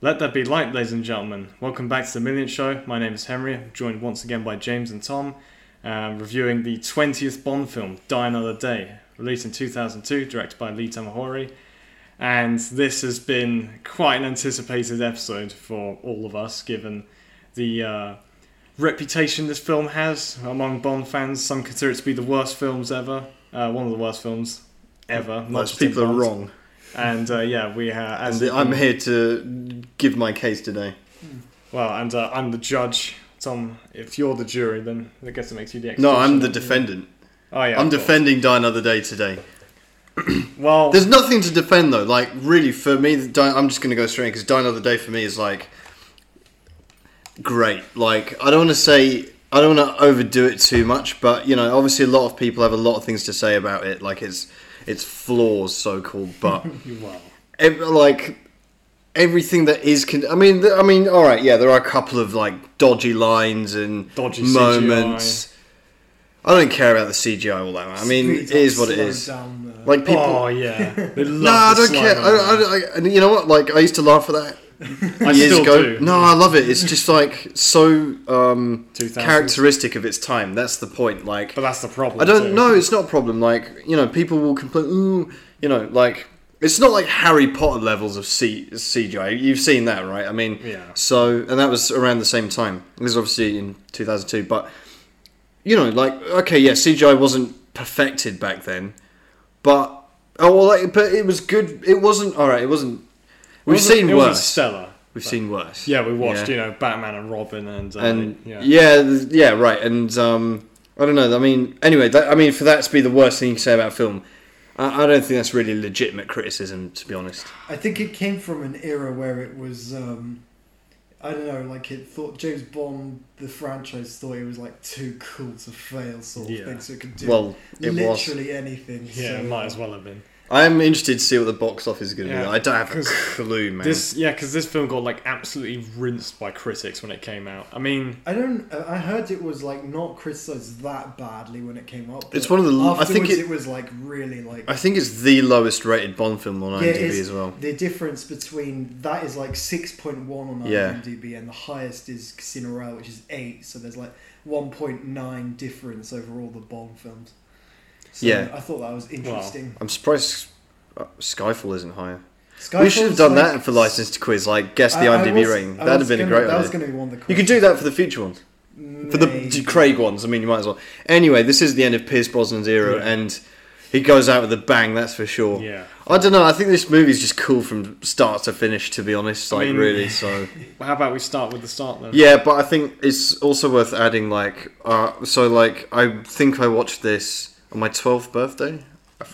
Let that be light, ladies and gentlemen. Welcome back to the Million Show. My name is Henry. I'm joined once again by James and Tom, um, reviewing the 20th Bond film, Die Another Day, released in 2002, directed by Lee Tamahori. And this has been quite an anticipated episode for all of us, given the uh, reputation this film has among Bond fans. Some consider it to be the worst films ever, uh, one of the worst films ever. not Most just in people are Bond. wrong. And uh, yeah, we uh, as And I'm here to give my case today. Well, and uh, I'm the judge. Tom, if you're the jury, then I guess it makes you the No, I'm the executioner. defendant. Oh yeah, I'm of course. defending Die Another Day today. Well, There's nothing to defend though. Like really, for me, Die, I'm just gonna go straight because Die Another Day for me is like great. Like I don't want to say I don't want to overdo it too much, but you know, obviously a lot of people have a lot of things to say about it. Like it's its flaws, so called, but well, ev- like everything that is con- I mean th- I mean all right yeah there are a couple of like dodgy lines and Dodgy moments I don't care about the CGI all that much. I mean it is what it is like people oh yeah, they love no I the don't care slime I, on that. I, I, and you know what like I used to laugh at that I years still ago do. no I love it it's just like so um 2000s. characteristic of its time that's the point like but that's the problem. I too. don't know. It's not a problem. Like you know, people will complain. Ooh, you know, like it's not like Harry Potter levels of C- CGI. You've seen that, right? I mean, Yeah. So and that was around the same time. It was obviously in 2002, but you know, like okay, yeah, CGI wasn't perfected back then, but oh well, like, but it was good. It wasn't all right. It wasn't. We've It wasn't- seen it wasn't worse. stellar. We've seen worse. Yeah, we watched Yeah you know Batman and Robin and, uh, and yeah. yeah. th- yeah, right. And um, I don't know. I mean, anyway, that, I mean, for that to be the worst thing you can say about film, I, I don't think that's really legitimate criticism, to be honest. I think it came from an era where it was, um, I don't know, like it thought James Bond, the franchise, thought it was like too cool to fail sort of Yeah. thing, so it could do Well, it was. literally anything. yeah, so, it might as well have been. I'm interested to see what the box office is going to Yeah, be. Like. I don't have a 'cause clue, man. This yeah, because this film got like absolutely rinsed by critics when it came out. I mean, I don't. uh, I heard it was like not criticized that badly when it came up. It's but one of the- I think afterwards it- it, was like really like I think it's the lowest rated Bond film on Yeah, IMDb it is. as well. the difference between that is like 6.1 on Yeah. IMDb and the highest is Casino Royale which is 8 so there's like 1.9 difference over all the Bond films so Yeah. I thought that was interesting I'm surprised uh, Skyfall isn't higher. Skyfall's we should have done like- that for License to Quiz, like guess the I- I IMDb was- rating. I That'd have was been a gonna- great that was idea. going to be one of the You could do that for the future ones. For the Maybe. Craig ones, I mean, you might as well. Anyway, this is the end of Pierce Brosnan's era, Yeah. and he goes out with a bang, that's for sure. yeah. I don't know. I think this movie's just cool from start to finish, to be honest. Like, mean- really. So, How about we start with the start then? yeah, but I think it's also worth adding. Like, uh, so, like, I think I watched this on my twelfth birthday.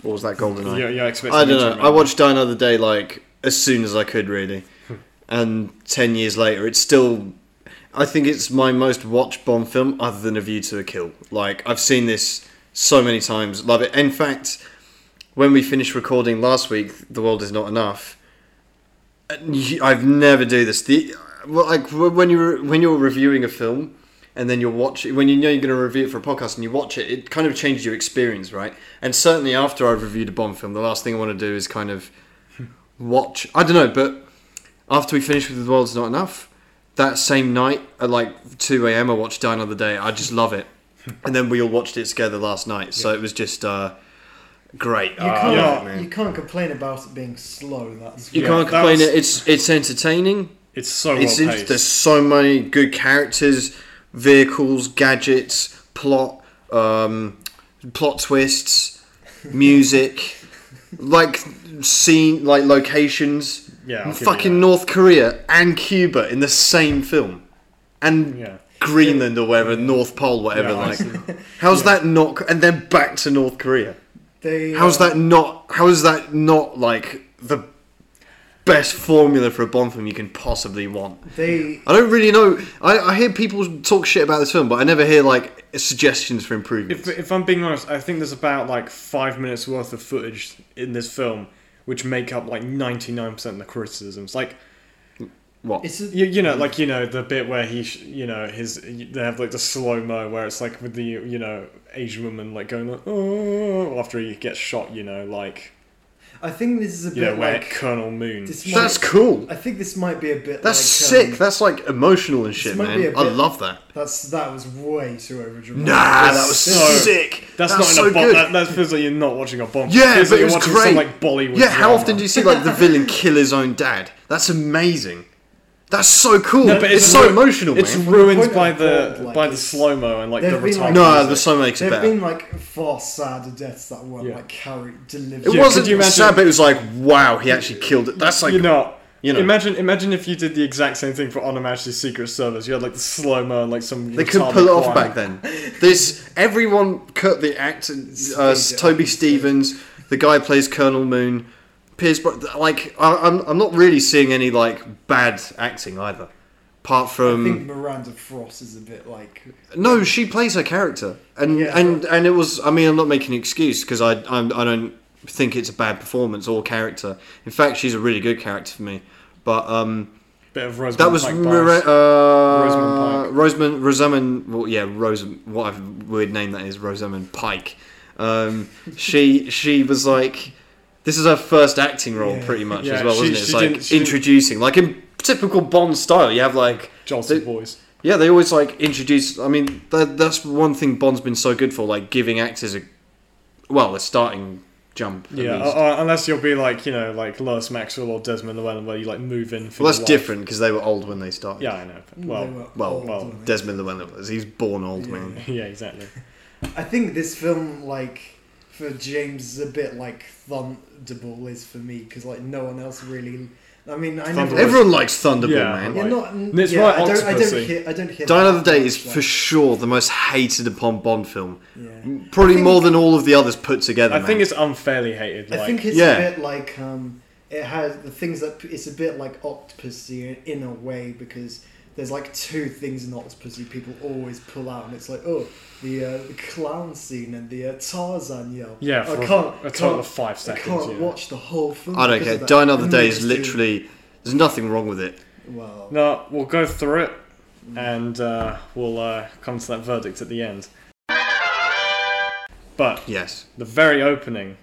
Or was that Golden Eye? You're, you're expecting I me to don't know. I remember. watched Die Another Day like as soon as I could, really. and ten years later, it's still. I think it's my most watched Bond film, other than A View to a Kill. Like I've seen this so many times, love it. In fact, when we finished recording last week, The World Is Not Enough. and you- I've never do this. The well, like when you're when you're reviewing a film, and then you watch it when you know you're going to review it for a podcast and you watch it it kind of changes your experience right and certainly after i've reviewed a bond film the last thing i want to do is kind of Hmm. watch i don't know but after we finish with the world's not enough that same night at like 2am i watched die another day i just love it Hmm. and then we all watched it together last night so it was just uh, great Uh, you can't, yeah, you can't complain about it being slow that's you Yeah, can't that complain was- it's it's entertaining It's so well it's paced. interesting. There's so many good characters, vehicles, gadgets, plot, um, plot twists, music, like scene, like locations. Yeah, I'll give you fucking that. North Korea and Cuba in the same film, and Yeah. Greenland or whatever, North Pole, whatever. Yeah, I like, see. how's that not? And then back to North Korea. they, How's uh, that not? How is that not like the best formula for a Bond film you can possibly want? they I don't really know. I, I hear people talk shit about this film, but I never hear like suggestions for improvements. If, if I'm being honest, I think there's about like five minutes worth of footage in this film, which make up like 99% of the criticisms. Like what? it's a, you, you know, like you know the bit where he, sh- you know, his they have like the slow mo where it's like with the you know Asian woman like going like oh after he gets shot, you know, like I think this is a You know, bit where like. Colonel Moon. This might, That's cool. I think this might be a bit. That's like, um, sick. That's like emotional and shit, might be a man. I bit- love that. that's that was way too overdramatic. Nah, that That's was so- sick. That's, That's not so in a bomb. good. That, that feels like you're not watching a bomb. Yeah, feels but like it you're was watching great. Some, like Bollywood. yeah, how drama. often do you see like the villain kill his own dad? That's amazing. That's so cool. No, but it's, it's so ru- emotional, It's man. ruined The point by of the Bond, like, by the is- slow mo and like the there've been, retarded. like- no, the so makes it There've better. been like far sadder deaths that weren't Yeah. like carried delivered. it Yeah, wasn't could you imagine- sad, but it was like, wow, he actually killed it. That's like, you know. you know. imagine imagine if you did the exact same thing for Honor Majesty's Secret Service. You had like the slow mo and like some. they could retarded pull it off crime. back then. This everyone cut the act. Uh, Speed Toby up. Stevens, the guy who plays Colonel Moon, Piers. Bro- like, I, I'm, I'm not really seeing any like bad acting either, apart I from think Miranda Frost is a bit like No, she plays her character, and Yeah. and and it was. I mean, I'm not making an excuse because I I'm, I don't think it's a bad performance or character. In fact, she's a really good character for me. But um, Bit of Rosemary. that was Pike Mira- bias. uh, Rosamund Rosamund Rosamund. Well, yeah, Rosamund. What a weird name that is, Rosamund Pike. Um, she she was like, this is her first acting role, Yeah. pretty much Yeah, as well, she- wasn't it? she It's didn't- like she didn't- introducing, like in typical Bond style. You have like Johnson the- Boys. yeah, they always like introduce. I mean, that, that's one thing Bond's been so good for, like giving actors a well, a starting jump. at Yeah, least. or, or unless you'll be like you know like Lois Maxwell or Desmond Llewellyn, where you like move in. For well, that's your life. different because they were old when they started. Yeah, I know. but- they Well, were well, old, well, weren't they? Desmond Llewellyn was. He's born old Yeah. man. yeah, exactly. I think this film like for James is a bit like Thunderball is for me because like no one else really. I mean, I never. Thunderball. Everyone likes Thunderball, Yeah. man. Yeah, Right. not, And it's yeah, right I don't, I don't octopusy. hear. I don't hear. Dine that of the Day is much, for like, sure the most hated upon Bond film, yeah. probably I think- more than all of the others put together. I think man. it's unfairly hated. Like, I think it's Yeah. a bit like um, it has the things that it's a bit like Octopussy in a way because there's like two things in Octopussy people always pull out, and it's like oh the uh, the clown scene and the uh, Tarzan yell. yeah, for I a- can't. a total can't of five I seconds. can't yeah. watch the whole film. I don't because care. of that. Die Another Day is And they just do- literally. There's nothing wrong with it. Well, No, we'll go through it and uh, we'll uh, come to that verdict at the end. But Yes. the very opening,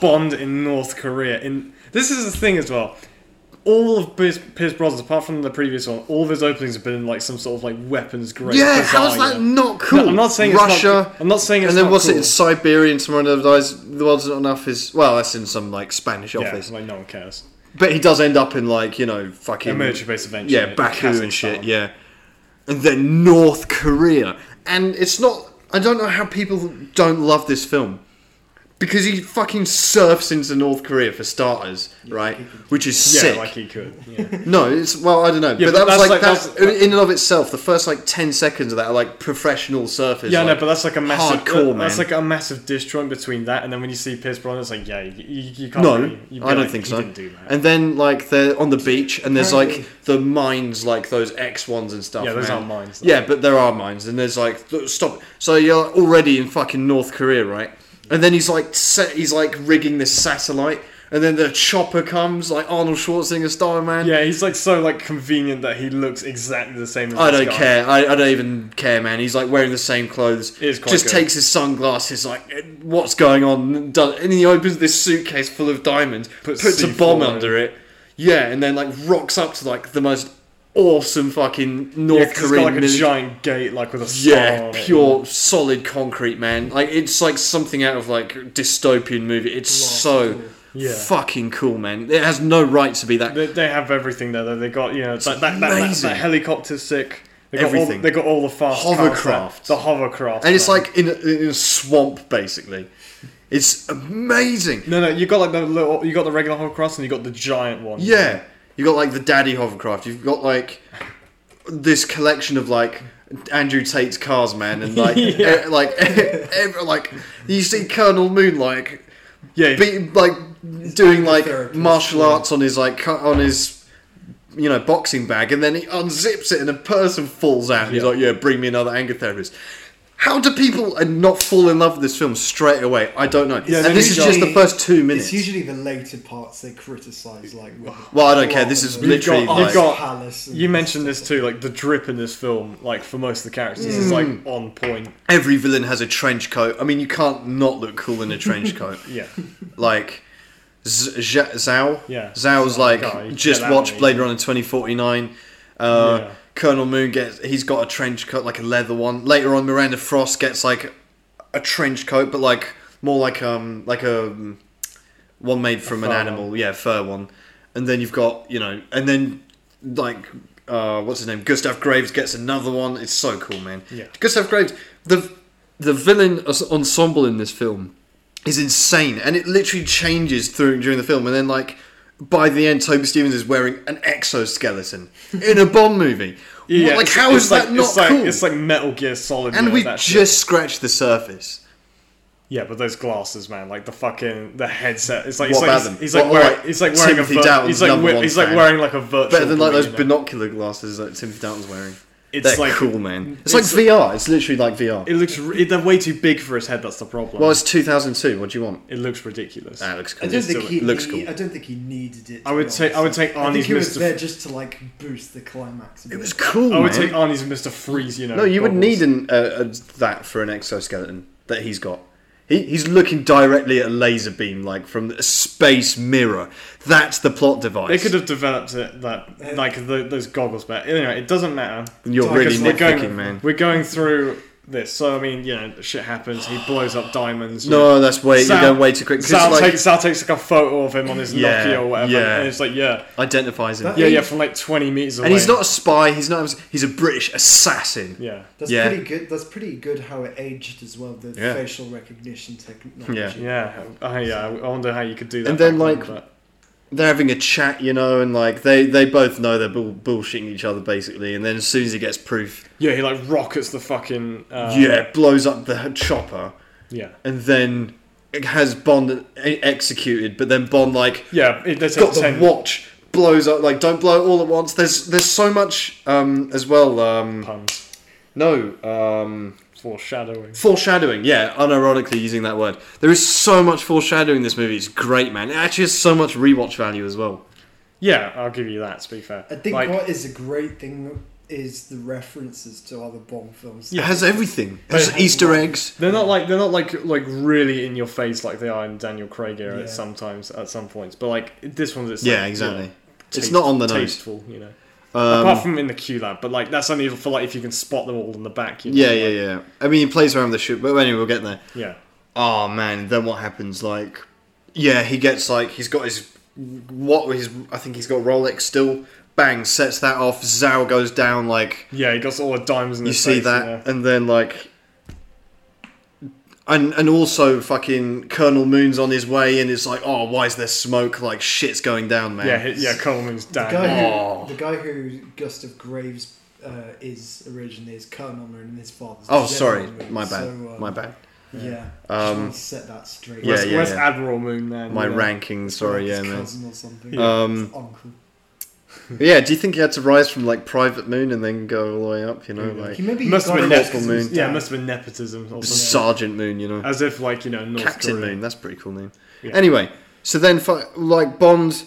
Bond in North Korea. In this is the thing as well. All of Piers, Piers Brothers, apart from the previous one, all of his openings have been in like some sort of like weapons grade. yeah. design. How's that not cool? No, I'm not saying Russia. It's not, I'm not saying it's and then not what's cool. it in Siberia and somewhere in the dies? The world's not enough is well, that's in some like Spanish Yeah, office. like no one cares. But he does end up in like you know A fucking military base eventually. yeah, Baku and shit. Kazakhstan. Yeah, and then North Korea, and it's not. I don't know how people don't love this film because he fucking surfs into North Korea for starters, right? Which is Yeah, sick. like he could. Yeah. No, it's well, I don't know, Yeah, but but, that was that's like, like- that's, that's- in and of itself. The first like ten seconds of that are like professional surfers. Yeah, like, no, but that's like a massive hardcore, That's man. like a massive disjoint between that and then when you see Pierce Brosnan, it's like yeah, you, you you can't. No, really- you'd be I don't like, think he so. Didn't do that. And then like they're on the beach, and there's like Apparently- the mines, like those X ones and stuff. yeah, those man. aren't mines. though. Yeah, but there are mines, and there's like th- stop. So you're already in fucking North Korea, right? And then he's like set, he's like rigging this satellite, and then the chopper comes, like Arnold Schwarzenegger style, man. yeah, he's like so like convenient that he looks exactly the same. as I this don't guy. care. I, I don't even care, man. He's like wearing the same clothes. It is quite Just good. takes his sunglasses. Like, what's going on? Does, and he opens this suitcase full of diamonds. Puts Puts, a C4 bomb in. under it. Yeah, and then like rocks up to like the most awesome fucking North Yeah, 'cause it's got Korean. like a military- giant gate, like with a star yeah, on it. pure solid concrete, man. Like it's like something out of like dystopian movie. It's so Yeah. fucking cool, man. It has no right to be that They, they have everything there. though. They got you know it's like that, that, that, amazing. that helicopter's sick. They got Everything. All, they got all the fast cars there. Hovercraft. the hovercraft, and it's man. like in a, in a swamp basically. It's amazing. no, no. You got like the little, you got the regular hovercraft, and you got the giant one. Yeah, you got like the daddy hovercraft. You've got like this collection of like Andrew Tate's cars, man, and like e- Yeah. like ev- like you see Colonel Moon like yeah. be like doing like therapist, martial arts on his like cu- on his you know boxing bag, and then he unzips it and a person falls out. And He's Yeah. like, "Yeah, bring me another anger therapist." How do people uh, not fall in love with this film straight away? I don't know. Yeah, and they're this is just the usually- first two minutes. It's usually the later parts they criticize, like. with the Well, I don't care, plot this and is the- literally Ice You've got- Palace and You mentioned this too, like the drip in this film, like for most of the characters, is like Mm. on point. Every villain has a trench coat. I mean, you can't not look cool in a trench coat. Yeah, like Z- Zha- Zhao. Yeah. Zhao's like God, you just get that watched many. Blade Runner twenty forty nine. Uh, Yeah. Colonel Moon gets he's got a trench coat like a leather one. Later on, Miranda Frost gets like a trench coat, but like more like um like a um, one made from an fur animal, yeah, fur one. And then you've got you know, and then like uh what's his name? Gustav Graves gets another one. It's so cool, man. Yeah. Gustav Graves, the the villain as- ensemble in this film is insane, and it literally changes through during the film, and then like by the end, Toby Stevens is wearing an exoskeleton in a Bond movie. What- like it's- how is it's that like, not it's like, cool? It's like Metal Gear Solid. and you know, we that just shit. scratched the surface. yeah, but those glasses, man, like the fucking the headset. It's like What it's like about he's, them? he's like What, wearing like, he's like wearing Timothy a vir- Dalton's he's like number wi- one he's like fan. wearing like a virtual Better than like those balloon. binocular glasses that Timothy Dalton's wearing. It's They're like- cool, man. It's, it's- like VR. It's literally like VR. It looks re- they're way too big for his head. That's the problem. well, it's 2002. What do you want? it looks ridiculous. That looks I cool. don't still- think he it looks need- cool. I don't think he needed it. to I would be take- I honest. would take I Arnie's think he was Mr. there just to like boost the climax. a It bit. was cool. I would man. take Arnie's Mr. Freeze. You know. No, you would goggles. need an, uh, uh, that for an exoskeleton that he's got. He, he's looking directly at a laser beam, like from a space mirror. That's the plot device. They could have developed it that like the, those goggles better. Anyway, it doesn't matter. You're Like, really Because we're nitpicking, going, man. We're going through this, so I mean, you know, shit happens. He blows up diamonds. you know. No, that's way Sal- you're going way too quick. 'cause, Sal, like, takes, Sal takes like a photo of him on his Yeah, Nokia or whatever, yeah. and it's like, yeah, identifies him, That- yeah, yeah, from like twenty meters away. and he's not a spy. He's not. He's a British assassin. Yeah, That's Yeah. pretty good. That's pretty good how it aged as well. The Yeah. facial recognition technology. Yeah. yeah, I, yeah. I wonder how you could do that. And then, back like, then, but- They're having a chat, you know, and like they they both know they're bull- bullshitting each other basically. And then as soon as he gets proof, yeah, he like rockets the fucking uh, yeah, blows up the chopper. yeah, and then it has Bond e- executed, but then Bond like yeah. It, there's got like the ten watch, blows up like don't blow it all at once. There's there's so much um as well um puns no um foreshadowing. foreshadowing. Yeah, unironically using that word. There is so much foreshadowing in this movie. It's great, man. It actually has so much rewatch value as well. Yeah, I'll give you that. To be fair, I think like, what is a great thing is the references to other Bond films. It has everything. It has But it has Easter a lot. eggs. They're not like they're not like like really in your face like they are in Daniel Craig era Yeah. sometimes at some points, but like this one's it's Yeah, like, you exactly. know, It's taste- not on the nose. tasteful, you know. Apart Um, from in the Q lab, but like that's only for like if you can spot them all in the back. You know, yeah, like, yeah, yeah. I mean, he plays around with the shoot, but anyway, we'll get there. yeah. oh man then what happens like yeah he gets like he's got his what his i think he's got rolex still bang sets that off zao goes down like Yeah, he got all the diamonds in you his see face, that and then like and and also fucking colonel moon's on his way and it's like oh why is there smoke like shit's going down man Yeah, yeah, hit, yeah. Coleman's The dad. guy, Oh. who, the guy who Gustav Graves uh, is originally is Colonel Moon and his father's. oh General sorry Moon, my bad so, uh, my bad Yeah. Um, Um, set that straight. yeah, where's, yeah, where's yeah. Admiral Moon, man? my you know? ranking sorry His yeah man cousin or something. Yeah. Um, His uncle. yeah do you think he had to rise from like private moon and then go all the way up you know Yeah. like He maybe he Must have got been it just 'cause nepotism. of his Yeah, dad. must have been nepotism or something. sergeant moon you know As if like you know North Captain Korea. Moon. That's a pretty cool name. Yeah. Anyway, so then fu- like Bond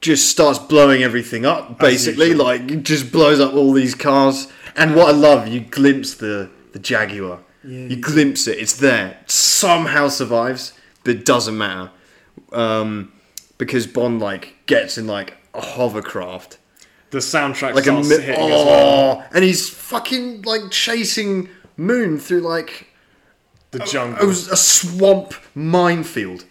just starts blowing everything up. Basically, usual. like just blows up all these cars. And what I love, you glimpse the the Jaguar. Yeah, you you do. glimpse it. It's there. Somehow survives, but it doesn't matter um, because Bond like gets in like a hovercraft The soundtrack like a starts mi- hitting oh, as well. and he's fucking like chasing Moon through like The Oh, it jungle. was a swamp minefield.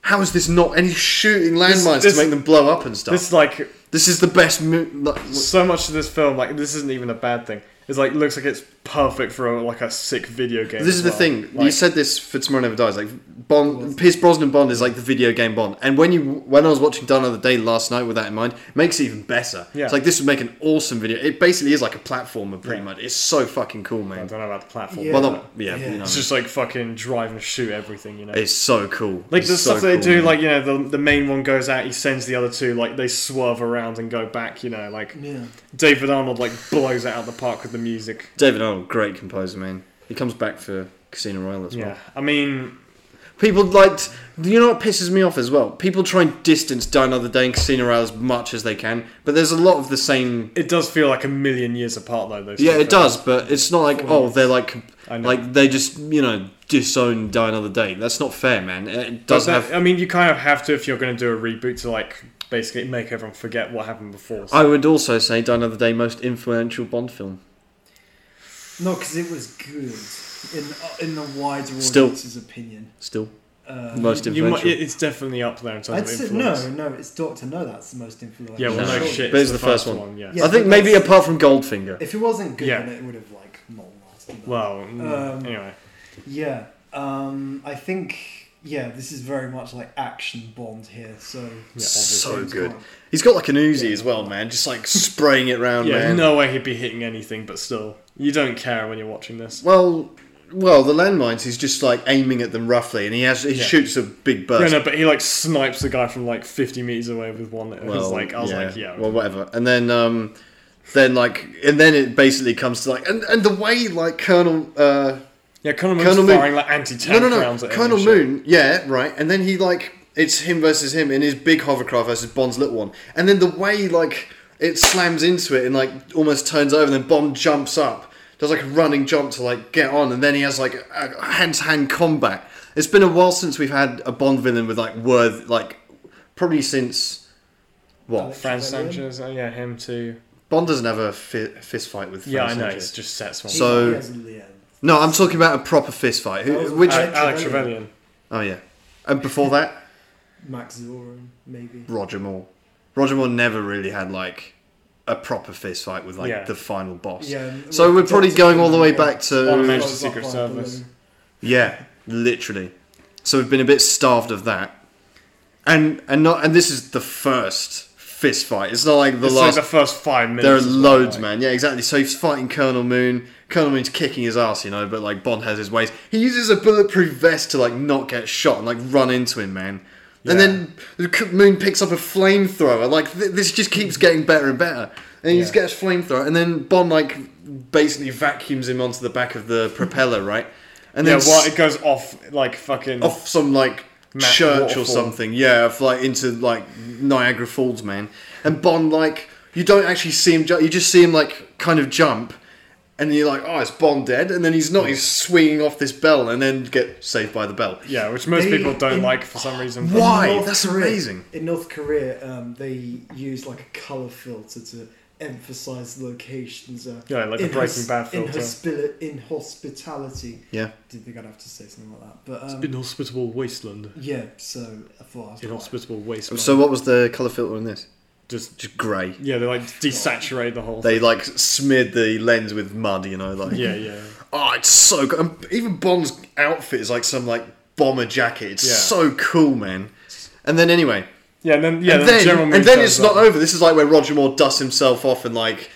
How is this not? And he's shooting landmines this- to make them blow up and stuff. this This, like is the best. Mo- like, so much of this film like this isn't even a bad thing it's like looks like it's perfect for a, like a sick video game this as is the well. thing. you Like, said this for Tomorrow Never Dies. Like Bond, Pierce Brosnan Bond is like the video game Bond. And when you, when I was watching Done Another Day last night with that in mind, it makes it even better. Yeah. It's like this would make an awesome video. It basically is like a platformer, pretty Yeah. much. It's so fucking cool, i man. don't know about the platform Yeah. Well, but not, yeah, Yeah. you know, it's just like fucking drive and shoot everything you know it's so cool. like It's the so stuff they cool, do man. like you know the, the main one goes out he sends the other two like they swerve around and go back you know like Yeah. david arnold like blows it out of the park with the music David Arnold, great composer, man. He comes back for Casino Royale as well. yeah i mean People liked. You know what pisses me off as well? People try and distance Die Another Day and Casino Royale as much as they can, but there's a lot of the same. It does feel like a million years apart, though. Those Yeah, two films. it does, but it's not like Four oh years. they're like I know. like they just you know disown Die Another Day. That's not fair, man. But It does that- have I mean, you kind of have to if you're going to do a reboot to like basically make everyone forget what happened before. So- I would also say Die Another Day most influential Bond film. No, because it was good in in the wider Still. audience's opinion. Still Uh, most you might, influential. it- it's definitely up there in terms I'd of say influence. no, no. It's Doctor No. That's the most influential. Yeah, well, no, No. shit. But it's the, first one. yeah. Yeah. I think but maybe that's- apart from Goldfinger. If it wasn't good, Yeah. then it would have like not lasted. that Well, mm, Um, anyway. Yeah, um, I think yeah, this is very much like action Bond here. So Yeah, so obviously. good. He's got like an Uzi as well, man. Just like spraying it round, Yeah, man. no way he'd be hitting anything, but still, you don't care when you're watching this. Well, well, the landmines. He's just like aiming at them roughly, and he has he Yeah. shoots a big burst. Yeah, no, but he like snipes the guy from like 50 meters away with one. It was Well, like I was like, yeah, Well, whatever. And then, um, then like, and then it basically comes to like, and and the way like Colonel, uh, yeah. Colonel Moon's Colonel Moon- firing like anti-tank no, no, rounds no, at him Colonel and shit. Moon, yeah, right. And then he like, it's him versus him in his big hovercraft versus Bond's little one. And then the way like it slams into it and like almost turns over, and then Bond jumps up, does like a running jump to like get on, and then he has like a hand-to-hand combat. It's been a while since we've had a Bond villain with like worth like probably since what Franz Brilliant. Sanchez, oh, yeah, him too. Bond doesn't have a fi- fist fight with. Fran Yeah, I know. Sanchez. It's just sets one. he- So, So- he has Leon. No, I'm talking about a proper fist fight. Who- That was- Which? I- Alex Trevelyan. Trevelyan. oh yeah. And before that, Max Zorin, maybe. Roger Moore. Roger Moore never really had like a proper fist fight with like Yeah. the final boss. Yeah. So we're probably going all the way Yeah. back One to man- Manchester Secret Service. yeah, literally. So we've been a bit starved of that, and and not and this is the first fist fight. It's not like the It's like last the first five minutes. There are is what I loads, like. man. Yeah, exactly. So he's fighting Colonel Moon. Colonel Moon's kicking his ass, you know, but like Bond has his ways. He uses a bulletproof vest to like not get shot and like run into him, man. And then C- Moon picks up a flamethrower. Like th- this just keeps getting better and better. And he just Yeah. gets flamethrower, and then Bond like basically vacuums him onto the back of the propeller, right? And Yeah, then well, s- it goes off like fucking. off some like Ma- church waterfall. or something. Yeah, of, like into like Niagara Falls, man. And Bond, like you don't actually see him. Ju- you just see him like kind of jump, and you're like, oh, it's Bond dead. And then he's not. He's swinging off this bell, and then get saved by the bell. Yeah, which most They- people don't in- like for some reason. but- Why? North That's Korea- amazing. In North Korea, um, they use like a color filter to emphasize locations. Uh, Yeah, like the inhos- Breaking Bad filter. inhospili- inhospitality. Yeah. Did think I'd have to say something like that, but um, Inhospitable wasteland. yeah. So I thought I was right. Inhospitable wasteland. So what was the color filter in this? just Just grey. yeah, they like desaturate the whole. They like smeared the lens with mud. You know, like thing. Yeah, yeah. Oh, it's so good. And even Bond's outfit is like some like bomber jacket. It's Yeah. so cool, man. And then anyway, Yeah, and then yeah, and then, then, General and Moon then turns it's not up. over. This is like where Roger Moore dusts himself off and like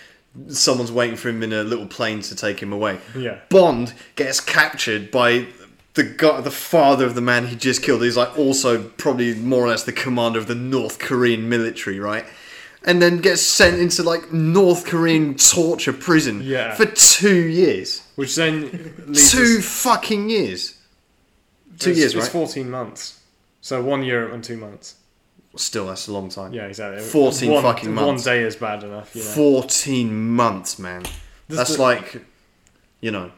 someone's waiting for him in a little plane to take him away. Yeah. Bond gets captured by the guy, the father of the man he just killed. He's like also probably more or less the commander of the North Korean military, right? And then gets sent into like North Korean torture prison Yeah. for two years. Which then leads Two us- fucking years. Two it's- years, It's right? fourteen months. So one year and two months. Still, that's a long time. Yeah, exactly. 14 One- fucking months. One day is bad enough. You know? 14 months, man. This That's is- like, you know.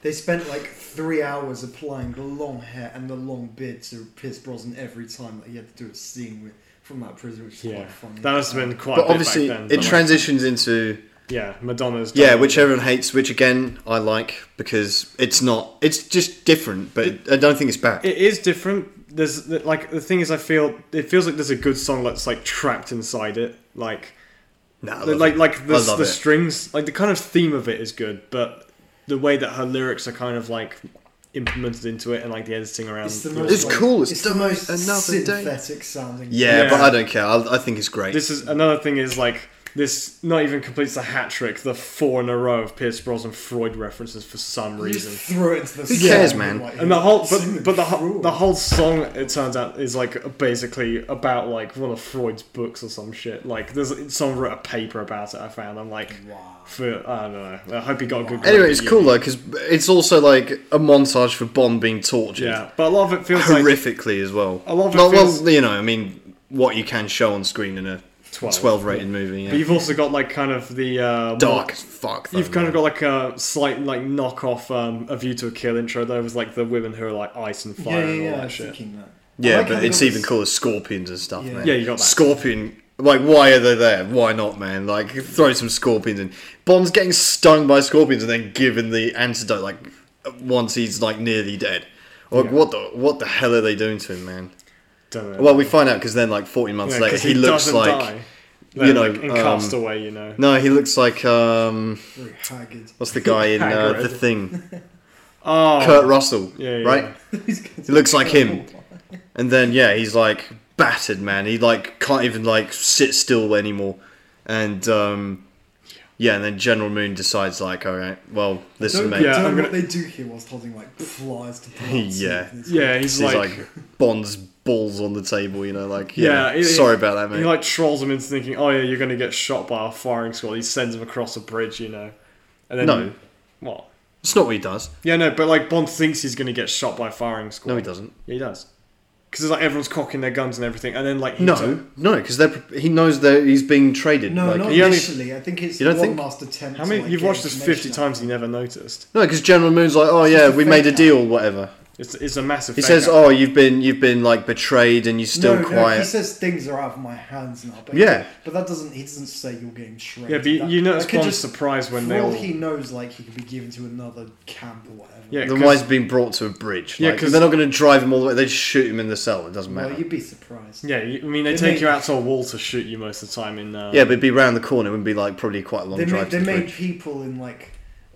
They spent like three hours applying the long hair and the long beard to Pierce Brosnan every time that he had to do a scene with, from that prison, which is Yeah, quite funny. Um, that must have been quite. a But bit obviously, back then, but it like- transitions into, yeah, Madonna's. yeah, done which it. everyone hates, which again, I like because it's not, it's just different, but I don't think it's bad. It is different. There's like the thing is, I feel it feels like there's a good song that's like trapped inside it, like. no, I The- love like it. like the, I love the it. strings like the kind of theme of it is good but the way that her lyrics are kind of like implemented into it and like the editing around It's the the- most, It's like, cool, it's the done most another day. synthetic sounding. yeah, Yeah. but I don't care. I, I think it's great. this is another thing is like This not even completes the hat trick, the four in a row of Pierce Brosnan Freud references for some You just reason. threw it into the Who song, cares, man? like, And the whole, but, sing but the, through whole- it. the whole song, it turns out, is like basically about like one of Freud's books or some shit. Like, there's someone wrote a paper about it. I found. I'm like, Wow. for I don't know. I hope he got a good. grade Anyway, it's at cool uni. though because it's also like a montage for Bond being tortured Yeah, but a lot of it feels like horrifically as well. A lot of it well, feels- well, you know, I mean, what you can show on screen in a 12. twelve-rated movie. But Yeah. you've also got like kind of the uh, more- Dark as fuck. Though, You've kind of got man. like a slight like knockoff um, a view to a kill intro. There was like the women who are like ice and Yeah, fire yeah, and all yeah. I that was shit. thinking that. I Yeah, like how but they it's got even this- cool as scorpions and stuff, Yeah. man. Yeah, you got that. Scorpion. Like, why are they there? Why not, man? Like, throw some scorpions in. Bond's getting stung by scorpions and then given the antidote, like, once he's, like, nearly dead. Like, Yeah. what the what the hell are they doing to him, man? Don't know. Well, we find out because then, like, 14 months Yeah, later, 'cause he, looks doesn't like. die. you They're, know, like, in um, Castaway, you know. No, he looks like, um. Very haggard. What's the guy in uh, Hagrid. The Thing? Oh, Kurt Russell, Yeah, yeah, right? yeah. He looks like him. And then yeah, he's like battered, man. He like can't even like sit still anymore. And um yeah, and then General Moon decides like, all right, well, listen, Don't, mate. Yeah, don't I'm know what they do here whilst holding like flies to plants. Yeah. and things. yeah, he's, He's like, like, Bond's balls on the table, you know, like Yeah, yeah. he- sorry about that, he mate. like trolls him into thinking, oh yeah, you're gonna get shot by a firing squad. He sends him across a bridge, you know, and then No. what? it's not what he does. Yeah, no, but like Bond thinks he's gonna get shot by a firing squad. No, he doesn't. Yeah, he does. Because it's like everyone's cocking their guns and everything, and then like he does- No, no, because they're pre- he knows that he's being traded. No, like, not he only- initially. I think it's You don't one think- last attempt. How many? to, like, you've get watched this fifty information out. times. and You never noticed. no, because General Moon's like, oh yeah, just a we made a fake-out. deal, whatever. It's it's a massive. He fake says, out. oh, you've been you've been like betrayed and you're still no, No, he quiet. says things are out of my hands now. But Yeah. but that doesn't. He doesn't say you're getting shredded. yeah, but you, That- you notice that could Bond's just- surprise when for they all all. he knows, like he could be given to another camp or whatever. yeah, Then 'cause- why is he being brought to a bridge? Yeah, Like, 'cause- they're not going to drive him all the way. They just shoot him in the cell. It doesn't Well, matter. you'd be surprised. yeah, you- I mean they They take made- you out to a wall to shoot you most of the time in. Uh, yeah, but it'd be round the corner. It would be like probably quite a long they drive made, they to the made bridge. people in like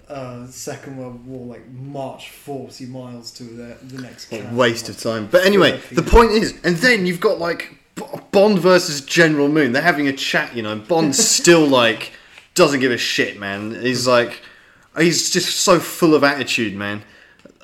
uh, Second World War like march forty miles to the, the next What a camp. waste of time. But anyway, Therapy. the point is, and then you've got like B- Bond versus General Moon. They're having a chat, you know. And Bond's still like doesn't give a shit, man. He's like he's just so full of attitude, man.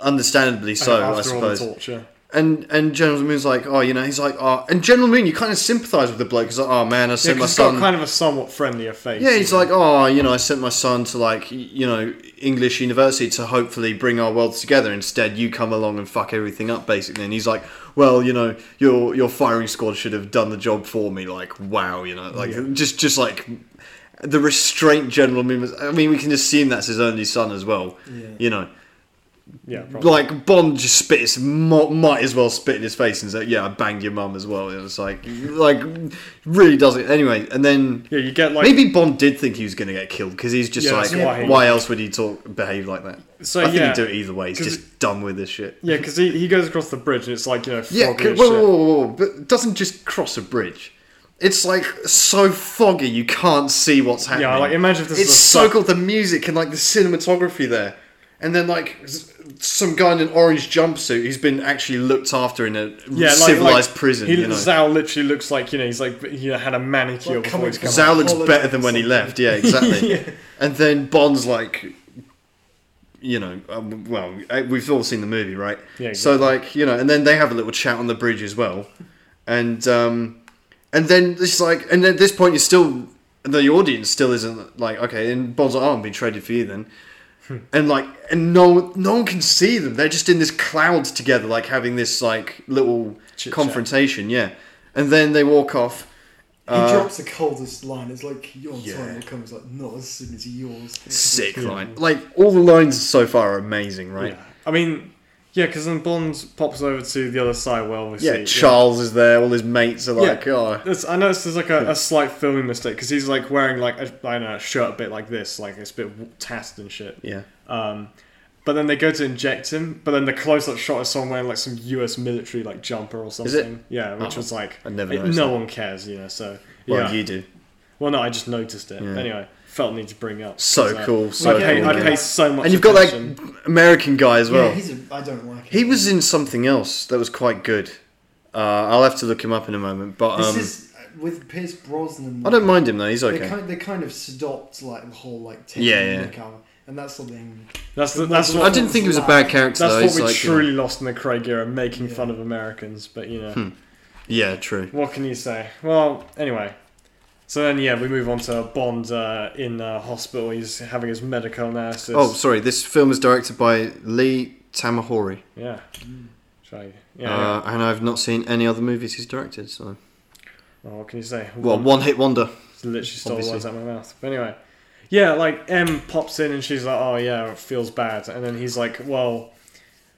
Understandably and so, after I suppose. All the torture. And and General Moon's like, oh, you know, he's like, oh, and General Moon, you kind of sympathise with the bloke because, oh man, I Yeah, sent 'cause my it's got son. kind of a somewhat friendlier face. Yeah, he's like, oh, you know, I sent my son to like, y- you know, English university to hopefully bring our worlds together. Instead, you come along and fuck everything up, basically. And he's like, well, you know, your your firing squad should have done the job for me. Like, wow, you know, like just just like the restraint General Moon. was- I mean, we can assume that's his only son as well. Yeah. You know, yeah, probably. like Bond just spit his mo- might as well spit in his face and say, "Yeah, I banged your mum as well." It was like, like really doesn't. Anyway, and then yeah, you get like maybe Bond did think he was going to get killed because he's just Yeah, like, that's why why, he- else would he talk behave like that? So, I think yeah. he'd do it either way. He's 'Cause just done with this shit. yeah, because he, he goes across the bridge and it's like you know foggy Yeah, and c- shit. whoa, whoa, whoa, whoa, but it doesn't just cross a bridge. It's like so foggy you can't see what's happening. Yeah, like imagine if this it's was a so cool the music and like the cinematography there, and then like s- some guy in an orange jumpsuit who's been actually looked after in a yeah, like, civilized like, prison. He, you know, Zhao literally looks like you know he's like he had a manicure Like, before coming he's from- come. Zhao looks Apologise better than when he or something. left. Yeah, exactly. And then Bond's like, you know, um, well, uh, we've all seen the movie, right? Yeah, So like, you know, and then they have a little chat on the bridge as well, and um, and then it's like, and at this point, you're still the audience still isn't like okay, and Bond's like, oh, I'm being traded for you then. Hmm. And like, and no, no one can see them. They're just in this cloud together, like having this like little Chit-chat. confrontation, yeah. And then they walk off, He Uh, drops the coldest line. It's like your Yeah. time will come. It's like not as soon as yours. sick Yeah. line. Like all the lines so far are amazing, right? Yeah. I mean, yeah, because then Bond pops over to the other side. Well, obviously, Yeah, Charles is there. All his mates are Yeah. like, oh, That's- I noticed there's like a, a slight filming mistake because he's like wearing like a, I don't know, a shirt a bit like this, like it's a bit w- tassed and shit. yeah. Um, but then they go to inject him, but then the close-up shot is someone wearing like some U.S. military like jumper or something. Yeah, which Oh, was like I never it- noticed no that. one cares, you know. So Well, yeah, you do. well, no, I just noticed it. Yeah. Anyway, felt need to bring up. So 'cause, uh, cool. So I pay, cool. I yeah. pay so much. and you've got like attention. American guy as well. yeah, he's a, I don't like him. he was in something else that was quite good. Uh, I'll have to look him up in a moment. But This um, is with Pierce Brosnan. I don't mind him though. He's They okay. kind they kind of stopped like the whole like taking Yeah, the yeah. mick out, and that's something. That's the, that's what I didn't think he was a bad character that's though. what He's we like, truly lost in the Craig era, making Yeah. fun of Americans. But you Hmm. know, uh, yeah, true. what can you say? Well, anyway. So then, yeah, we move on to Bond uh, in uh, hospital. He's having his medical analysis. Oh, sorry. This film is directed by Lee Tamahori, yeah. Try, yeah. yeah. uh, and I've not seen any other movies he's directed. So, Well, what can you say? well, one hit wonder. literally stole the Obviously. words out of my mouth. But anyway, yeah, like M pops in and she's like, "Oh yeah, it feels bad," and then he's like, "Well,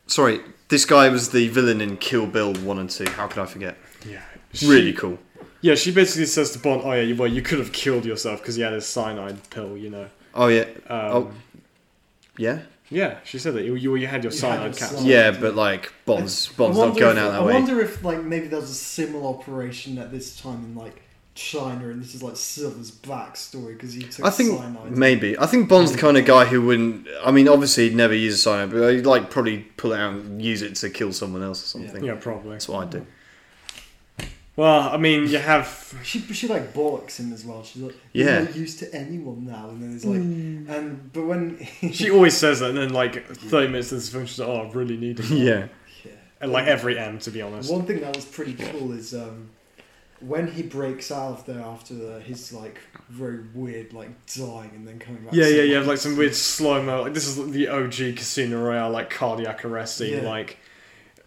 Sorry, this guy was the villain in Kill Bill one and two. How could I forget? yeah, really She, cool. yeah, she basically says to Bond, "Oh yeah, you- well you could have killed yourself because you had this cyanide pill, you know." Oh yeah. Um, oh, yeah. yeah, she said that you you, you had your You had cyanide your capsule. cyanide. Yeah, but like Bond's Bond's I not wonder going if, out that I way. wonder if like maybe there was a similar operation at this time in like China, and this is like Silver's backstory because he took I think cyanide. maybe. I think Bond's the kind of guy who wouldn't. I mean, obviously he'd never use a cyanide, but he'd like probably pull it out and use it to kill someone else or Yeah. something. Yeah, probably. That's what I do. Well, I mean, you have She, she like bollocks him as well. She's like, Yeah. "You're not used to anyone now," and then it's like, and but when she always says that, and then like thirty minutes into the film, she's like, "Oh, I really need it." yeah. yeah. And, like every M, to be honest. One thing that was pretty cool is um, when he breaks out of there after the, his like very weird like dying and then coming back. Yeah, to yeah, life. yeah. Like some weird slow mo. Like this is the OG Casino Royale, like cardiac arrest scene. Yeah. Like,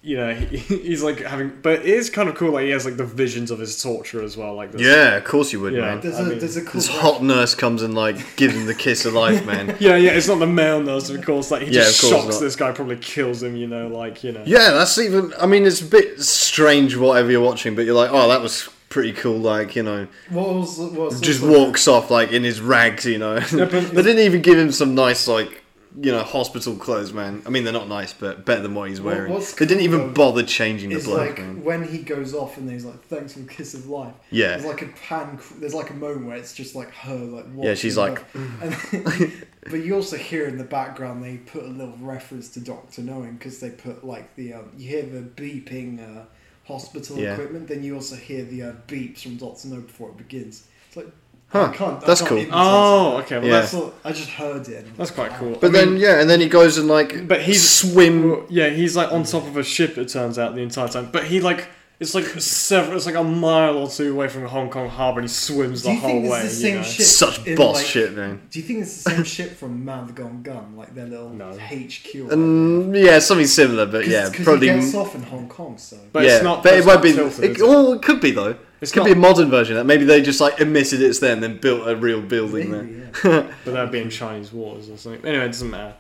you know, he, he's like having, but it is kind of cool. Like he has like the visions of his torture as well. Like this. Yeah, of course you would, Yeah. man. There's I a mean, there's a cool This ref- hot nurse comes and like gives him the kiss of life, man. Yeah, yeah, it's not the male nurse, of course. Like he Yeah, just of course shocks not. this guy, probably kills him. You know, like you know. Yeah, that's even. I mean, it's a bit strange, whatever you're watching, but you're like, oh, that was pretty cool. Like, you know, What was, what was just also- walks off like in his rags, you know. they didn't even give him some nice like you know hospital clothes, man. I mean, they're not nice, but better than what he's What- wearing. what's they didn't cool, even though, bother changing the It's bloke, like man. when he goes off and he's like, "Thanks for the kiss of life." Yeah. There's like a pan. There's like a moment where it's just like her, like Yeah, she's watching like, her. And- but you also hear in the background they put a little reference to Doctor Knowing because they put like the um, you hear the beeping uh, hospital Yeah. equipment. Then you also hear the uh, beeps from Doctor No before it begins. It's like, Huh, I can't. I that's can't cool. imitate Oh, that. okay. Well, Yeah. that's That's all- I just heard it. and- that's quite cool. But I then mean, yeah, and then he goes and like, But but he he's- swim. yeah, he's like on top of a ship. It turns out the entire time, but he like. It's like several. It's like a mile or two away from Hong Kong Harbour, and he swims Do the you whole think way. this is the you same know? ship? Such in, boss like- shit, man. Do you think it's the same ship from Man with the Gone Gun, like their little No. HQ? And yeah, something similar, but yeah, probably. probably. He gets off in Hong Kong, so. But yeah, it's not. but it it's might not be. tilted, it, is it? oh, it could be though. It's It could not- be a modern version of that. Maybe they just like admitted it's there and then built a real building there. Maybe, yeah. But that'd be in Chinese waters or something. Anyway, it doesn't matter.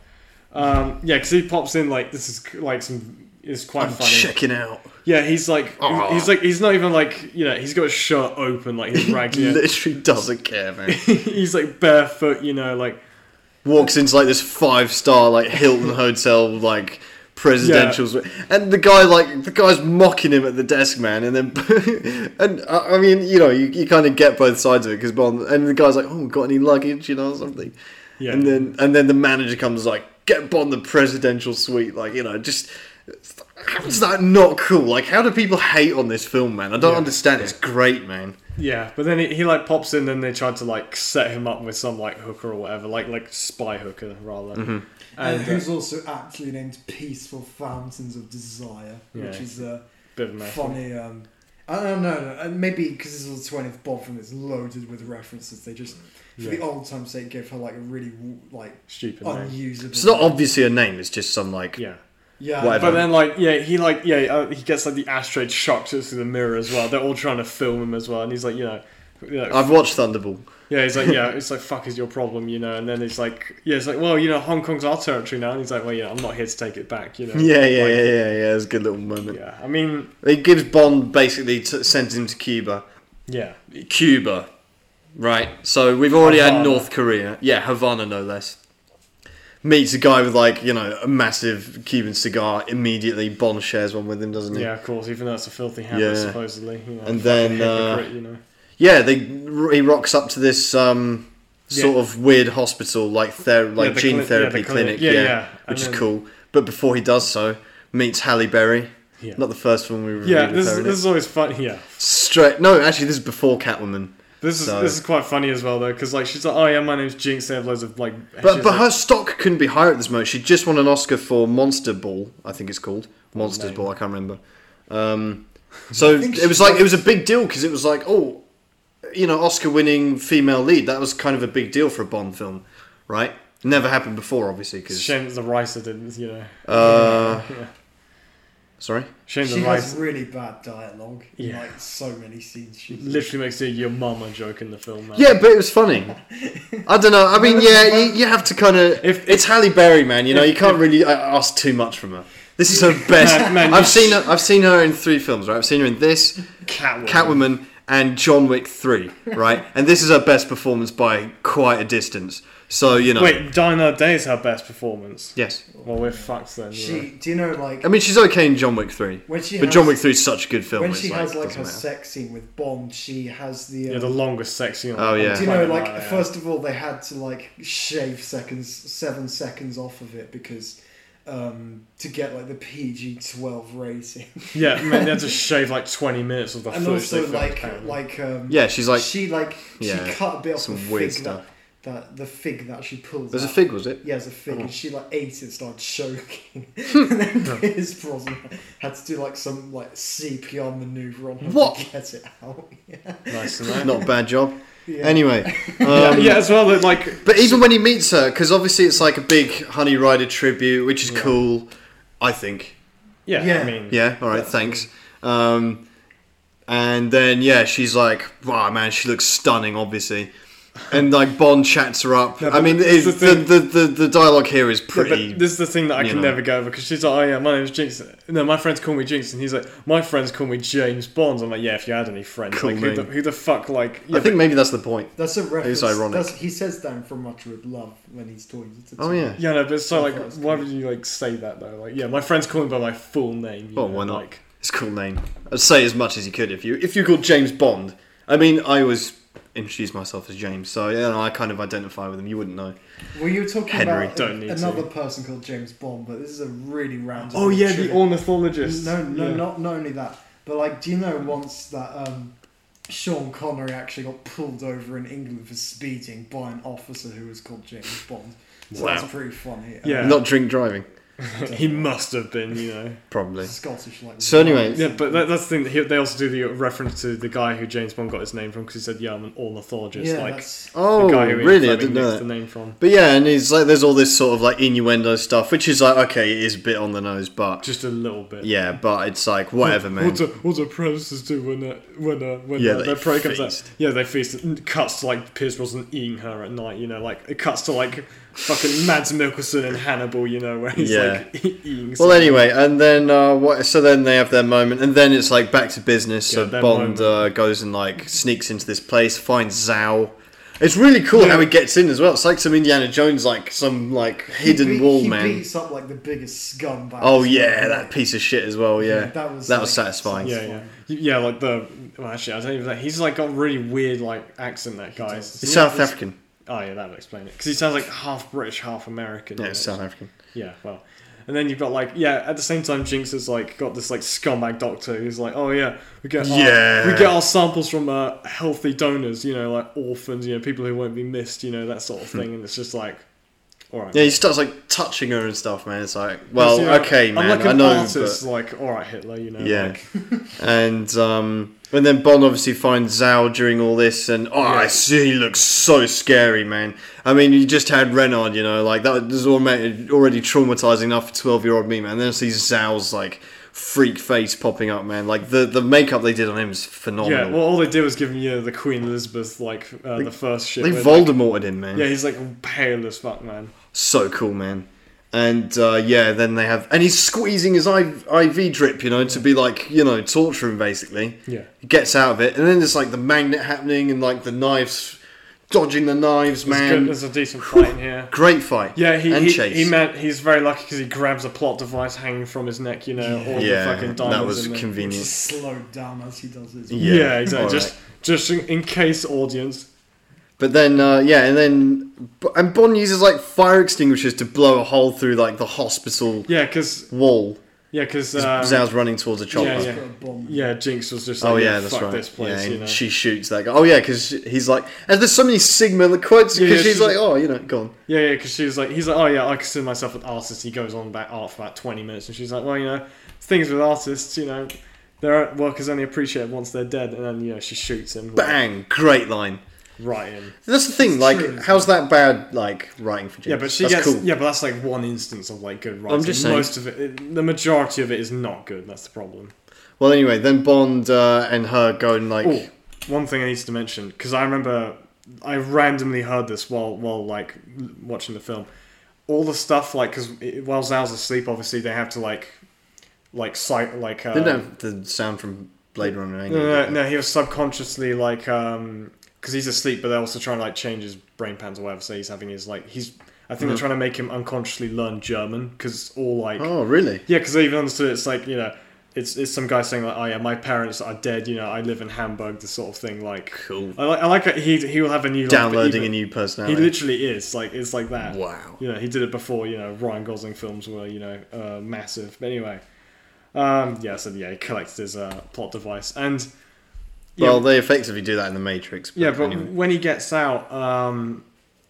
Um, yeah, because he pops in like this is c- like some is quite I'm funny. checking out. Yeah, he's like Oh, Aw. he's like he's not even like you know he's got his shirt open like his rags. yeah. Literally doesn't care, man. he's like barefoot, you know, like walks into like this five star like Hilton hotel like presidential suite. and the guy like the guy's mocking him at the desk man and then and uh, I I mean you know you, you kind of get both sides of it because Bond and the guy's like oh got any luggage you know or something yeah. and then and then the manager comes like get Bond the presidential suite like you know just how's that not cool like how do people hate on this film man I don't Yeah. understand it's great man yeah, but then he, he like pops in, and they tried to like set him up with some like hooker or whatever, like like spy hooker rather. Mm-hmm. And And uh, who's also aptly named Peaceful Fountains of Desire, which Yeah. is a bit of a mess. funny. Um, I don't know, no, uh, maybe because this is the 20th Bond film, it's loaded with references. They just, for the Yeah. old time's sake, gave her like a really w- like Stupid Oh, name. unusable. it's not obviously a name it's just some like Yeah. Yeah, whatever. But then, like, yeah, he like, yeah, uh, he gets like the asteroid shocked through the mirror as well. They're all trying to film him as well, and he's like, you know, you know, I've watched Thunderball Yeah, he's like, yeah, it's like, fuck is your problem, you know? And then it's like, yeah, it's like, well, you know, Hong Kong's our territory now. And he's like, well, yeah, I'm not here to take it back, you know? Yeah, yeah, Like, yeah, yeah, yeah. It's a good little moment. Yeah, I mean, It gives Bond basically t- sends him to Cuba. yeah. Cuba, right? So we've already had Havana. North Korea. Yeah, Havana, no less. Meets a guy with like you know a massive Cuban cigar. Immediately, Bond shares one with him, doesn't he? Yeah, of course, even though it's a filthy habit, Yeah. supposedly. You know, And fucking then, uh, hypocrite, you know? Yeah, they he rocks up to this um, sort Yeah. of weird hospital like ther- like Yeah, the gene cli- yeah, therapy the clinic, clinic. Yeah, yeah, yeah. And which is then- cool. But before he does so, meets Halle Berry. Yeah. Not the first one we reviewed. yeah, with this, her is- in this it. is always fun. Yeah, straight. No, actually, this is before Catwoman. this is So- this is quite funny as well though, because like she's like, oh yeah, my name's Jinx. They have loads of like. But she's but like- her stock couldn't be higher at this moment. She just won an Oscar for Monster Ball, I think it's called Monsters name. Ball. I can't remember. Um, so think it was she like it was was- a big deal because it was like oh, you know, Oscar-winning female lead. That was kind of a big deal for a Bond film, right? Never happened before, obviously. It's a Because shame that the writer didn't, you know. uh, Yeah. sorry, Shame she the has writer really bad dialogue in Yeah. like so many scenes. She's literally makes it your mama joke in the film. Man. yeah, but it was funny. I don't know. I mean, yeah, you, you have to kind of. If- It's Halle Berry, man. You know, if- you can't really uh, ask too much from her. This is her best. Man- man, you I've seen her. I've seen her in three films. Right, I've seen her in this. Catwoman. Catwoman and John Wick 3, right? and this is her best performance by quite a distance. So, you know. Wait, Dine Another Day is her best performance. Yes. Well, we're fucked then. She, She, do you know, like I mean, she's okay in John Wick 3. when she Um, But has, John Wick 3 is such a good film. when it's she has like doesn't her matter. sex scene with Bond, she has the. yeah. Um, the longest sex scene. on- Oh, on yeah. do you know, planet like Earth, yeah. first of all, they had to like shave seconds, seven seconds off of it because um, to get like the PG twelve rating, Yeah, I mean, they had to shave like 20 minutes of the and footage they also filmed, like apparently. like um, Yeah, she's like. she like yeah, she cut a bit off some the weird fig stuff. That, that the fig that she pulled. There's a out. fig, was it? Yeah, as a fig, Oh. and she like ate it and started choking. Hmm. and then Piers Brosnan had to do like some like CPR maneuver on her What? to get it out. Yeah. Nice and that. Not a bad job. Yeah. Anyway. Um, yeah, yeah, as well, that, like. But even when he meets her, because obviously it's like a big Honey Rider tribute, which is Yeah. Mm-hmm. cool, I think. Yeah, I Yeah. mean. Yeah, all right, thanks. Um, and then yeah, she's like, "Wow, man, she looks stunning, obviously." And like Bond chats her up. Yeah, I mean, but it's it's, the the, thing- the, the the dialogue here is Yeah, pretty. but this is the thing that I you can know. never go over because she's like, oh yeah, my name's Jinx. No, my friends call me Jinx, and he's like, my friends call me James Bond. I'm like, yeah, if you had any friends, Cool like who the, name. who the fuck like? Yeah, I think maybe that's the point. That's a reference. ironic. That's, he says that in From Much With Love when he's talking to Oh, yeah. but, yeah, no, but it's so like, I thought it was why cool. would you like say that though? Like, yeah, my friends call me by my full name. you Well, know, Oh, why not? Like, It's a cool name. I'd say as much as you could if you if you called James Bond. I mean, I always introduce myself as James, so yeah, I kind of identify with him. You wouldn't know. Well, you were talking Henry, about don't need another to. person called James Bond, but this is a really round. oh yeah, the tribute. ornithologist. No, no, yeah. not not only that, but like, do you know once that um, Sean Connery actually got pulled over in England for speeding by an officer who was called James Bond? So Wow. that's pretty funny. Uh, Yeah. Not drink driving, he must have been, you know. probably. Scottish like. So anyway- Yeah, but that, that's the thing. That he, they also do the reference to the guy who James Bond got his name from because he said, "Yeah, I'm an ornithologist." yeah, like that's, Oh, the guy who Ian really? I Fleming didn't know nicked that. the name from. But yeah, and it's like there's all this sort of like innuendo stuff, which is like okay, it is a bit on the nose, but Just a little bit. yeah, but it's like whatever, man. What do, what do predators do when uh, when uh, when Yeah, uh, they their prey comes out? feast. Yeah, they feast. It cuts to like Pierce Brosnan eating her at night. You know, like it cuts to like fucking Mads Mikkelsen and Hannibal. You know, where he's Yeah. like e- eating. Well, someone. anyway, and then uh, what? So then they have their moment, and then it's like back to business. Yeah, so their Bond moment. uh, goes and like sneaks into this place, finds Zhao. It's really cool how he gets in as well. It's like some Indiana Jones, like some like he hidden beat- wall he man. beats up like the biggest scumbag. Oh yeah, that piece of shit as well. Yeah, that was that was like, satisfying. Yeah, yeah, You- yeah. Like the well, actually, I don't even. Like, he's like got a really weird like accent. That guy. does. It's Yeah, South African. Oh yeah, that'll explain it. Because he sounds like half British, half American. Yeah, in it's it. South African. Yeah, well. And then you've got like yeah. At the same time, Jinx has like got this like scumbag doctor who's like, oh yeah, we get our, Yeah. we get our samples from uh, healthy donors, you know, like orphans, you know, people who won't be missed, you know, that sort of thing. And it's just like, all right, Yeah, he mate. starts like touching her and stuff, man. It's like, well, You know, okay, man, i I'm like an know, artist, like all right, Hitler, you know, but yeah. like, and um, and then Bond obviously finds Zhao during all this, and oh, I Yeah. see, he looks so scary, man. I mean, you just had Renard, you know, like that was alma- already traumatizing enough for twelve-year-old me, man. And then I see Zhao's like freak face popping up, man. Like the the makeup they did on him is yeah. phenomenal. Well, all they did was give him you know, the Queen Elizabeth like uh, the first shit. they where, like- Voldemorted him, man. yeah, he's like pale as fuck, man. so cool, man. And uh, yeah, then they have, and he's squeezing his I- IV drip, you know, to be like, you know, torture him basically. Yeah. He gets out of it, and then there's like the magnet happening, and like the knives, dodging the knives, There's, good, man. there's a decent fight in here. Great fight. Yeah, he and he, chase. he meant he's very lucky because he grabs a plot device hanging from his neck, you know, all the yeah, fucking diamonds. that was in there. It's convenient. just slowed down as he does his. Yeah, Yeah, exactly. alright. Just just in, in case audience. But then, uh, yeah, and then, and Bond uses like fire extinguishers to blow a hole through like the hospital Yeah, because wall. Yeah, because 'Cause Zhao's running towards a chopper. Um, Yeah, He's yeah. got a bomb. yeah, Jinx was just like, Oh yeah, yeah, that's fuck right. this place, yeah, you and know. she shoots that guy. Oh yeah, because he's like, and there's so many Sigma quotes Yeah, yeah, because she's she's like, like- oh, you know, gone. Yeah, yeah, because she was like, he's like, oh yeah, I consider myself an artist. He goes on about art for about twenty minutes, and she's like, well, you know, things with artists, you know, their work is only appreciated once they're dead, and then you know she shoots him like, Bang, great line. right in. That's the thing. It's like, true, isn't how's that bad? Like writing for James? Yeah, but she that's gets cool. yeah, but that's like one instance of like good writing. just saying. Most of it, it, the majority of it is not good. That's the problem. Well, anyway, then Bond uh, and her go and like, Oh, one thing I needed to mention because I remember I randomly heard this while while like l- watching the film. All the stuff like because while Zal's asleep, obviously they have to like like sight like uh, they don't have the sound from Blade Runner. no, Angle, no, do no, no, he was subconsciously like um because he's asleep, but they're also trying to like change his brain pans or whatever. So he's having his like he's I think they're Mhm. trying to make him unconsciously learn German because all like they? Oh, really? yeah, because I even understood it's like you know, it's it's some guy saying like, oh yeah, my parents are dead. You know, I live in Hamburg. This sort of thing. Like, Cool. I like I like that he he will have a new life, but Downloading a even- new He personality. literally is like it's like that. wow. You know, he did it before. You know, Ryan Gosling films were you know uh, massive. But anyway, um, yeah, so yeah, he collected his uh, plot device and. yeah, Well, they effectively do that in the Matrix. yeah, but anyway. when he gets out, um,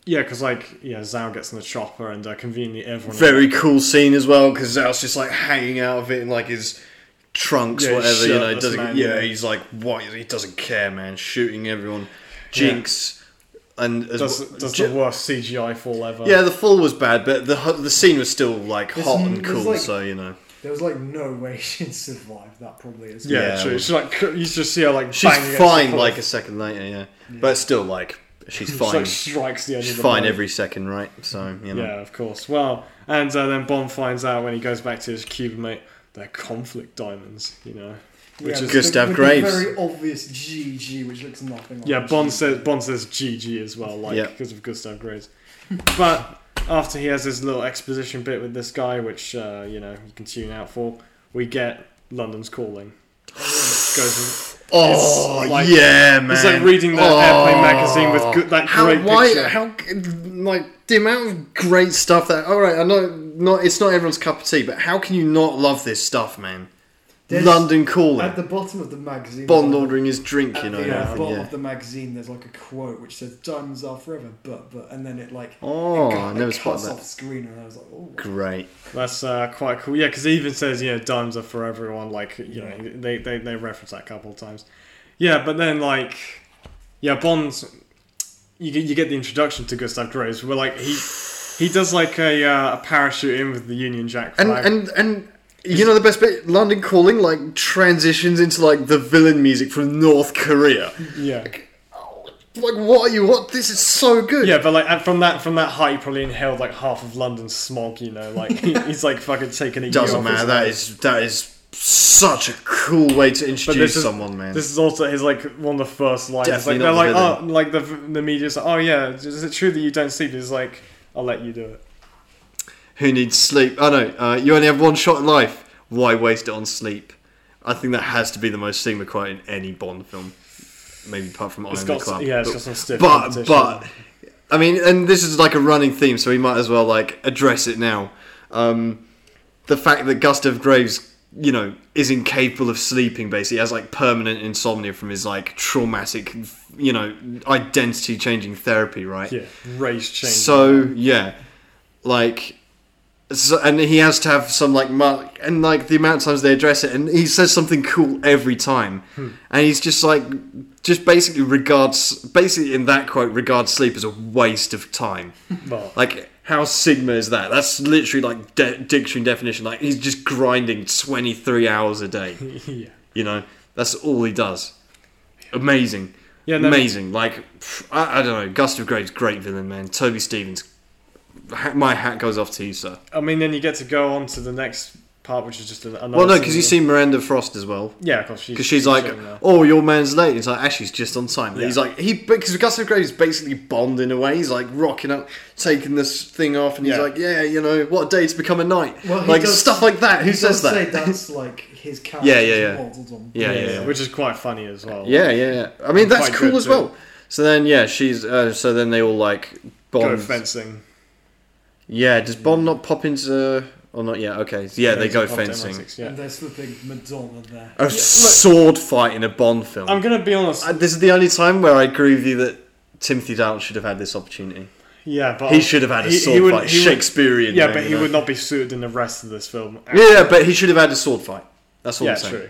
yeah, because like yeah, Zhao gets in the chopper, and uh, conveniently everyone very cool scene as well because Zal's just like hanging out of it in like his trunks, Yeah, he's whatever. You know, shirtless, doesn't. man, yeah, yeah. he's like what? He doesn't care, man. Shooting everyone, Jinx, and as does, well- does Ji- the worst CGI fall ever. yeah, the fall was bad, but the hu- the scene was still like There's hot n- and there's, cool. like- so you know, There was like no way she'd survive that probably as well. Yeah, Yeah, true. well- She's like, cr- you just see her like. she's banging against the fine floor. like a second later, yeah, but still like she's Just, fine. like strikes the edge She's of the fine boat. every second, right? So you know, Yeah, of course. Well, and uh, then Bond finds out when he goes back to his Cuban mate, they're conflict diamonds. You know, Oh, which Yeah, is with good. Gustav the, with Graves. The very obvious GG, which looks nothing like yeah. a Bond G. says Bond says GG as well, like Yeah. because of Gustav Graves. but after he has his little exposition bit with this guy, which uh, you know you can tune out for, we get London's calling. Goes oh It's like- yeah, man. it's like reading the Airplane magazine with good- that how, great why, picture. How like the amount of great stuff that all right? I know not it's not everyone's cup of tea, but how can you not love this stuff, man? There's- London calling, At the bottom of the magazine. Bond ordering his drink, At you know. the and uh, everything, bottom yeah. of the magazine, there's like a quote which says "Diamonds are forever," but but, and then it like Oh, it I never it spotted cuts that. off screen, and I was like, oh, Great. That's uh, quite cool. Yeah, because he even says, you know, dimes are for everyone. Like, you know, they, they, they reference that a couple of times. Yeah, but then, like, yeah, Bond's. You get, you get the introduction to Gustav Graves, where, like, he he does, like, a, uh, a parachute in with the Union Jack And flag. and and you know the best bit, London calling like transitions into like the villain music from North Korea. Oh, yeah. Like, what are you? What? This is so good. Yeah, but like and from that from that height, he probably inhaled like half of London's smog. You know, like he, he's like fucking taking a year Doesn't off matter. his That life. is that is such a cool way to introduce is- someone, man. This is also his like one of the first lines. It's Definitely like they're not like, the oh, like the the media's like, oh yeah, is it true that you don't sleep? He's like, I'll let you do it. Who needs sleep? Oh no, uh, you only have one shot in life. Why waste it on sleep? I think that has to be the most Sigma quote in any Bond film. Maybe apart from Iron It's Man got Club. some, yeah, it's but, got some stiff. but, competition. but, I mean, and this is like a running theme, so we might as well like address it now. Um, the fact that Gustav Graves, you know, is incapable of sleeping. Basically, has like permanent insomnia from his like traumatic, you know, identity changing therapy. Right. yeah, race change. So yeah, like, so, and he has to have some like mark and like the amount of times they address it, and he says something cool every time, and he's just like, just basically regards, basically in that quote, regards sleep as a waste of time. well, Like, how sigma is that? That's literally like de- dictionary definition. Like, he's just grinding twenty three hours a day. yeah, You know, that's all he does. Amazing. Yeah, no- Amazing. Like, pff, I, I don't know. Gustav Graves, great villain, man. Toby Stevens, ha- my hat goes off to you, sir. I mean, then you get to go on to the next part, which is just an- another. Well, no, scene because you of- see Miranda Frost as well. yeah, because she's Because she's like, showing that. oh, your man's late. It's like, actually, he's just on time. And Yeah. He's like, he because Gustav Graves is basically Bond in a way. He's like rocking up, taking this thing off, and he's Yeah. like, yeah, you know, what a day to become a knight. Well, he like does- stuff like that. Who He says does that? Say that's like his character. Yeah, yeah, yeah. modeled on. Yeah, yeah, yeah. which is quite funny as well. Yeah, yeah, yeah. I mean, that's Quite cool good, as too. well. So then, yeah, she's. Uh, so then they all like go Bond. fencing. Yeah, does Bond not pop into? Or not yet. Okay. Yeah, they it's go in Bond fencing. 006, yeah. And there's flipping Madonna there. A sword fight in a Bond film. I'm gonna be honest. Uh, this is the only time where I agree with you that Timothy Dalton should have had this opportunity. yeah, but He should have had a he- he sword would- fight, he would- Shakespearean. Yeah, thing, but you he know. would not be suited in the rest of this film. Yeah, yeah, but he should have had a sword fight. That's all yeah, I'm saying. true.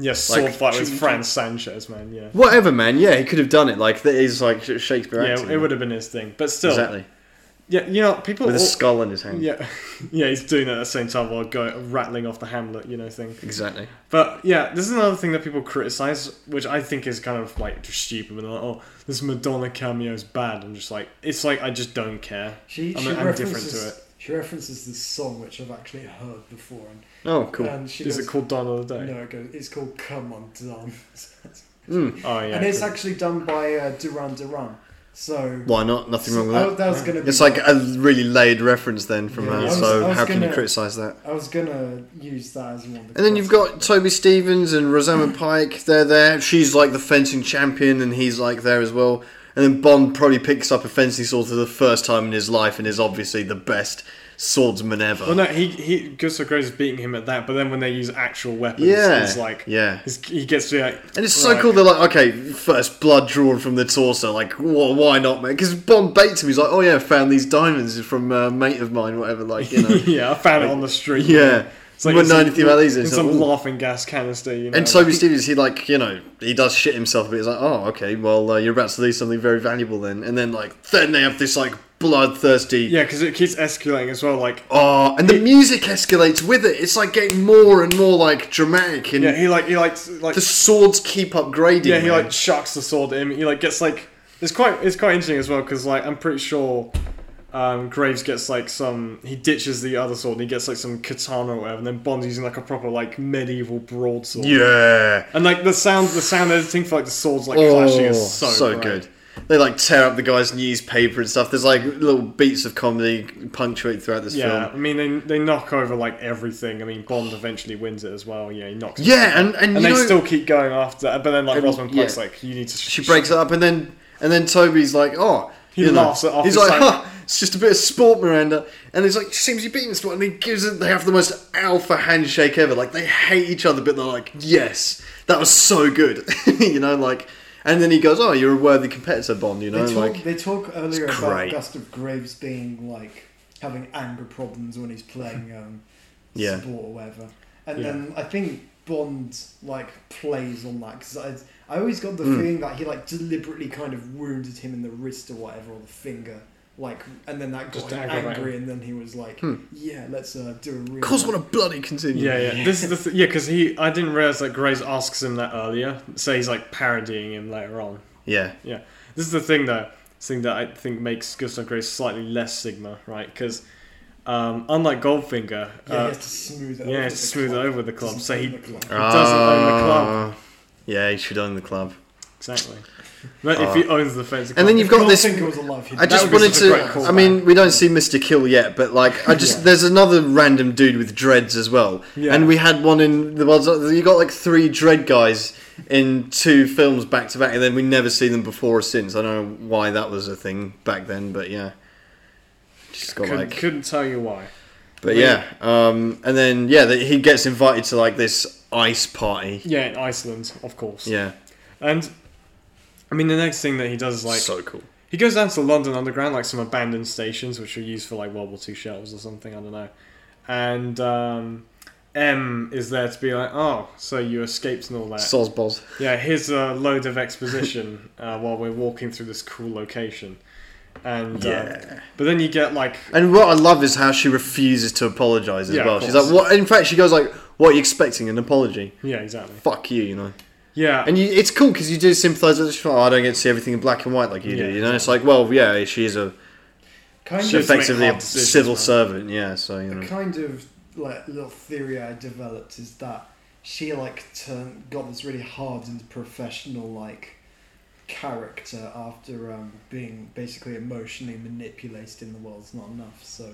Yes, Like, sword fight with shoot- Franz Sanchez, man. Yeah, Whatever, man. Yeah, he could have done it. Like that is like Sh- Shakespeare. yeah, acting. it would have been his thing. But still, exactly yeah, you know, people. with a all- skull in his hand. yeah, yeah, he's doing it at the same time while going rattling off the Hamlet, you know, thing. Exactly. But yeah, this is another thing that people criticize, which I think is kind of like just stupid. But they're like, oh, this Madonna cameo is bad. I'm just like, it's like I just don't care. She, I'm- she I'm different references, to it. She references this song which I've actually heard before, and, Oh, cool. and she is goes, it called Dawn of the Day? No, it goes, it's called "Come On Down," Mm. Oh yeah, and it's cool. actually done by uh, Duran Duran. So Why not? Nothing wrong with I, that. that was gonna. Be, It's like a really laid reference then from Yeah. her. I was- so I was how can you gonna- criticize that? I was gonna use that as one. Of the And then you've got Toby Stevens and Rosamund Pike. They're there. She's like the fencing champion, and he's like there as well. And then Bond probably picks up a fencing sword for the first time in his life, and is obviously the best swordsman ever. Well, no, he he Gustav Graves is beating him at that, but then when they use actual weapons, yeah, it's like yeah. it's, he gets to be like, And it's Right. so cool. They're like, okay, first blood drawn from the torso. Like, wh- why not, man? Because Bond baits him. He's like, oh yeah, found these diamonds from a mate of mine, whatever. Like, you know, yeah, I found it on the street. yeah. it's like You it's wouldn't know in- anything about these. in It's some like, ooh. laughing gas canister, you know. And Toby Stevens, he like, you know, he does shit himself a bit. He's like, oh, okay, well, uh, you're about to lose something very valuable then. And then like, then they have this like bloodthirsty. yeah, because it keeps escalating as well. Like, Oh, and the music escalates with it. It's like getting more and more like dramatic, and yeah, he like he likes like the swords keep upgrading. yeah, he man. like shocks the sword at him. He like gets like it's quite it's quite interesting as well because like I'm pretty sure um, Graves gets like some he ditches the other sword and he gets like some katana or whatever, and then Bond's using like a proper like medieval broadsword. yeah. And like the sound, the sound editing for like the swords like clashing is so, great. Oh, good. They like tear up the guy's newspaper and stuff. There's like little beats of comedy punctuate throughout this Yeah, film. I mean they, they knock over like everything. I mean Bond eventually wins it as well. Yeah, he knocks. it Yeah, over. and and, and you they know, still keep going after. that. But then like And- Rosamund Pike's yeah. like, you need to. sh- she breaks it up, and then and then Toby's like, oh, He you know. laughs it off He's as like, like- huh, it's just a bit of sport, Miranda. And he's like, she seems to be beating sport, and he gives it. They have the most alpha handshake ever. Like they hate each other, but they're like, yes, that was so good, you know, like. And then he goes, oh, you're a worthy competitor, Bond, you know, They talk, like. they talk earlier about great. Gustav Graves being like having anger problems when he's playing um, Yeah. sport or whatever, and Yeah. then I think Bond like plays on that because I, I always got Hmm. the feeling that he like deliberately kind of wounded him in the wrist or whatever or the finger. Like and then that Just to got him aggravate angry, and then he was like, "Yeah, let's uh, do a real." Cause Hmm. what a bloody continue. Yeah, yeah. This is the th- yeah because he I didn't realize that Graves asks him that earlier, so he's like parodying him later on. Yeah. Yeah, this is the thing though. Thing that I think makes Gustav Graves slightly less Sigma, right? Because um, unlike Goldfinger, yeah, he uh, has to smooth it. yeah, over he has the to smooth it club. over the club, Doesn't so he- own the club. doesn't own the club. Ah. Yeah, he should own the club. exactly. But if he owns the fence, Ah. And then you've got this. Goldfinger was alive, he'd I do just that. wanted such a to. great callback. I mean, we don't see Mr. Kill yet, but like, I just Yeah. there's another random dude with dreads as well. Yeah. And we had one in the ones you got like three dread guys in two films back to back, and then we never see them before or since. I don't know why that was a thing back then, but yeah, just got could, like. couldn't tell you why. But yeah, um, and then yeah, that he gets invited to like this ice party. Yeah, in Iceland, of course. Yeah, And I mean, the next thing that he does is like so cool. he goes down to London Underground, like some abandoned stations which are used for like World War Two shells or something. I don't know. And um, M is there to be like, oh, so you escaped and all that. Soz Boz. yeah, here's a load of exposition uh, while we're walking through this cool location. And uh, Yeah. but then you get like And what I love is how she refuses to apologise as Yeah, of well. She's course. like, "What?" In fact, she goes like, "What are you expecting? An apology? yeah, exactly. Fuck you!" You know. Yeah, And you, it's cool because you do sympathise with. Her, oh, I don't get to see everything in black and white like you Yeah, do. You know, it's like, well, yeah, she is a Kind She of has to make effectively hard a decisions, civil man. servant. Yeah, so you The know. kind of like little theory I developed is that she like turned, got this really hardened professional like character after um, being basically emotionally manipulated in the world's not enough. So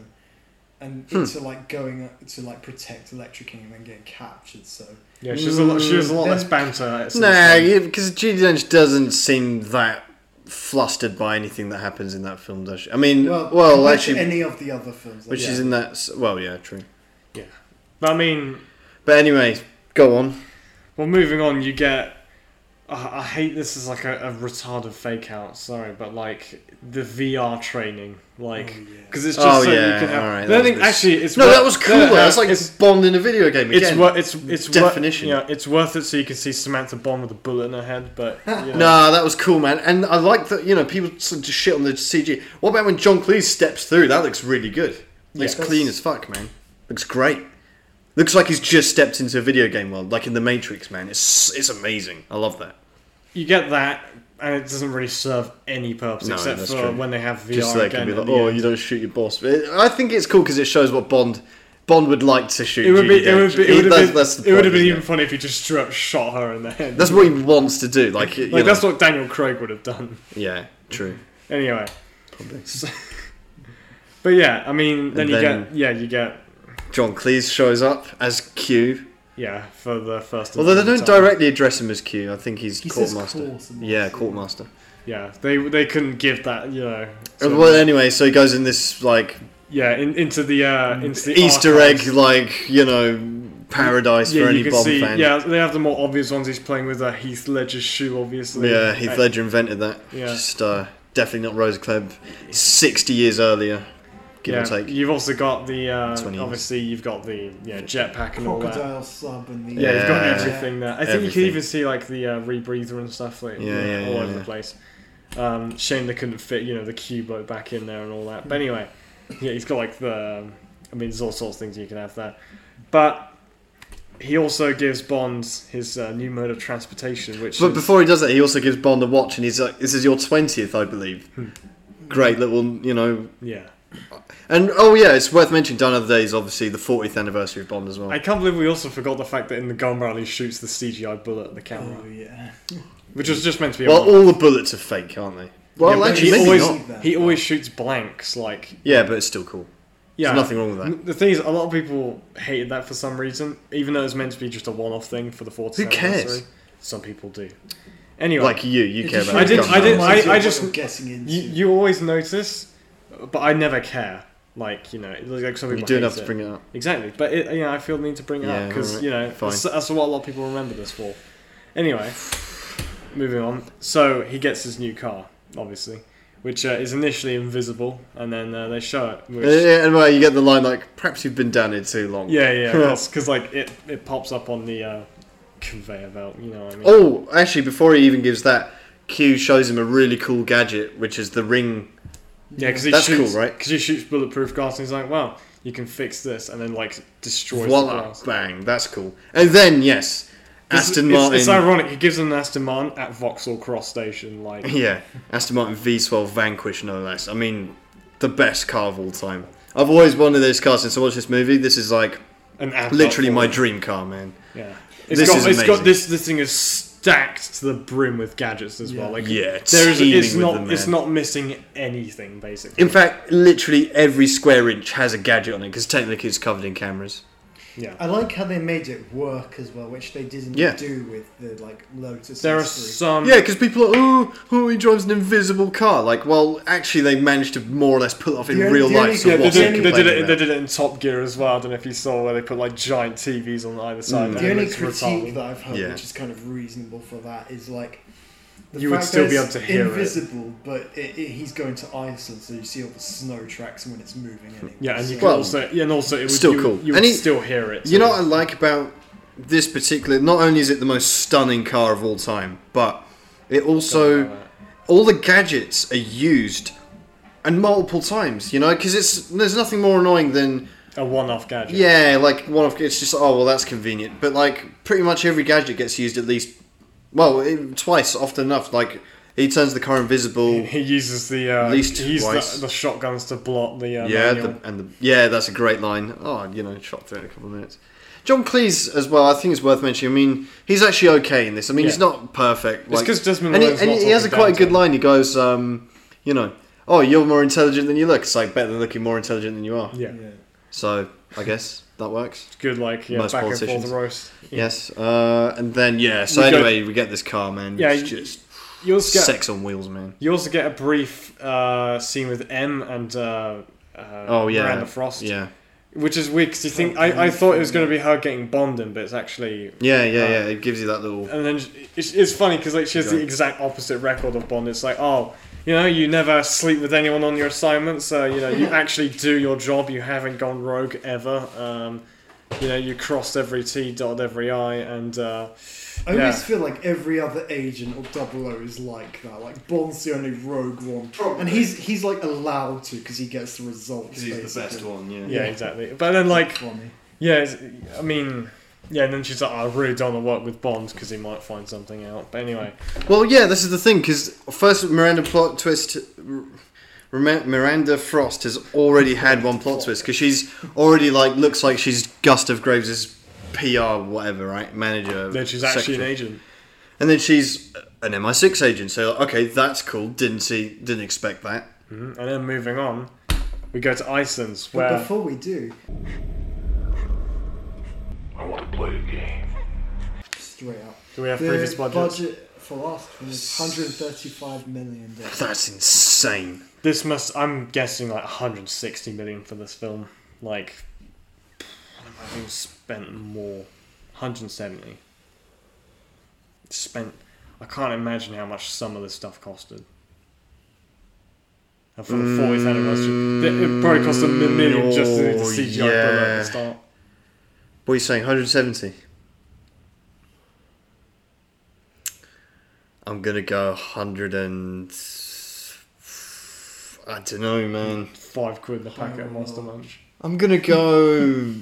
and Hmm. into like going up to like protect electrocuting and then getting captured. So yeah, she has a lot. She has a lot Mm. less banter. at some Nah, point. because Judy Dench doesn't seem that flustered by anything that happens in that film, does she? I mean, well, compared to actually, any of the other films, like, which is in that. s- Well, yeah, true. Yeah. But I mean, But anyway, go on. well, moving on, you get. I I hate this as like a, a retarded fake out. Sorry, but like the VR training, like Oh, yeah. because it's just Oh, so yeah, you can have. alright, no, I that think was- actually it's No, wor- that was cool. no, That was like it's Bond in a video game again. it's wor- it's it's wor- definition. yeah, it's worth it so you can see Samantha Bond with a bullet in her head, but you know. Nah, that was cool, man. And I like that. You know, people sort of just shit on the CG. What about when John Cleese steps through? That looks really good. Looks Yeah. clean as fuck, man. Looks great. Looks like he's just stepped into a video game world, like in The Matrix, man. It's it's amazing. I love that. you get that, and it doesn't really serve any purpose No, except that's for true. when they have VR just so they again. can be at like, the oh, end. you don't shoot your boss. But it- I think it's cool because it shows what Bond Bond would like to shoot. It would be. Judy It would be. Dench. It would have That's- been. that's the it would have point, been isn't even funny if you just straight up shot her in the head. That's what he wants to do. Like, you like know. that's what Daniel Craig would have done. yeah, true. Anyway, Probably. but yeah, I mean, then And you then- get yeah, you get John Cleese shows up as Q. yeah for the first. and Although they second don't time. directly address him as Q. I think he's He says quartermaster. course and Yeah, what's- quartermaster. Yeah, they they couldn't give that you know. sort of- well, anyway, so he goes in this like yeah, in, into the uh, into the Mm, Easter archives. egg, like you know, paradise for any Bond see, fan. Yeah, they have the more obvious ones. He's playing with uh, Heath Ledger's shoe, obviously. yeah, Heath Like, Ledger invented that. Yeah. Just uh, definitely not Rose Club. Sixty years earlier, give yeah. or take. You've also got the uh, 20 years. obviously you've got the yeah jetpack and all that. Crocodile sub and the Yeah, you've got Yeah. everything there. I think you Everything. can even see like the uh, rebreather and stuff like Yeah, yeah, all yeah, over yeah. the place. Um, shame they couldn't fit, you know, the cube like, back in there and all that. But anyway, yeah, he's got like the. um, I mean, there's all sorts of things you can have there, but he also gives Bond his uh, new mode of transportation, which But is, before he does that, he also gives Bond a watch, and he's like, "This is your twentieth, I believe." Hmm. Great little, you know, yeah, and oh yeah, it's worth mentioning. Done other days, obviously, the fortieth anniversary of Bond as well. I can't believe we also forgot the fact that in the gun barrel he shoots the CGI bullet at the camera, Oh yeah. which was just meant to be. well, a all the bullets are fake, aren't they? Well, Yeah, but actually, he maybe always not. he always shoots blanks like Yeah, but it's still cool. yeah. There's nothing wrong with that. The thing is, a lot of people hated that for some reason, even though it's meant to be just a one-off thing for the 40th Who cares? anniversary. Some people do. Anyway, Like you, you It care just about. I didn't- I gun didn't- barrels. I- reminds me of what just- you're guessing into. you, you always notice, but I never care. Like you know, it looks like some people You do hate enough to it. bring it up. exactly. But it, you know, I feel the need to bring it up Yeah, because alright, you know fine. that's, that's what a lot of people remember this for. Anyway, moving on. So he gets his new car, obviously, which uh, is initially invisible, and then uh, they show it. Which, Yeah, yeah, and well, you get the line like, "Perhaps you've been down here too long." Yeah, yeah, because like it, it pops up on the uh, conveyor belt. You know what I mean? Oh, actually, before he even gives that, Q shows him a really cool gadget, which is the ring. yeah, because he That's shoots, cool, right? Because he shoots bulletproof glass, and he's like, "Well, you can fix this," and then like destroys the Voila! glass. Bang! That's cool. And then yes, It's- Aston it's, Martin. It's, ironic. He gives him an Aston Martin at Vauxhall Cross Station. Like, yeah, Aston Martin V12 Vanquish, no less. I mean, the best car of all time. I've always wanted this car since I watched this movie. This is like an ad literally up for my it. dream car, man. Yeah, it's This got, is it's got amazing. this. This thing is stacked to the brim with gadgets as well. Yeah. Like, Yeah, it's there is. teeming It's with not. them, it's man. not missing anything basically. In fact, literally every square inch has a gadget on it because technically it's covered in cameras. yeah. I like how they made it work as well, which they didn't Yeah. do with the like Lotus. There are history. some. Yeah, because people are, oh, oh, he drives an invisible car. Like, well, actually, they managed to more or less pull it off in The only- real the life. only- so Yeah, they what's the did, he they did complaining it. They about? did it in Top Gear as well. I don't know if you saw where they put like giant TVs on either side. Mm. and The it only looks critique retarded. that I've heard, Yeah. which is kind of reasonable for that, is like You would fact still be that able it's to hear it. invisible, but it, it, he's going to Iceland, so you see all the snow tracks when it's moving. Anyway, Yeah, and you so- can Well, also yeah, and also it would still you, cool. You would And he- still hear it. You know so- what I like about this particular? Not only is it the most stunning car of all time, but it also all the gadgets are used and multiple times. You know, because it's there's nothing more annoying than a one-off gadget. yeah, like one of it's just oh well that's convenient, but like pretty much every gadget gets used at least well it, twice often enough. Like he turns the car invisible. He uses the uh, At least he used twice. the, the shotguns to block the uh, Yeah, manual. the, and the, yeah, that's a great line. Oh, you know, shot through in a couple of minutes. John Cleese as well. I think it's worth mentioning. I mean, he's actually okay in this. I mean, he's Yeah. not perfect. It's Like, 'cause Desmond and he, Llewellyn's and not he has a talking quite a down good to him. line. He goes, um, you know, oh, you're more intelligent than you look. It's like better than looking more intelligent than you are. yeah, So I guess that works. it's good like yeah, Most back and forth politicians. roast. Yeah. Yes. Uh, and then yeah. So We go- anyway, we get this car, man. Yeah, it's you- just You also get sex on wheels, man. you also get a brief uh, scene with M and uh, uh, Oh yeah. Miranda Frost. Yeah. Oh, Which is weird because you think I, I thought it was going to be her getting Bondin, but it's actually Yeah, yeah, Uh, yeah. It gives you that little. and then she- it's, it's funny because like she has the Right. exact opposite record of Bond. It's like oh, you know, you never sleep with anyone on your assignment, so you know you actually do your job. You haven't gone rogue ever. Um, you know, you crossed every T, dotted every I, and uh, I Yeah. always feel like every other agent or Double O is like that. Like Bond's the only rogue one, and he's he's like allowed to because he gets the results. basically. one. yeah, exactly. But then like Funny. yeah, it's, I mean. Yeah, and then she's like, "Oh, "I really don't want to work with Bond because he might find something out." But anyway, Well, yeah, this is the thing because first Miranda plot twist. R- Rema- Miranda Frost has already had one plot twist because she's already like looks like she's Gustav Graves' PR whatever right manager. then she's actually an secretary. agent. and then she's an MI6 agent. So okay, that's cool. Didn't see, didn't expect that. Mhm. And then moving on, we go to Iceland, But where before we do, I want to play a game. straight up, do we have the previous budgets? budget for last one was 135 million dollars. That's insane. This must. I'm guessing like 160 million for this film. Like, I think spent more. 170. Spent. I can't imagine how much some of this stuff costed. And for the 40th anniversary, th- it probably cost a mi- million just to do the Oh, CGI program at yeah. the start. What are you saying? 170. I'm gonna go 100 and I don't know, man. Five quid in the packet of Monster Oh. Munch. I'm gonna go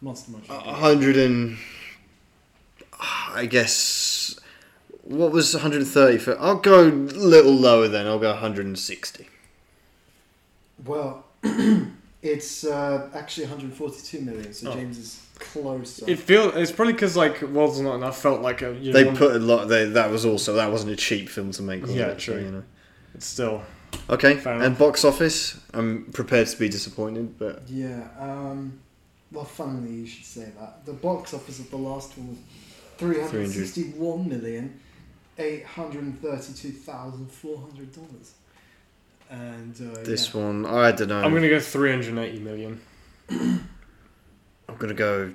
Monster Munch. Oh. 100 and I guess what was 130 for? I'll go a little lower then. I'll go 160. Well, it's uh, actually 142 million, so Oh. James is closer. It feel it's probably because like World's Not Enough felt like a you They know, put a lot. They, that was also that wasn't a cheap film to make. was Yeah, it? So, true. You know. it's still Okay, Fair and enough. box office. I'm prepared to be disappointed, but Yeah. Um, well, funnily, you should say that. The box office of the last one was 361 million, dollars. And uh, Oh, This yeah. one, I don't know. I'm gonna go 380 million. I'm gonna go.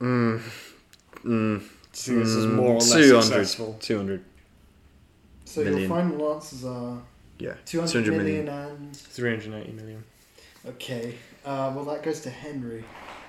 Mm, mm, Do you think this is mm, more or less 200, successful? 200, so million. your final answers are yeah. 200 200 million, million. and 380 million. okay. Uh, well, that goes to Henry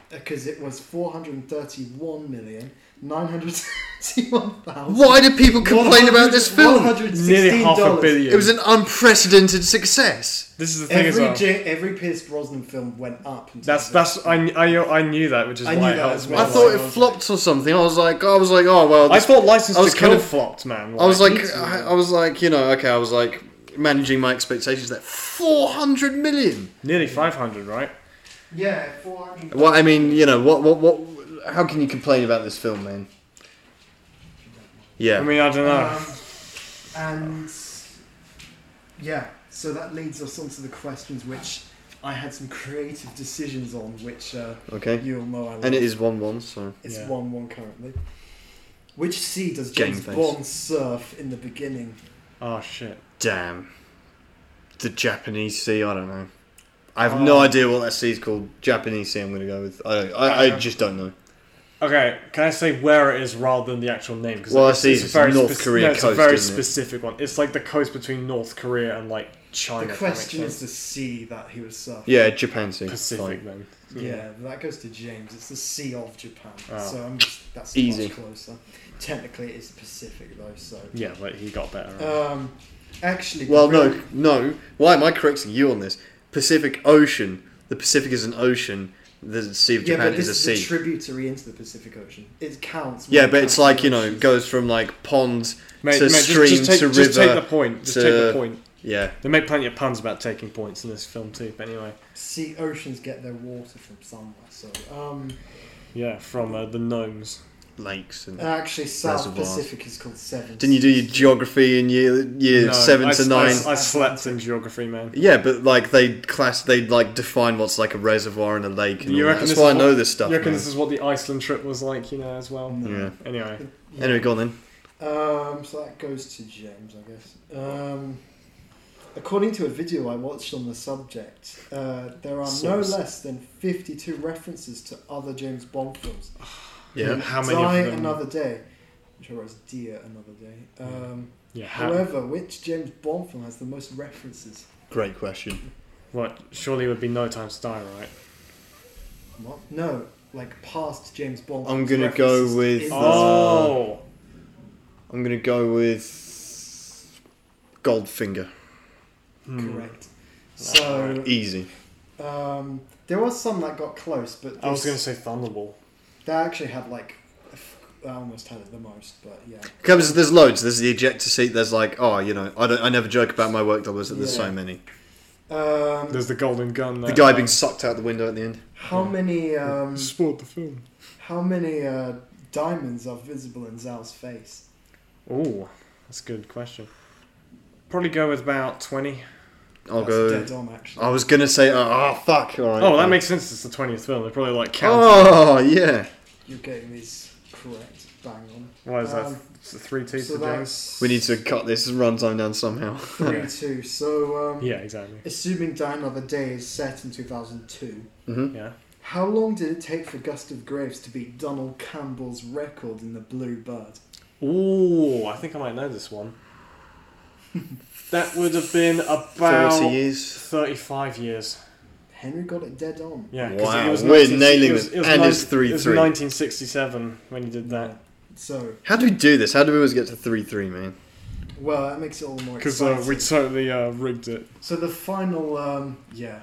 because it was 431 million 961 thousand. Why do people complain about this film? Nearly half a dollars. billion. It was an unprecedented success. this is the thing as Every well. J- every Pierce Brosnan film went up. in that's terms of- that's I, I I knew that, which is I why knew it that helps as me. well. I a thought lot. it flopped or something. I was like, I was like, oh well. I this- thought License I was to kind Kill of- flopped, man. I was Me like, too. I, I was like, you know, okay. I was like managing my expectations. That four hundred million. nearly 500, right? yeah, four hundred. Well, I mean, you know, what, what, what? How can you complain about this film, man? Yeah. I mean, I don't know. Um, and yeah, so that leads us on to the questions which I had some creative decisions on, which uh, okay. you'll know I love. And it is 1 1, so. It's Yeah. one one currently. Which sea does Game James face. Bond surf in the beginning? oh shit. Damn. The Japanese Sea, I don't know. I have no Oh. idea what that sea's called. Japanese Sea, I'm going to go with. I, don't, I, I Okay. just don't know. Okay, can I say where it is rather than the actual name? Because Well, I see it's North Korea no, it's coast, a very isn't it? specific one. It's like the coast between North Korea and like China. the if that makes question is sense. the sea that he was surfing. Yeah, Japan Sea. Pacific, Fine. then. Yeah, that goes to James. It's the Sea of Japan. Oh. So I'm just, that's Ah. Easy. much closer. Technically, it's the Pacific though. So Yeah, but he got better. at it. um, actually, Well, no, compared- no. Why am I correcting you on this? Pacific Ocean. The Pacific is an ocean. The Sea of Yeah, Japan but this is a is, sea. a tributary into the Pacific Ocean. It counts. when yeah, it but it's comes like, to you know, oceans. goes from like pond Mate, to mate, just- stream just, take, to river. just take the point. Just take the to- point. Yeah. They make plenty of puns about taking points in this film too. But anyway, sea oceans get their water from somewhere. So um, yeah, from uh, the gnomes. Lakes and. actually, South Reservoirs. Pacific is called Seven. Didn't you do your geography in year year No, seven I- to I- nine? I, slept in geography, man. yeah, but like they class, they like define what's like a reservoir and a lake. And You all that. reckon That's this why I is know what- this stuff. you reckon man. this is what the Iceland trip was like, you know, as well? No. Yeah. Anyway, Yeah. Anyway, go on then. Um, so that goes to James, I guess. Um, According to a video I watched on the subject, uh, there are Source. no less than 52 references to other James Bond films. And Yeah. how many Die of them? Another Day, which I wrote as Dear Another Day. Um, yeah, how, however, which James Bond film has the most references? Great question. what? Surely it would be No Time to Die, right? What? No, like past James Bond. I'm films gonna go references with, in the- Oh, I'm gonna go with Goldfinger. Hmm. Correct. So Easy. um, there was some that got close, but I was this- going to say Thunderball. They actually had like, f- I almost had it the most, but yeah. Because there's loads. There's the ejector seat. There's like, oh, you know, I don't. I never joke about my work doubles. There's Yeah. so many. Um, There's the Golden Gun. The there. guy being sucked out the window at the end. how many um, Sport the film. how many uh, diamonds are visible in Zhao's face? Ooh, that's a good question. Probably go with about twenty. I'll That's go. dead on actually. I was gonna say, oh, oh, fuck. All right. Oh, that makes sense. It's the twentieth film. They're probably like counting. Oh yeah. You're getting these correct, bang on. Why is that? Um, It's a three T's So for James. that's We need to cut this runtime down somehow. three two. So um, Yeah, exactly. assuming Die Another Day is set in two thousand two. hmm Yeah. How long did it take for Gustav Graves to beat Donald Campbell's record in The Blue Bird? Ooh, I think I might know this one. that would have been about Forty years. thirty-five years. Henry got it dead on. Yeah. 'cause Wow, it was we're 19 nailing it was- it. it was And nine- it's three It was three. nineteen sixty-seven when he did that. So, How do we do this? How do we always get to three three, man? well, that makes it all the more Because exciting. uh, we totally uh, rigged it. So the final, um, yeah,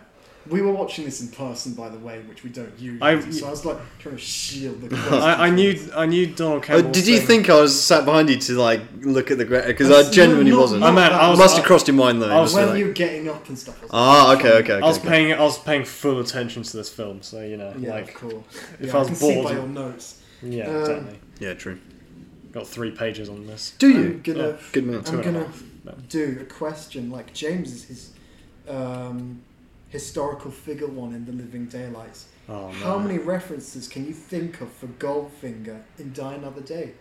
we were watching this in person, by the way, which we don't usually. I- do, so I was like trying to shield the. I, I questions. knew I knew Donald Oh, Campbell. did you think I was sat behind you to like look at the because I That's- genuinely no, not- wasn't. I meant that I was- must have crossed your mind though. I was must when be like- you were getting up and stuff. I was like, Ah, okay, okay, okay. I was okay. paying I was paying full attention to this film, so you know, yeah, like cool. if yeah, I was can see bored- by your notes, yeah, Um, exactly. Yeah, true. Got three pages on this. Do I'm you? uh, Oh, gonna Good man. two I'm and a gonna half, but- do a question like James's his um, historical figure one in The Living Daylights. Oh, How no. many references can you think of for Goldfinger in Die Another Day?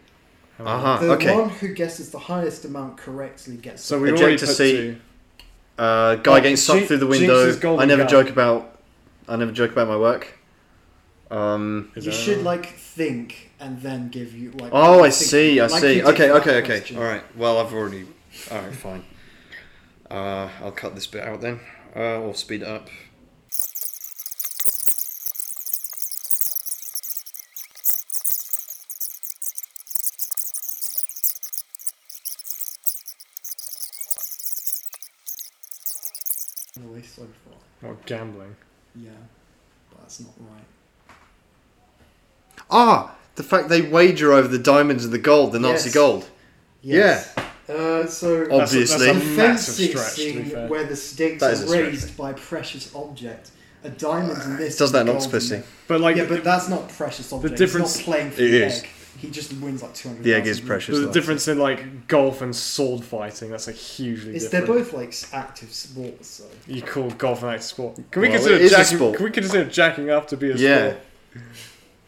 How many? Uh huh. The Okay. one who guesses the highest amount correctly gets. So it. we Eject already to put see. two. Uh, guy Oh, getting sucked Jin- through the Jinx window. is golden I never guy. joke about. I never joke about my work. Um. Is you that- should like think and then give you like. Oh, I think- see. I like you see. did Okay, for okay, that okay. question. All right. Well, I've already. All right, fine. Uh, I'll cut this bit out then, uh, or speed it up. At least so far. What gambling? Yeah, but that's not right. Ah, the fact they wager over the diamonds and the gold, the Nazi Yes. gold. Yeah. Uh, so Oh, that's a, Obviously. that's a massive fencing stretch. To be scene fair. where the stakes That is a are stretch, raised by precious object. A diamond in this. does that and not gold in pussy? that. But like, yeah, but that's not precious object. It's difference- not playing for It the is. egg. He just wins like two hundred. The egg is precious. the though. difference in like golf and sword fighting. That's like hugely It's, they're different. both like active sports. So. you call golf an active sport? Can we Well, it consider is a jacking? sport. Can we consider jacking up to be a Yeah. sport?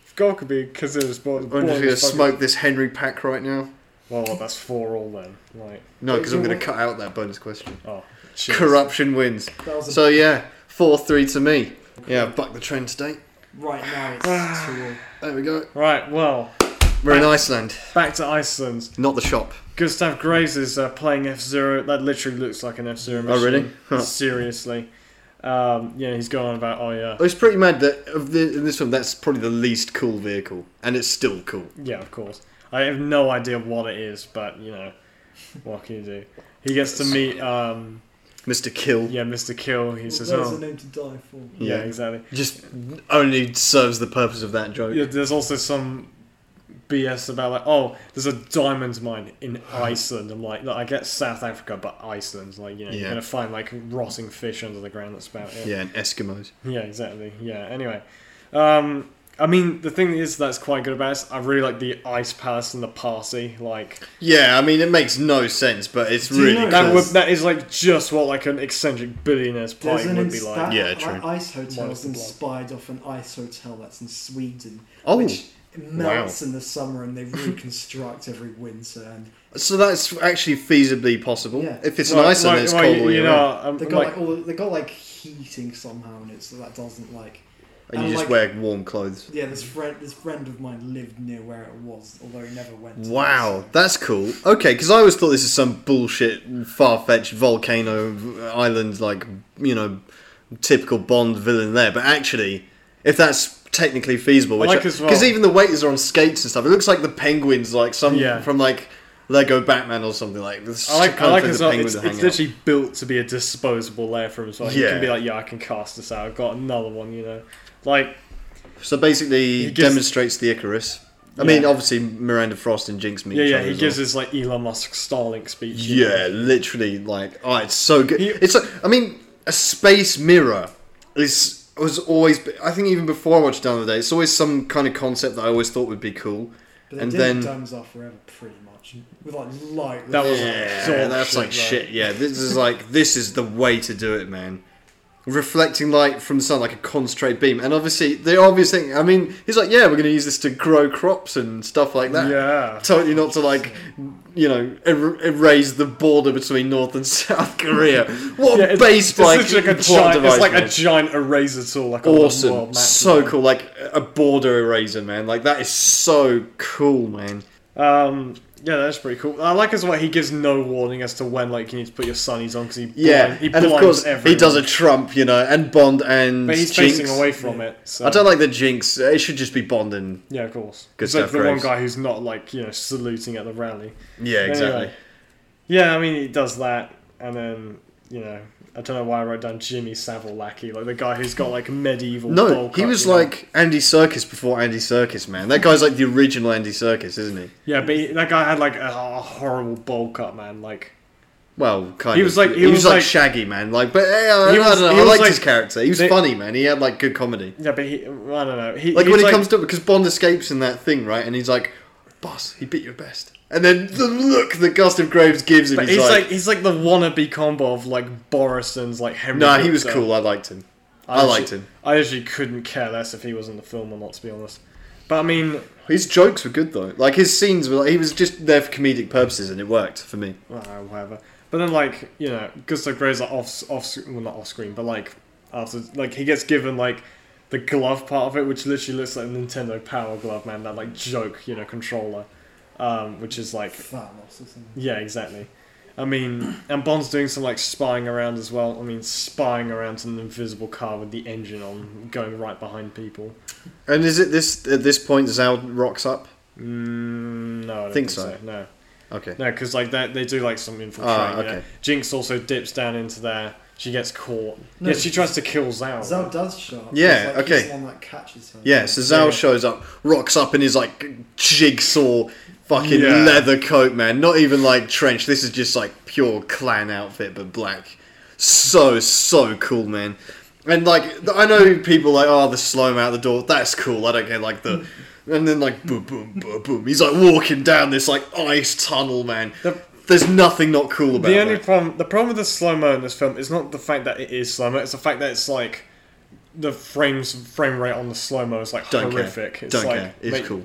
If golf could be considered a sport. I'm boring just gonna as fuck. smoke this Henry pack right now. Well, well, that's four all then. Like, No, because I'm Wait, gonna what- cut out that bonus question. oh, cheers. Corruption wins. That was a So yeah, four three to me. Yeah, I've bucked the trend today. Right now it's two all. There we go. Right. Well, We're in Iceland, back to Iceland. not the shop. Gustav Graves is uh, playing F Zero. That literally looks like an F Zero Oh, really? machine. Huh. Seriously. Um, yeah, he's going on about oh yeah, I was pretty mad that of the, in this one, that's probably the least cool vehicle, and it's still cool. yeah, of course. I have no idea what it is, but you know, what can you do? He gets to meet um, Mister Kill yeah, Mr. Kill. He says There's a oh. name to die for. Yeah, Yeah. exactly. just only serves the purpose of that joke. Yeah, there's also some BS about like, oh, there's a diamond mine in Iceland. I'm like, look, I get South Africa, but Iceland, like, you know, you're Yeah. gonna find like rotting fish under the ground that spout it. Yeah, and Eskimos. Yeah, exactly. Yeah. Anyway, um, I mean, the thing is that's quite good about it. I really like the ice palace and the party. Like Yeah, I mean it makes no sense, but it's you really know that Yes. would cool. that is like just what like an eccentric billionaire's There's party an would be ins- like. that- Yeah, that true. ice hotel Minus is the blood. inspired off an ice hotel that's in Sweden. Oh. Which It melts in the summer and they reconstruct every winter. And So that's actually feasibly possible. Yeah. If it's Like- nice and like- it's like, cold you- all you year round, know, um, they got like- like all they got like heating somehow in it, so that doesn't like. and you and just like- wear warm clothes. Yeah, this friend this friend of mine lived near where it was, although he never went. to Wow, that's cool. Okay, because I always thought this is some bullshit, far fetched volcano island, like, you know, typical Bond villain there. But actually, if that's technically feasible, which like as well- Because even the waiters are on skates and stuff. It looks like the penguins, like some Yeah. from like Lego Batman or something like this. I like, I kind of like thing as the well, penguins it's, hang it's out. literally built to be a disposable layer for him as well. You Yeah. can be like, yeah, I can cast this out. I've got another one, you know. Like, So basically, He gives- demonstrates the Icarus. Yeah. I mean, obviously, Miranda Frost and Jinx meet yeah, each yeah, other he as gives well. his like Elon Musk Starlink speech. you know. Yeah, literally, like, oh, it's so good. He- it's, like, I mean, a space mirror is was always. I think even before I watched Down the Day, it's always some kind of concept that I always thought would be cool. But they and did then, Diamonds Are Forever pretty much with like light. That was- yeah, Sort that's shit, like right. shit. Yeah, this is like this is the way to do it, man. Reflecting light from the sun like a concentrate beam, and obviously the obvious thing. I mean, he's like, yeah, we're going to use this to grow crops and stuff like that. Yeah. totally not to like you know er- erase the border between North and South Korea. What Yeah, a it's, base it's bike! literally like a plot giant, device, it's like a man. giant eraser tool, like on the world awesome, map. so cool, like a border eraser, man. Like that is so cool, man. Um, yeah, that's pretty cool. I like as well. He gives no warning as to when like you need to put your sunnies on because he blind, Yeah, he and blinds of course everyone. he does a Trump, you know, and Bond and but he's Jinx. facing away from it. So. I don't like the Jinx. It should just be Bond and Yeah, of course. Good It's like stuff, the one Graves. guy who's not like you know saluting at the rally. yeah, exactly. Anyway, yeah, I mean he does that, and then you know I don't know why I wrote down Jimmy Savile Lackey, like the guy who's got like medieval. No, bowl he cut, was you know? like Andy Circus before Andy Circus, man. That guy's like the original Andy Circus, isn't he? yeah, but he, that guy had like a, a horrible bowl cut, man. Like Well, kind He of. was like- he was, was like, like- Shaggy, man. Like, but eh, I, He I was- don't know. he I was liked like- his character. He was they- funny, man. He had like good comedy. yeah, but he I don't know. He, Like he's when it comes to because Bond escapes in that thing, right? And he's like, "Boss, he beat your best." And then the look that Gustav Graves gives him, But he's, he's like, like, he's like the wannabe combo of like Borison's like Henry. "Nah, he was Gupta. cool. I liked him. I, actually- liked him. I actually couldn't care less if he was in the film or not, to be honest. But I mean, His jokes were good though. Like his scenes were. Like, he was just there for comedic purposes, and it worked for me. uh, whatever. But then, like, you know, Gustav Graves like off, off, well, not off screen, but like after, like he gets given like the glove part of it, which literally looks like a Nintendo Power Glove, man. That like joke, you know, controller, um, which is like, Thanos or something. yeah, exactly. I mean, and Bond's doing some like spying around as well. I mean, spying around an invisible car with the engine on, going right behind people. And is it this at this point Zao rocks up? Mm, no, I don't think, Think so. so. No, Okay. no, because like they, they do like some infiltrating. Ah, yeah. okay. Jinx also dips down into there. She gets caught. No, yeah, she tries to kill Zao. Zhao does show up. Yeah, He's, like, okay. He's the one that catches her. Yeah, so Zhao Yeah. shows up, rocks up in his like jigsaw fucking Yeah. leather coat, man. Not even like trench. This is just like pure clan outfit, but black. So so cool, man. And like th- I know people like, oh, the slow mo out the door. That's cool. I don't care. Like the. Mm. And then like boom boom boom boom. He's like walking down this like ice tunnel, man. The- There's nothing not cool about the only that. problem, the problem with the slow mo in this film is not the fact that it is slow mo. It's the fact that it's like the frames frame rate on the slow mo is like Don't horrific. care. It's don't like care. It's mate, cool.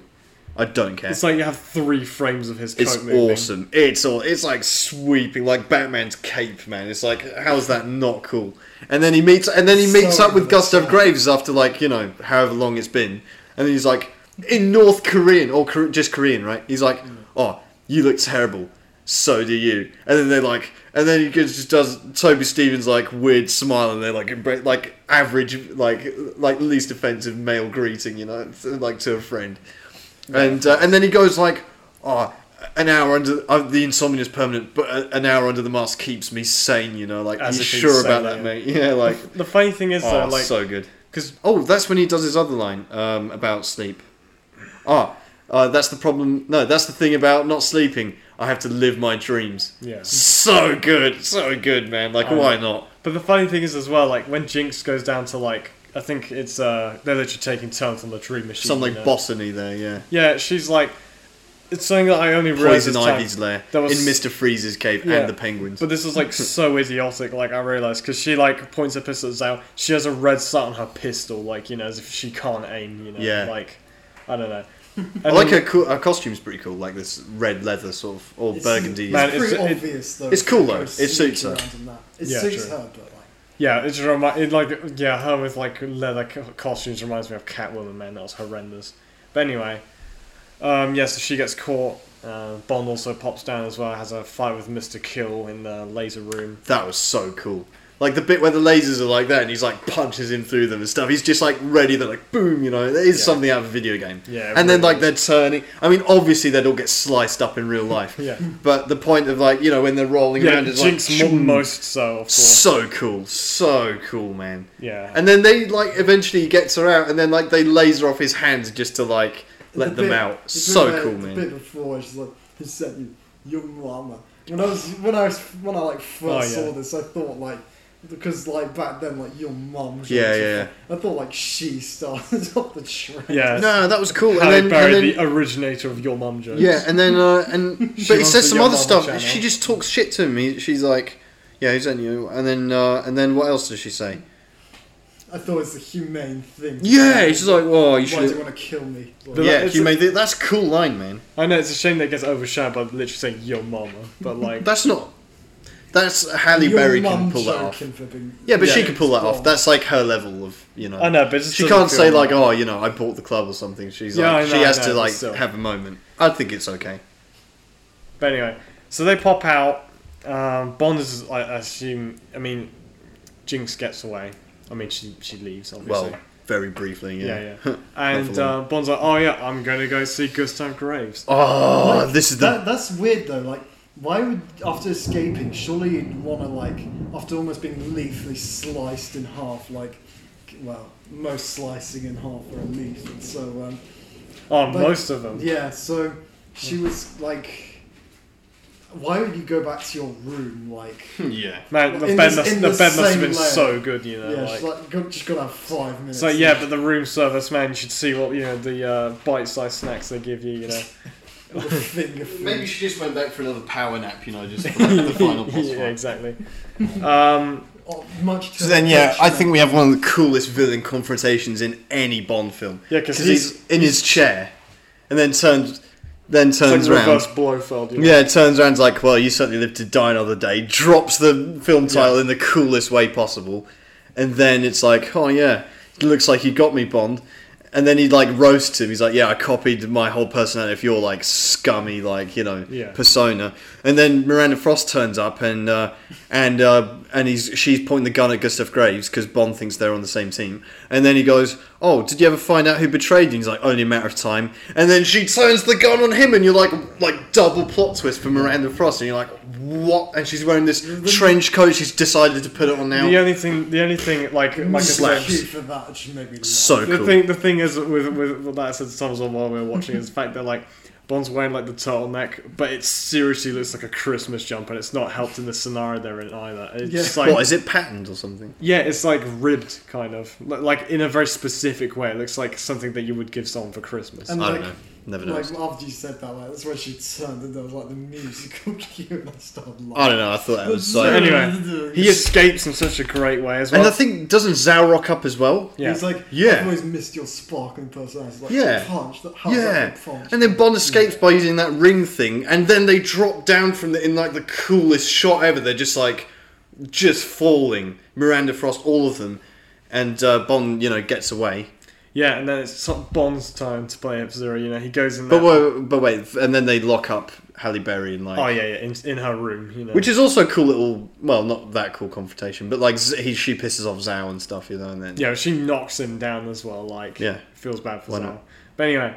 I don't care. It's like you have three frames of his coat It's moving. awesome. It's all. It's like sweeping, like Batman's cape, man. It's like, how's that not cool? And then he meets, and then he So meets up with over the Gustav top. Graves after like you know however long it's been, and he's like in North Korean or Kor- just Korean, right? He's like, oh, you look terrible. So do you. And then they're like, and then he goes- just does Toby Stevens like weird smile, and they're like, embra- like average, like like least offensive male greeting, you know, like to a friend and uh, and then he goes like, oh, an hour under uh, the insomnia is permanent, but uh, an hour under the mask keeps me sane. You know, like As you if he's sure sane, about yeah. that, mate? Yeah, like The funny thing is oh, though, like, so good. because Oh, that's when he does his other line um, about sleep. Ah, uh, that's the problem. No, that's the thing about not sleeping. I have to live my dreams. Yeah. So good, so good, man. Like, I why not? But the funny thing is as well, like when Jinx goes down to like I think it's uh they're literally taking turns on the dream machine. Some like you know? bossany there, yeah. Yeah, she's like it's something that I only realized Poison this time. Ivy's lair There was- in Mister Freeze's cave Yeah. and the penguins. But this is like so idiotic. Like I realized because she like points her pistols out. She has a red sight on her pistol, like you know, as if she can't aim. You know, Yeah. like I don't know. I like her, co- her costume's pretty cool, like this red leather sort of or It's- burgundy. Man, It's it's- pretty it- obvious though. it's cool, though. Goes It suits sneaking her. around in that. It Yeah, suits true. her, but like Yeah, it's remi- it like yeah, her with like leather co- costumes reminds me of Catwoman. Man, that was horrendous. But anyway, um, yes, she gets caught. Uh, Bond also pops down as well, has a fight with Mister Kill in the laser room. That was so cool. Like the bit where the lasers are like that, and he's like punches in through them and stuff. He's just like ready. They're like boom, you know. That is Yeah. something out of a video game. Yeah, it And then really like they're turning. I mean, obviously they'd all get sliced up in real life. Yeah. But the point of like you know when they're rolling Yeah, around is like Jinx mo- shoom. most so, of course. so cool, so cool, man. Yeah, And then they like eventually he gets her out, and then like they laser off his hands just to like let the them bit- out. the bit So where- cool, the man. bit before she's like, "Who sent you, young llama?" When I was when I was when I like first Oh, yeah. saw this, I thought like because like back then like your mum. was Yeah, always a yeah, thing. I thought like she started off the track. yeah, No, that was cool. Halle and then, Berry, and then- the originator of your mum jokes. Yeah, and then uh, and She but he wants says the some Yo other Mama stuff. channel. She just talks shit to him. He, she's like, "Yeah, who's that you?" And then uh, and then what else does she say? I thought it's a humane thing. Yeah, she's like, "Oh, "Whoa, you Why do you should." want to kill me? Like, But Yeah, it's you a- made it. That's a cool line, man. I know it's a shame that it gets overshadowed by literally saying "your mama," but like, That's not. That's Halle your Berry mum can pull that off. joking for being- Yeah, but she Yeah. can pull that off. Well, That's like her level of you know. I know, but it just She doesn't can't feel say like, "Oh, you know, I bought the club" or something. She's Yeah, like, I she know, I has know, to but like still. have a moment. I think it's okay. But anyway, so they pop out. Um, Bond is, I I assume, I mean, Jinx gets away. I mean, she she leaves, obviously. Well, very briefly. Yeah, yeah, yeah. and for uh, long. Bond's like, oh, yeah, I'm going to go see Gustav Graves. Oh, Like, this is the that, that's weird though. Like, why would after escaping, surely you'd want to like after almost being lethally sliced in half, like, well, most slicing in half are lethal. So um, Oh, But- most of them. yeah, so she was like, why would you go back to your room? Like, Hmm, yeah. Man, the In bed, the- must, in the the bed must have same been layer. so good, you know. yeah, like, she's like, go, just gotta have five minutes. so, yeah, but the room service, man, you should see what, you know, the uh, bite sized snacks they give you, you know. With the finger food. Maybe she just went back for another power nap, you know, just for like, the final boss yeah, fight. exactly. Um, Oh, much. to So then, yeah, her I think we have one of the coolest villain confrontations in any Bond film. Yeah, 'cause he's, in his chair, and then turns, then it's turns like round. reverse Blofeld, you know. Yeah, turns around's like, well, you certainly live to die another day. Drops the film title in the coolest way possible, and then it's like, oh yeah, it looks like you got me, Bond. And then he like roasts him. He's like, yeah, I copied my whole personality of your like scummy, like you know, Yeah. persona. And then Miranda Frost turns up, and uh, and uh, and he's she's pointing the gun at Gustav Graves because Bond thinks they're on the same team. And then he goes, "Oh, did you ever find out who betrayed you?" And he's like, "Only a matter of time." And then she turns the gun on him, and you're like, like double plot twist for Miranda Frost, and you're like, "What?" And she's wearing this trench coat. She's decided to put it on now. The only thing, the only thing, like, like I Slaps. said, Cue for that, she made me laugh. So the cool. thing the thing is with with what that I said to Thomas on while we were watching is the fact that like Bond's wearing like the turtleneck, but it seriously looks like a Christmas jumper, and it's not helped in the scenario they're in either. It's Yeah. just like what is it patterned or something? yeah, it's like ribbed kind of Li- like in a very specific way. It looks like something that you would give someone for Christmas. And I like- don't know. Never know. Like after you said that, like that's when she turned and there was like the musical cue and I I started laughing. don't know. I thought that was so. But anyway, he escapes in such a great way as well. And the thing doesn't Zao rock up as well. yeah. He's like, Yeah. I've always missed your sparkling personality. Like, Yeah. punch. That, how's Yeah, that a punch? and then Bond escapes by using that ring thing, and then they drop down from the in like the coolest shot ever. They're just like, just falling. Miranda Frost, all of them, and uh, Bond, you know, gets away. yeah, and then it's sort of Bond's time to play F Zero. You know, he goes in. There. But wait, but wait, and then they lock up Halle Berry and like, oh yeah, yeah, in, in her room. You know, which is also a cool little, well, not that cool confrontation, but like Z- he she pisses off Zhao and stuff, you know, and then Yeah, she knocks him down as well. Like, Yeah. feels bad for Why Zal. not? But anyway,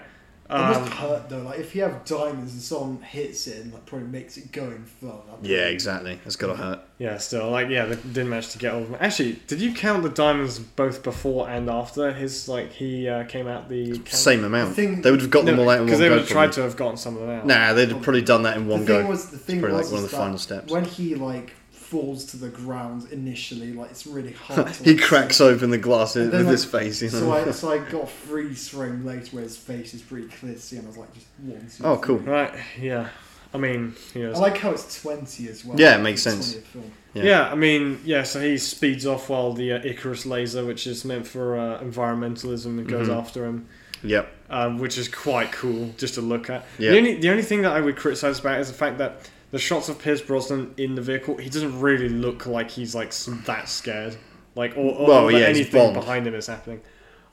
It must um, hurt though. Like if you have diamonds and someone hits it and like probably makes it go in further. that probably- yeah, exactly, that's gotta hurt. yeah, still like yeah, they didn't manage to get all of them. Actually, did you count the diamonds both before and after his like he uh, came out the count? Same amount. thing- they would have got them all out in one because they go would have tried probably. to have gotten some of them out. Nah, they'd have probably done that in The one thing go. was, the thing Probably, was like, one of is the that final steps. When he like falls to the ground initially, like it's really hard. to, He like, cracks open the glass And with then, like, his face. You know? So I, so I got a freeze frame later where his face is pretty clear to see, and I was like, just one. two, Oh, cool. Right? Yeah. I mean, you know. I like how it's 20 as well. Yeah, it makes It's sense. 20th film. yeah. Yeah. I mean, yeah. So he speeds off while the uh, Icarus laser, which is meant for uh, environmentalism, goes Mhm. after him. Yep. um, which is quite cool just to look at. Yeah. The only the only thing that I would criticize about is the fact that the shots of Pierce Brosnan in the vehicle, he doesn't really look like he's like s- that scared, like or, or Well, that yeah, he's anything Bond. behind him is happening.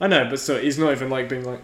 I know, but so he's not even like being like,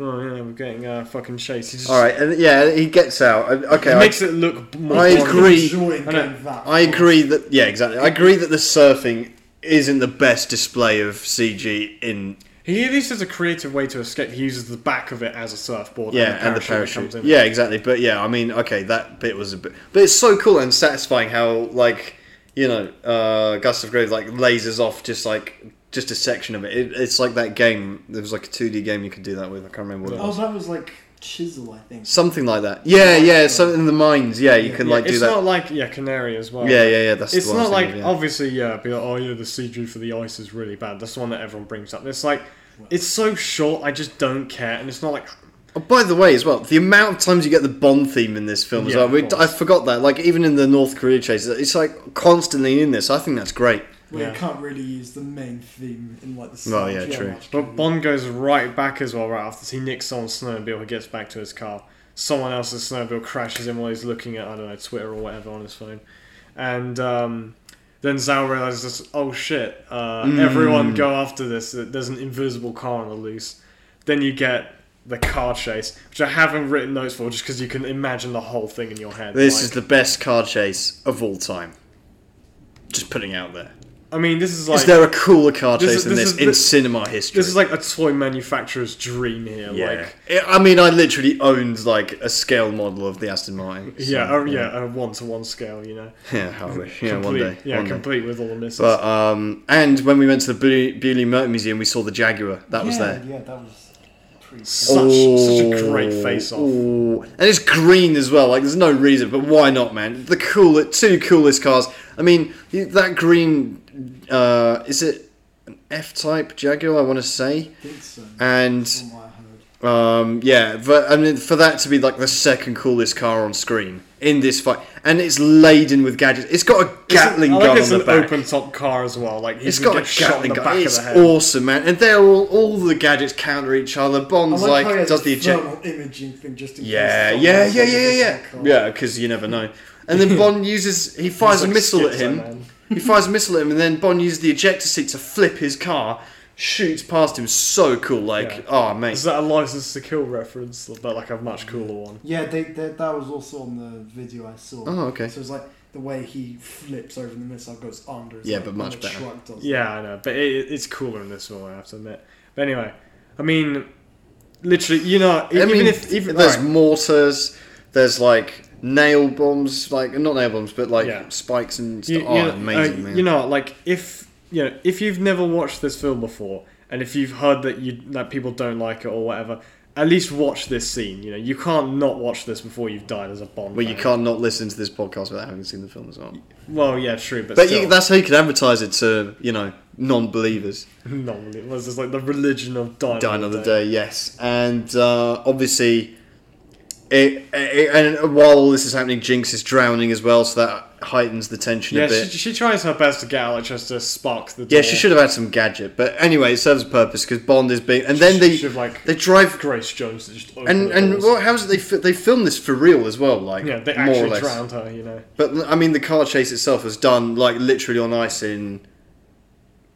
oh yeah, we're getting uh, fucking chased. He just All right. And yeah, he gets out. And- Okay. it I- makes it look more. I Bond. agree. Enjoying I know. getting that. I agree that yeah, exactly. I agree that the surfing isn't the best display of CG in He at least has a creative way to escape. He uses the back of it as a surfboard. yeah, and the that parachute. comes in. Yeah, exactly. But yeah, I mean, okay, that bit was a bit, but it's so cool and satisfying how like you know uh, Gustav Graves like lasers off just like just a section of it. it it's like that game. There was like a two D game you could do that with. I can't remember what it Oh, was. that was like chisel, I think. Something like that. Yeah, yeah. Something in the mines. Yeah, you can Yeah, like it's do that. not like yeah, Canary as well. yeah, yeah, yeah. That's Oh. It's the one I not was like thinking of, yeah. obviously yeah, be like oh yeah, the CG for the ice is really bad. That's the one that everyone brings up. It's like it's so short, I just don't care, and it's not like Oh, by the way, as well, the amount of times you get the Bond theme in this film as Yeah, well. of We, course. I forgot that. Like even in the North Korea chase, it's like constantly in this. I think that's great. Well, Yeah. you can't really use the main theme in like the. Well, yeah, soundtrack true. much, can But you? Bond goes right back as well, right after he nicks someone's snowmobile, he gets back to his car. Someone else's snowmobile crashes him while he's looking at, I don't know, Twitter or whatever on his phone. And um, then Zhao realizes, oh shit, uh, Hmm. everyone go after this. There's an invisible car on the loose. Then you get the car chase, which I haven't written notes for just because you can imagine the whole thing in your head. This like- is the best car chase of all time. Just putting it out there. I mean, this is Is like. there a cooler car This chase is- than this this, is- in this- cinema history? this is like a toy manufacturer's dream here. yeah. Like, It- I mean, I literally owned like a scale model of the Aston Martin. so, yeah, oh, yeah, a one to one scale, you know. yeah. I wish. Yeah, one complete, day. Yeah, one day. complete with all the misses. But um, and when we went to the Bew- Bewley Motor Museum, we saw the Jaguar. That was Yeah, there. Yeah, that was pretty. such such a Oh, great face off. Ooh. And it's green as well. Like there's no reason, but why not, man? The cool, two coolest cars. I mean, you- that green. Uh, is it an F-type Jaguar? I want to say. I think so. And From what I heard. um, yeah, but I mean, for that to be like the second coolest car on screen in this fight, and it's laden with gadgets. It's got a Gatling I like gun it's on an the back. open top car as well. Like he It's can got get a shot in Gatling the gun. back It's of the head. awesome, man. And they're all all the gadgets counter each other. I Bonds like, how he has does a the eject. thermal imaging thing just in Yeah, case. yeah, someone's yeah, yeah, like, "This is yeah, a car." yeah. Because you never know. And then Bond uses he fires like a missile at skips that man. him. he fires a missile at him, and then Bond uses the ejector seat to flip his car. Shoots past him, so cool. Like, Yeah. oh mate, Is that a license to kill reference, but like a much cooler one? Yeah, they, they, that was also on the video I saw. Oh, okay. So it's like the way he flips over the missile goes under. is Yeah, like but when much a better. truck does Yeah, I know, but it, it's cooler in this one. I have to admit. But anyway, I mean, literally, you know, I even mean, if even there's alright, mortars, there's like nail bombs, like not nail bombs, but like Yeah. spikes and you, stuff. Oh, you know, amazing, uh, man. you know, like if you know if you've never watched this film before, and if you've heard that you that people don't like it or whatever. At least watch this scene. You know, you can't not watch this before you've died as a Bond. well, you fan. can't not listen to this podcast without having seen the film as well. Well, yeah, true, but, But still, you, that's how you can advertise it to you know non-believers. not really. It was just like the religion of dying. Die Another Day, yes. And uh, obviously, it, it, and while all this is happening, Jinx is drowning as well, so that heightens the tension Yeah, a bit. she, she tries her best to get out, like just to spark the. yeah, door. she should have had some gadget, but anyway, it serves a purpose because Bond is being. And then She they should, like- they drive Grace Jones to just open and the and doors. what, how's it they fi- they filmed this for real as well, like Yeah, they more or actually less. drowned her. You know, But I mean, the car chase itself was done like literally on ice in.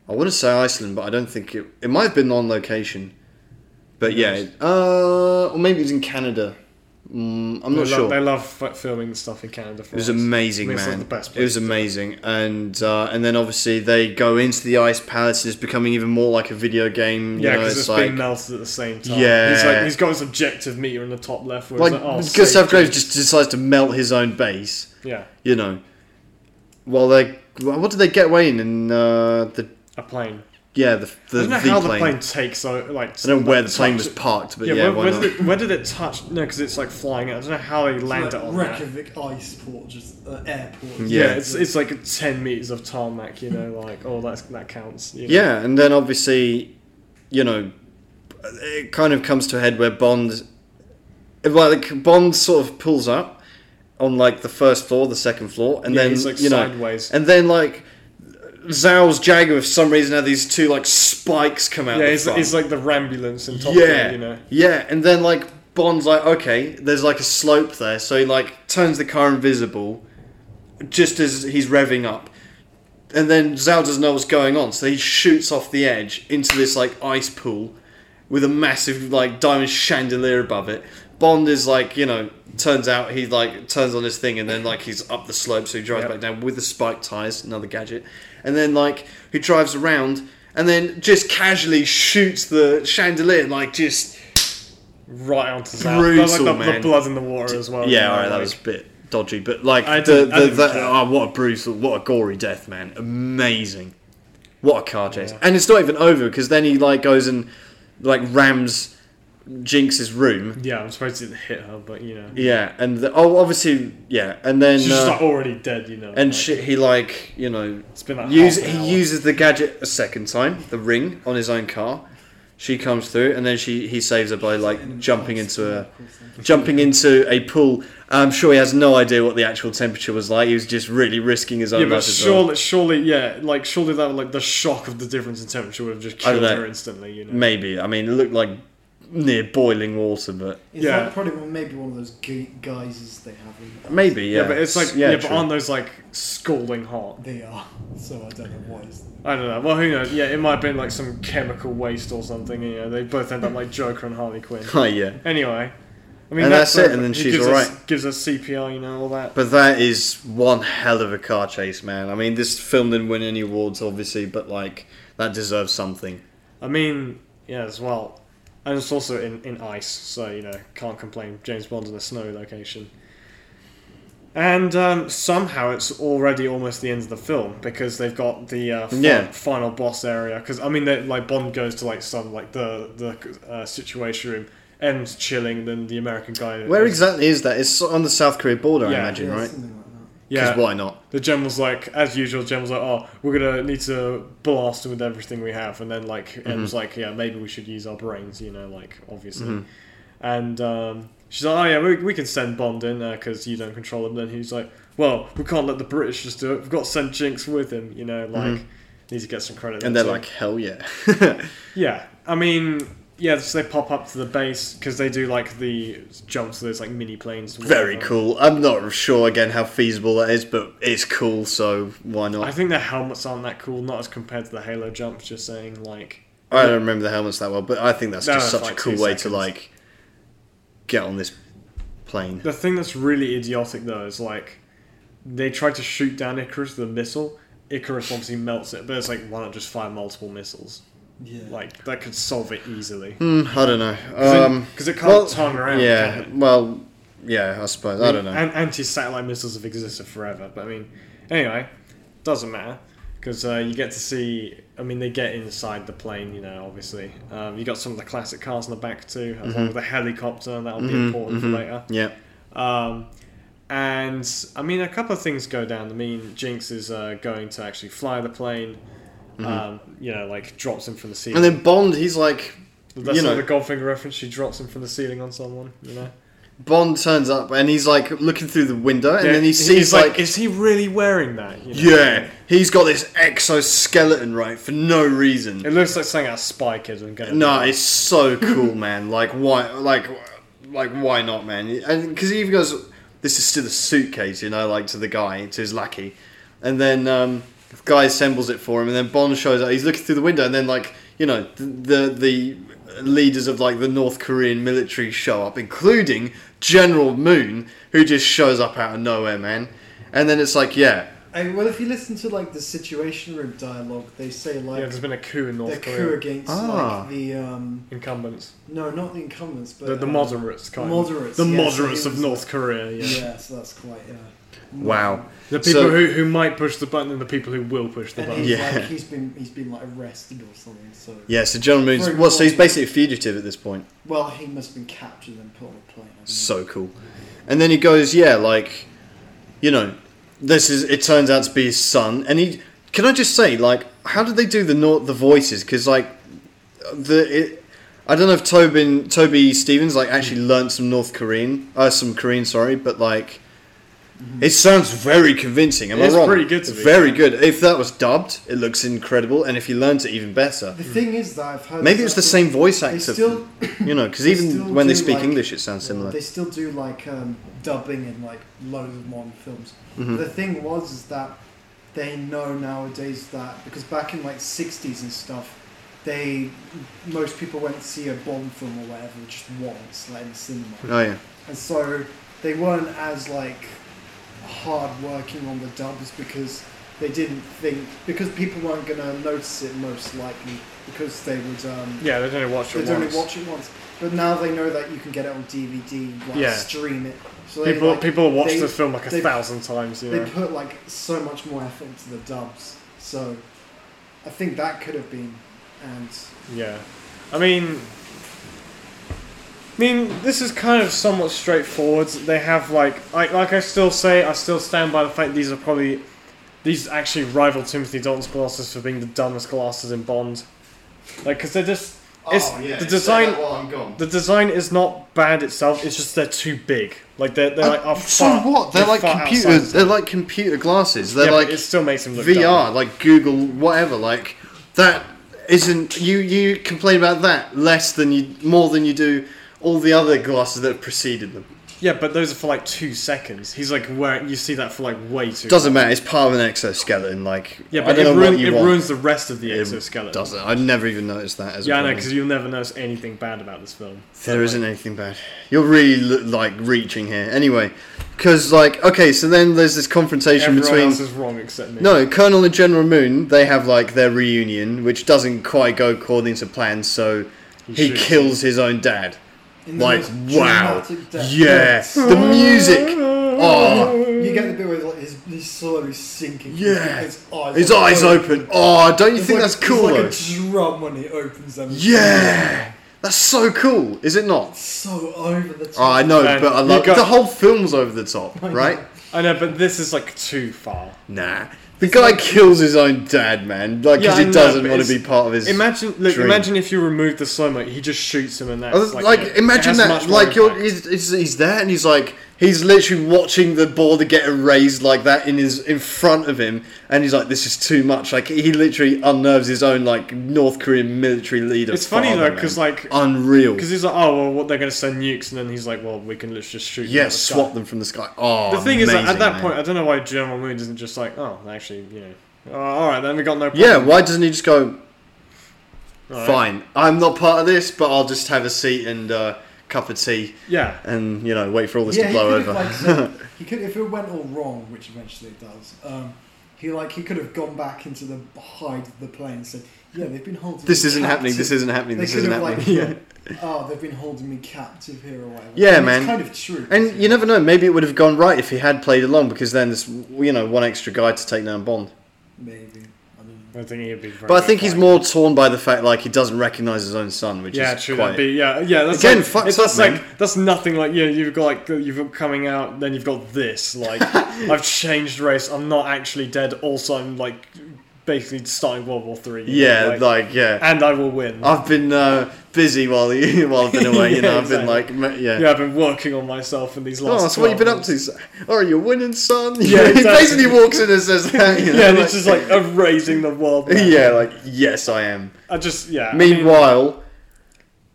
I want to say Iceland, but I don't think it. It might have been on location, but yeah, it- uh, or maybe it was in Canada. Mm, I'm they not lo- sure. They love f- filming stuff in Canada. For It was us. I amazing, mean, it's, man. like, the best it was place. amazing, and uh, and then obviously they go into the ice palace, and it's becoming even more like a video game. Yeah, you know, because it's, it's like, being melted at the same time. Yeah. he's like he's got his objective meter in the top left. Where like he's like, oh, Gustav save Graves James. just decides to melt his own base. yeah, You know, while they what did they get away in? In uh, the a plane. yeah the the, I don't know the how plane. the plane takes. So like, I don't know where like, the plane was touch- parked, but Yeah, yeah, where, why where not? did it, where did it touch? No, because it's like flying. out. I don't know how they It's land like it on that. Reykjavik ice port, just uh, airport. Yeah. Yeah, it's it's like ten meters of tarmac, you know, like oh that's that counts. You know? Yeah, and then obviously, you know, it kind of comes to a head where Bond, well, like Bond sort of pulls up on like the first floor, the second floor, and Yeah, then he's, like, you know, sideways. and then like Zhao's Jaguar for some reason had these two like spikes come out. Yeah, the he's, front. he's like the Rambulance in Top yeah, Gear, you know. yeah, and then like Bond's like, okay, there's like a slope there, so he like turns the car invisible, just as he's revving up, and then Zhao doesn't know what's going on, so he shoots off the edge into this like ice pool, with a massive like diamond chandelier above it. Bond is like, you know, turns out he like turns on his thing and then like he's up the slope, so he drives Yep. back down with the spike tires, another gadget, and then like he drives around and then just casually shoots the chandelier and like just Right onto Zao. Brutal, But, like, the, the man. blood in the water as well. you yeah, know, alright, that like- was a bit dodgy, but like Oh, I the, didn't- I the, didn't that, care. oh, what a brutal, what a gory death, man, amazing, what a car chase, and it's not even over because then he like goes and like rams Jinx's room. Yeah, I'm supposed to hit her, but you know. Yeah, and the, oh, obviously, yeah, and then She's uh, just like already dead, you know. and like, shit, he like you know It's been like use half an hour. he uses the gadget a second time, the ring on his own car. She comes through, and then she he saves her by like jumping into a jumping into a pool. I'm sure he has no idea what the actual temperature was like. He was just really risking Um, his own Yeah, but life as well. surely, surely, yeah, like surely that, like the shock of the difference in temperature would have just I don't killed know. her instantly, you know. Maybe I mean it looked like near boiling water, but Is Yeah. that probably one- maybe one of those gu- guises they have? In maybe yeah. yeah. but it's like yeah, yeah, but true. aren't those like scalding hot? They are. So I don't know what is. I don't know. Well, who knows? Yeah, it might have been like some chemical waste or something. You know, they both end up like Joker and Harley Quinn. Oh, yeah. Anyway, I mean And that's it, the- and then he she's gives alright. us- Gives us CPR, you know, all that. But that is one hell of a car chase, man. I mean, this film didn't win any awards, obviously, but like that deserves something. I mean, yeah, as well, and it's also in, in ice, so you know can't complain. James Bond's in a snowy location, and um, somehow it's already almost the end of the film because they've got the uh, fi- Yeah. final boss area. Because I mean, they- like Bond goes to like some like the the uh, situation room, ends chilling, then the American guy. Where exactly is that? It's on the South Korea border, I Yeah. imagine, Yeah, right? something like that. Because Yeah, why not? the general's like, as usual, general's like, oh, we're gonna need to blast him with everything we have, and then like, Mm-hmm. M's like, yeah, maybe we should use our brains, you know, like obviously, Mm-hmm. and um, she's like, oh yeah, we, we can send Bond in because you don't control him. Then he's like, well, we can't let the British just do it. We've got to send Jinx with him, you know, like need to get some credit. Mm-hmm. And there they're too. like, hell yeah. yeah, I mean. Yeah, so they pop up to the base because they do like the jumps, those like mini planes. Very whatever. cool. I'm not sure again how feasible that is, but it's cool, so why I not? think their helmets aren't that cool, not as compared to the Halo jumps. Just saying, like, I don't remember the helmets that well, but I think that's No, just it's such like a cool two way to seconds. like get on this plane. The thing that's really idiotic though is like they tried to shoot down Icarus with a missile. Icarus obviously melts it, but it's like why not just fire multiple missiles? Yeah. Like that could solve it easily. Hmm, I don't know. Because Um, it can't well, turn around. yeah, can it? well, yeah, I suppose. I don't know. An- anti-satellite missiles have existed forever, but I mean, anyway, doesn't matter because uh, you get to see. I mean, they get inside the plane, you know. Obviously, um, you got some of the classic cars in the back too, along Mm-hmm. with the helicopter. That'll be important for later. Yeah. Um, and I mean, a couple of things go down. I mean, Jinx is uh, going to actually fly the plane. Um, you know, like drops him from the ceiling. Mm-hmm. And then Bond, he's like, That's you know- not the Goldfinger reference. She drops him from the ceiling on someone. You know, Bond turns up and he's like looking through the window, and Yeah, then he he's sees like, is he really wearing that? You know? yeah, he's got this exoskeleton right for no It reason. looks like something out of Spy Kids. I'm going. No, it's so cool, man. Like why, like, like why not, man? And because he even goes, this is still a suitcase, you know, like to the guy, to his lackey, and then um, the guy assembles it for him, and then Bond shows up. He's looking through the window, and then like you know the the, the leaders of like the North Korean military show up, including General Moon, who just shows up out of nowhere, man. And then it's like, yeah, I mean, well, if you listen to like the situation room dialogue, they say Yeah, like there's been a coup in the North coup Korea. against Ah. like the um Incumbents, no, not the incumbents, but the, the um, moderates kind. moderates, The yes, moderates it of was- North Korea. Yeah. Yeah, so that's quite uh, yeah. wow. The people So- who, who might push the button and the people who will push the And button. he's Yeah. like he's been he's been like arrested or something. So Yeah, so General Moon's Very well, so he's cool. basically a fugitive at this point. well, he must have been captured and put on a plane. I don't know. So cool. And then he goes, yeah, like, you know, this is. It turns out to be his son, and he. Can I just say, like, how did they do the nor- the voices? Because like, the it, I don't know if Tobin Toby Stevens like actually learnt some North Korean, uh, some Korean, sorry, but like, Mm-hmm. It sounds very convincing. Am It's I wrong? pretty good to be very good. If that was dubbed, it looks incredible, and if you learnt it, even better. The thing is that I've heard. Maybe this it's the same after- voice They actor. still, you know, because they even still when they do, speak like- English, it sounds similar. They still do like um, dubbing in like loads of modern films. Mm-hmm. Hmm. The thing was is that they know nowadays that because back in like sixties and stuff, they most people went to see a Bond film or whatever just once, like in the cinema, Oh yeah, and so they weren't as like hard working on the dubs because they didn't think because people weren't gonna notice it most likely because they would. Um, Yeah, they'd only watch it They'd once. only watch it once, but now they know that you can get it on DVD, like Yeah. stream it. So they, people like, people watch they- the film like a they- thousand times. You know, they put like so much more effort into the dubs. So I think that could have been, and yeah. I mean, I mean, this is kind of somewhat straightforward. They have like, I, like I still say, I still stand by the fact these are probably these actually rival Timothy Dalton's glasses for being the dumbest glasses in Bond. Like, because they're just Oh, Oh, it's the design. While I'm gone. The design is not bad itself. It's just they're too big. Like they're they're like oh, Uh, so far- what? They're like far computer. outside. They're like computer glasses. They're Yeah, but like it still makes them look VR, dumb. like Google, whatever. Like that isn't you. You complain about that less than you, more than you do all the other glasses that have preceded them. Yeah, but those are for like two seconds. He's like wearing. You see that for like way too. Doesn't matter. It's part of an exoskeleton. Like Yeah, I but don't it, know ruin, what you it want. ruins the rest of the It exoskeleton. Doesn't. I never even noticed that as a Yeah, I know problem. because you'll never notice anything bad about this film. There isn't anything bad. You're really l- like reaching here. Anyway, because like okay, so then there's this confrontation Everyone else between is wrong except me. no Colonel and General Moon. They have like their reunion, which doesn't quite go according to plan. So he, shoots kills his own dad. in the Like most wow, dramatic death- yeah. The music. Oh, You get the bit where like his, he's slowly sinking. Yeah. his eyes, his are eyes open. Oh, don't you It's think like- that's cool though? It's like a drum when he opens them. Yeah, that's so cool. Is it not? so over the top. Oh, I know, Man, but I you love got- the whole film's over the top, right? I know, but this is like too far. Nah. The guy kills his own dad, man. Yeah, Like, because I he know, doesn't but want to it's- be part of his. Imagine, look, Dream. imagine if you remove the slow mo, he just shoots him, and that's Oh, like, like, it- it imagine has that. much more Like, you're, impact. he's, he's, he's there, and he's like, he's literally watching the border get erased like that in his in front of him, and he's like, this is too much. Like, he literally unnerves his own like North Korean military leader. It's funny, father, though, 'cause, man. like- unreal. Because he's like, oh well, what they're gonna send nukes, and then he's like, well, we can let's just shoot. them Yeah, out of the sky. swap them from the sky. Oh, The thing is, that at amazing, that man. point, I don't know why General Moon isn't just like, oh, actually, you know, oh, all right, then we got no problem. yeah, why doesn't he just go? All right. Fine, I'm not part of this, but I'll just have a seat and uh, cup of tea. Yeah, and you know wait for all this yeah, to blow he could over. Have, like, said- he could, if it went all wrong, which eventually it does. Um, he like he could have gone back into the hide of the plane and said, "Yeah, they've been holding." this me isn't happening. This captive." isn't happening. They This could isn't have happening. like, gone, oh, they've been holding me captive here or whatever. Yeah, And man. It's kind of true. And you never know. Maybe it would have gone right if he had played along, because then there's you know one extra guy to take down Bond. maybe. I I mean, think he'd be. Very But I think he's fine. more torn by the fact like he doesn't recognize his own son, which Yeah, is true. quite. That'd be, yeah, yeah. That's Again, like, fucks it's, up, that's man. like that's nothing. Like you know, you've got like you've got coming out, then you've got this. Like I've changed race. I'm not actually dead. Also, I'm like basically starting World War Three. you know, yeah, like, yeah. and I will win. I've been uh, busy while he, while I've been away. you know, I've been like ma- yeah. yeah, I've been working on myself in these last. Oh, so what you 12 been up months. to? son? Oh, you're winning, son. Yeah, he exactly. basically walks in and says that. You know, Yeah, and it's just like erasing the world. man. yeah, like yes, I am. I just yeah. I mean, Meanwhile,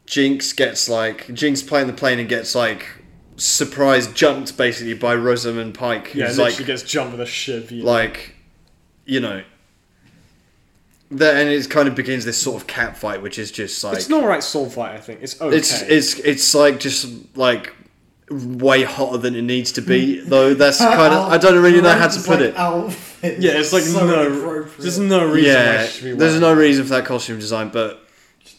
Jinx gets like Jinx playing the plane and gets like surprise jumped basically by Rosamund Pike, yeah, who's literally like gets jumped with a shiv. You know. like you know. That and it kind of begins this sort of cat fight, which is just like it's an alright soul fight. I think it's okay. it's it's it's like just like way hotter than it needs to be. though that's kind of I don't really know how to Just put like it. Outfit. yeah, it's like so no, inappropriate. there's no reason. why yeah, she should be there's wearing no reason for that costume design, but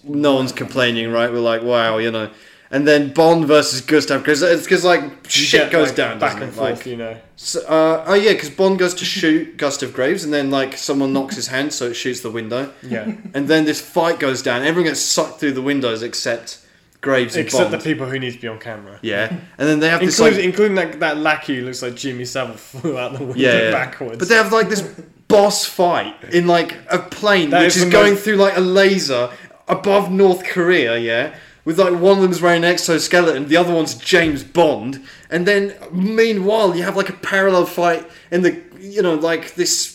no one's complaining, right? We're like, wow, you know. And then Bond versus Gustav because it's because like You shit get, goes like, down, back doesn't and it? forth, Like, you know. so, uh, oh yeah, because Bond goes to shoot Gustav Graves, and then like someone knocks his hand, so it shoots the window. Yeah. And then this fight goes down. Everyone gets sucked through the windows except Graves and Except Bond. the people who need to be on camera. yeah, and then they have this Including, like including that, that lackey who looks like Jimmy Savile flew out the window yeah, yeah. backwards. But they have like this boss fight in like a plane That which is is the going most- through like a laser above North Korea, yeah. with like one of them's wearing an exoskeleton, the other one's James Bond, and then meanwhile you have like a parallel fight in the you know like this.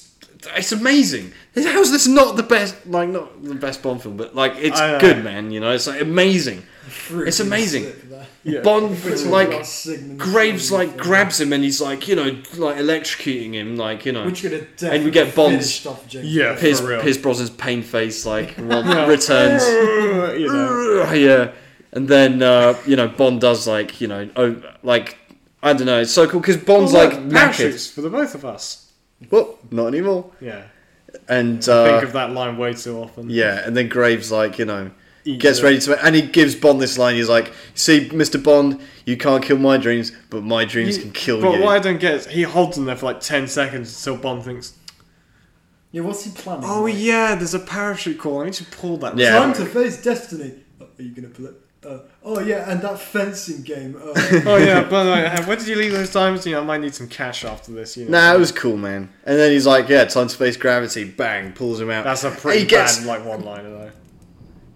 It's amazing. How's this not the best? Like not the best Bond film, but like it's I know. good, man. You know, it's like amazing. Fruit It's and amazing. slip there. Yeah. Bond It's all like about Sigmund Graves Freud, like yeah. grabs him and he's like you know like electrocuting him like you know Which could have And we get Bond's- Off James Yeah. Bond. Piers, For real. Piers Brosnan's pain face like well, returns. you know. yeah, and then uh, you know Bond does like you know oh like I don't know it's so cool because Bond's Well, like look, knackered. parachutes for the both of us. Well, not anymore. Yeah. And Think uh, of that line way too often. yeah, and then Graves like you know Eat gets it. ready to and he gives Bond this line. He's like, "See, Mister Bond, you can't kill my dreams, but my dreams You- can kill but you." what I don't get is he holds them there for like 10 seconds until Bond thinks, Yeah, what's he planning? oh like? yeah, there's a parachute call. I need to pull that. Yeah. Time to face destiny. Oh, are you gonna pull it? Uh, oh yeah, and that fencing game. Uh, oh yeah, by the way, uh, where did you leave those diamonds? You know, I might need some cash after this. You know. Nah, it was cool, man. And then he's like, "Yeah, time, space, gravity." Bang, pulls him out. That's a pretty he gets, bad like one liner though.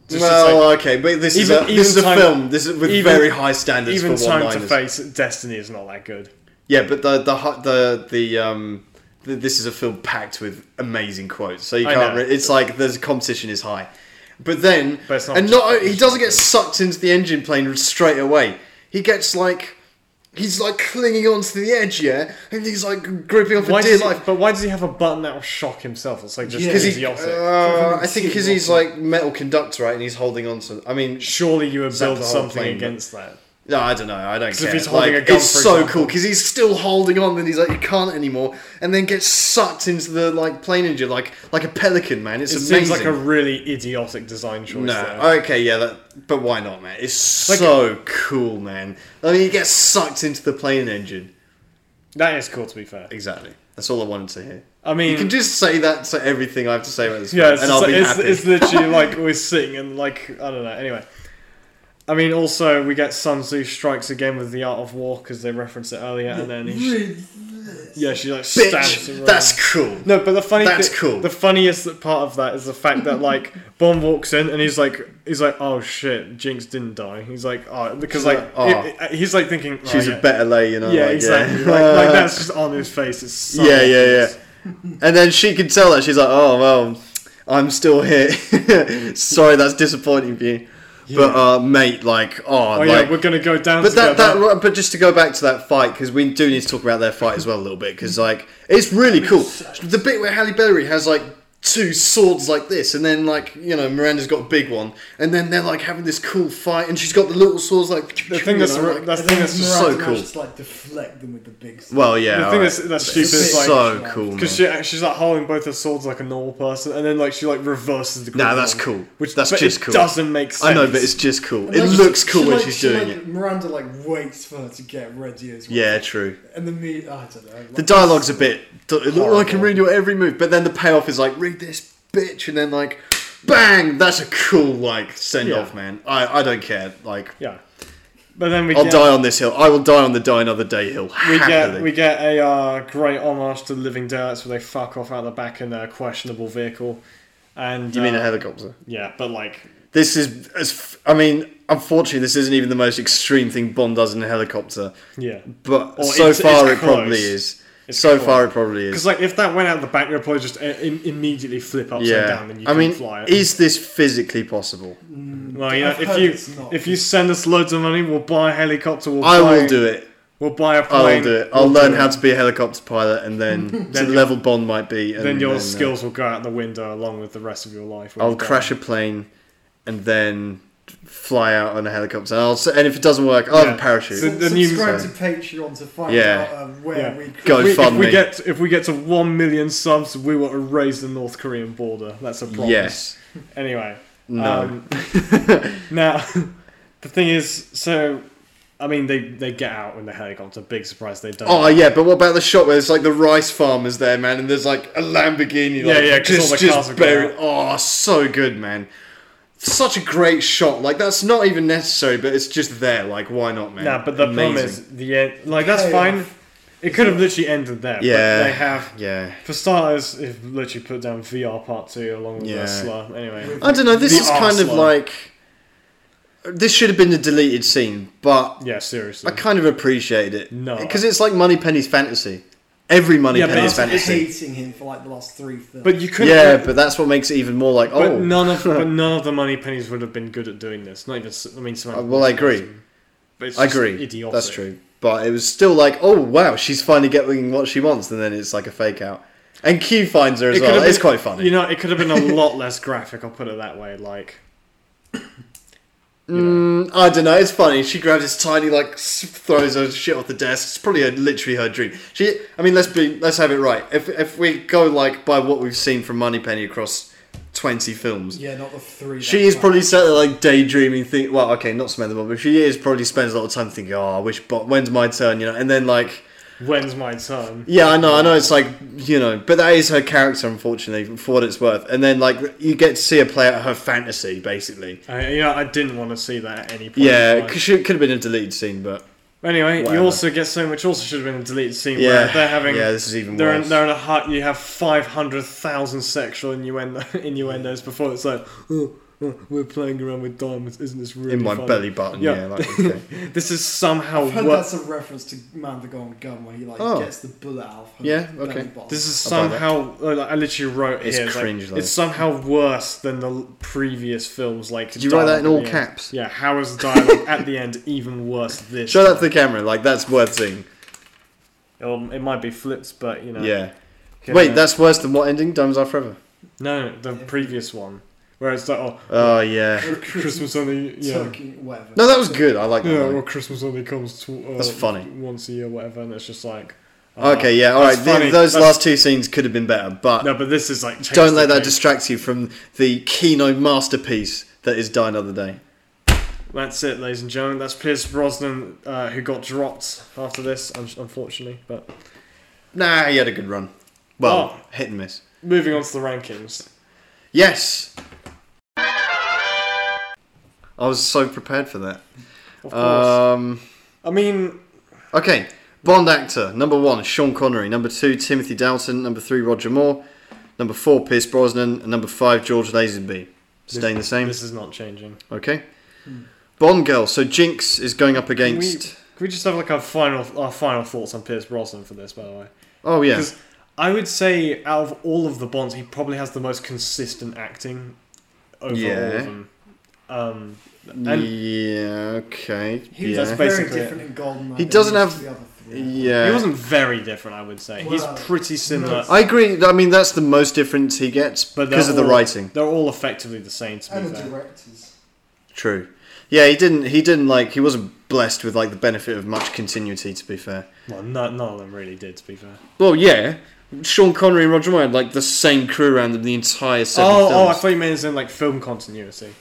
Just to Well, okay, but this is Even- a, this is a even time- film. This is with even- very high say, standards even for time to one-liners. face destiny is not that good. Yeah, but the the hu- the the um the, this is a film packed with amazing quotes. So you I can't. know. Re- it's like the competition is high, but then But it's not and just not he competition, doesn't get it's- sucked into the engine plane straight away. He gets like. He's like clinging onto the edge, yeah, and he's like gripping on for Why dear does he, life. but why does he have a button that will shock himself? It's like just Yeah. 'Cause he- idiotic. uh, I think because he's Idiotic. like metal conductor, right? And he's holding on to. I mean, Surely you would Zap build the whole something plane, but- against that. No, I don't know. I don't if care. he's holding Like, a gun, it's for so example. cool because he's still holding on, and he's like, "You can't anymore," and then gets sucked into the like plane engine, like like a pelican, man. It's It amazing. seems like a really idiotic design choice. no, there. okay, yeah, that, but why not, man? It's so cool, man. I mean, he gets sucked into the plane engine. that is cool to be fair. Exactly. That's all I wanted to hear. I mean, You can just say that to everything I have to say about this, yeah, film, it's, and I'll just- be it's, happy. it's literally like we're sitting and like I don't know. Anyway, I mean, also we get Sun Tzu strikes again with the art of war because they referenced it earlier, and then he, read this. yeah, she like stabs Bitch, him. that's cool. No, but the funny That's thi- cool. The funniest part of that is the fact that like Bond walks in and he's like he's like oh shit Jinx didn't die. He's like oh because like Oh. it- it- he's like thinking oh, She's yeah. a better lay, you know. yeah like, exactly Like, like that's just on his face. It's so yeah, yeah, yeah. obvious. And then she can tell that she's like, "Oh well, I'm still here. Sorry, that's disappointing for you, but uh, mate, like, oh, Oh like, yeah, we're gonna go down. but that, together. that but just to go back to that fight because we do need to talk about their fight as well a little bit because like it's really cool. The bit where Halle Berry has like two swords like this, and then like you know Miranda's got a big one, and then they're like having this cool fight, and she's got the little swords like the thing you that's know, re- like- that's And the thing then that's just so Miranda cool. managed to, like deflect them with the big. sword. well, yeah, the thing alright. that's that's It's stupid is like so like- cool. man. Because she, she's like holding both her swords like a normal person, and then like she like reverses the. Nah, grip that's on, cool. Which That's but just it cool. Doesn't make sense. I know, but it's just cool. And It then she- looks she, cool when like- she's she, doing like, it. Miranda like waits for her to get ready as well. Yeah, true. And then me, I don't know. Like, The dialogue's a bit. It look like I Horrible. can read your every move, but then the payoff is like, read this bitch, and then like, bang! That's a cool like send off, Yeah. man. I, I don't care. Like, yeah. But then we I'll get, die on this hill. I will die on the die another day hill. we happily. get we get a uh, great homage to Living Daylights where they fuck off out the back in a questionable vehicle, and you mean uh, a helicopter? yeah, but like This is. As f- I mean, unfortunately, this isn't even the most extreme thing Bond does in a helicopter, yeah, but Or so it's- far it's it probably close. is. It's so close. far it probably is. because like if that went out the back, you'd probably just i- im- immediately flip upside down and you I can mean, fly it. is this physically possible? well, you know, I've if heard it's you not. if you send us loads of money, we'll buy a helicopter. We'll I buy, will do it. We'll buy a plane. I'll do it. I'll we'll learn do how it. to be a helicopter pilot, and then to the you'll- level Bond might be. And Then your uh, skills will go out the window along with the rest of your life. when I'll you die. crash a plane, and then fly out on a helicopter. And, I'll, s- and if it doesn't work, I'll have Yeah. a parachute. So- the new- subscribe to Patreon to find Yeah. out um, where Yeah. we Go We, if fund we me. get if we get to one million subs, we will erase the North Korean border. That's a promise. yes. Anyway. No. Um, now, the thing is, so I mean, they they get out in the helicopter. Big surprise, they don't. Oh yeah, but what about the shot where it's like the rice farmers there, man, and there's like a Lamborghini, like, Yeah, yeah, 'cause all just, the just cars have gone buried. Oh, so good, man. Such a great shot. Like that's not even necessary, but it's just there. Like why not, man? Nah, but the problem Amazing. is the end. Like that's Chaos. fine. It could have literally ended there. Yeah. But they have. yeah. For starters, they've literally put down VR Part Two along with Yeah. the slur. Anyway. I don't know. This The is kind of arsehole. like this should have been a deleted scene, but Yeah, I seriously. kind of appreciated it. No. because it's like Moneypenny's fantasy. Every Yeah, but Moneypenny's it's- I've been fantasy. hating him for like the last three films. But you couldn't. Yeah, but that's what makes it even more like but oh. none of but none of the money pennies would have been good at doing this. Not even. s- I mean, Uh, Samantha well, Wilson I agree. wasn't. But it's I just agree. Idiotic. That's true. But it was still like, oh wow, she's finally getting what she wants, and then it's like a fake out. And Q finds her as could well. have It's been- quite funny. You know, it could have been a lot less graphic. I'll put it that way. Like, you know, Mm, I don't know. It's funny. She grabs this tiny, like, s- throws her shit off the desk. It's probably her, literally her dream. She. I mean, let's be, let's have it right. If if we go like by what we've seen from Moneypenny across twenty films, yeah, not the three. She that is were. probably sat there like daydreaming, think. Well, okay, not Samantha Bob, but she is probably spends a lot of time thinking, "Oh, I wish, but when's my turn?" You know, and then like, when's my turn? yeah, I know, I know, it's like you know, but that is her character, unfortunately, for what it's worth. And then like, you get to see her play out her fantasy, basically. I, you know, I didn't want to see that at any point. Yeah, in 'cause time. she- it could have been a deleted scene, but Anyway, Whatever. you also get so much. Also, should have been a deleted scene yeah, where they're having. yeah, this is even they're worse. in, they're in a hut. You have five hundred thousand sexual innuendo, innuendos before it's like, oh, oh, we're playing around with diamonds. Isn't this really in my funny?" belly button, yeah. Yeah. like, okay. This is I somehow think wor- that's a reference to Man with the Golden Gun where he like Oh. gets the bullet out. Of her Yeah, belly okay. button. This is I'll buy that. somehow like, I literally wrote It's here. It's, cringe, though. like, it's somehow worse than the l- previous films. Like Did you write that in dialogue all at the end. caps? Yeah. How is the dialogue at the end even worse this? Show that to the camera, like that's worth seeing. It'll- it might be flipped, but you know. Yeah. Can, Wait, uh, that's worse than what ending? Diamonds Are Forever. no the previous one. Where it's like oh, Oh yeah. Christmas only yeah. Turkey, whatever. No, that was good. I like that. Yeah, one. or Christmas only comes to, uh, That's funny. once a year, whatever, and it's just like uh, Okay, yeah, all right. that's The- funny. those That's- last two scenes could have been better, but No, but this is like changed don't the let that game. distract you from the Kino masterpiece that is Die Another Day. That's it, ladies and gentlemen. That's Pierce Brosnan uh, who got dropped after this, un- unfortunately, but. Nah, he had a good run. Well, Oh. hit and miss. Moving on to the rankings. Yes. I was so prepared for that. Of course. Um, I mean, okay, Bond actor number one Sean Connery, number two Timothy Dalton, number three Roger Moore, number four Pierce Brosnan, and number five George Lazenby. Staying the same. this is not changing. Okay. Bond girl. So Jinx is going up against. Can we just have like our final our final thoughts on Pierce Brosnan for this, by the way? Oh yeah. Because I would say out of all of the Bonds, he probably has the most consistent acting over all Yeah. of them. Um, and yeah. Okay. He was yeah. that's very basically it. different in Goldeneye. He than doesn't was have- to the other three. yeah. he wasn't very different, I would say. He's Well, pretty similar, I agree. I mean, that's the most difference he gets but because they're of the all- writing. They're all effectively the same to And be the fair. directors. True. Yeah, he didn't. He didn't like. He wasn't blessed with like the benefit of much continuity. To be fair. Well, no, none of them really did, to be fair. Well, yeah. Sean Connery and Roger Moore had like the same crew around them the entire seven oh, films. oh, I thought you meant as in like film continuity.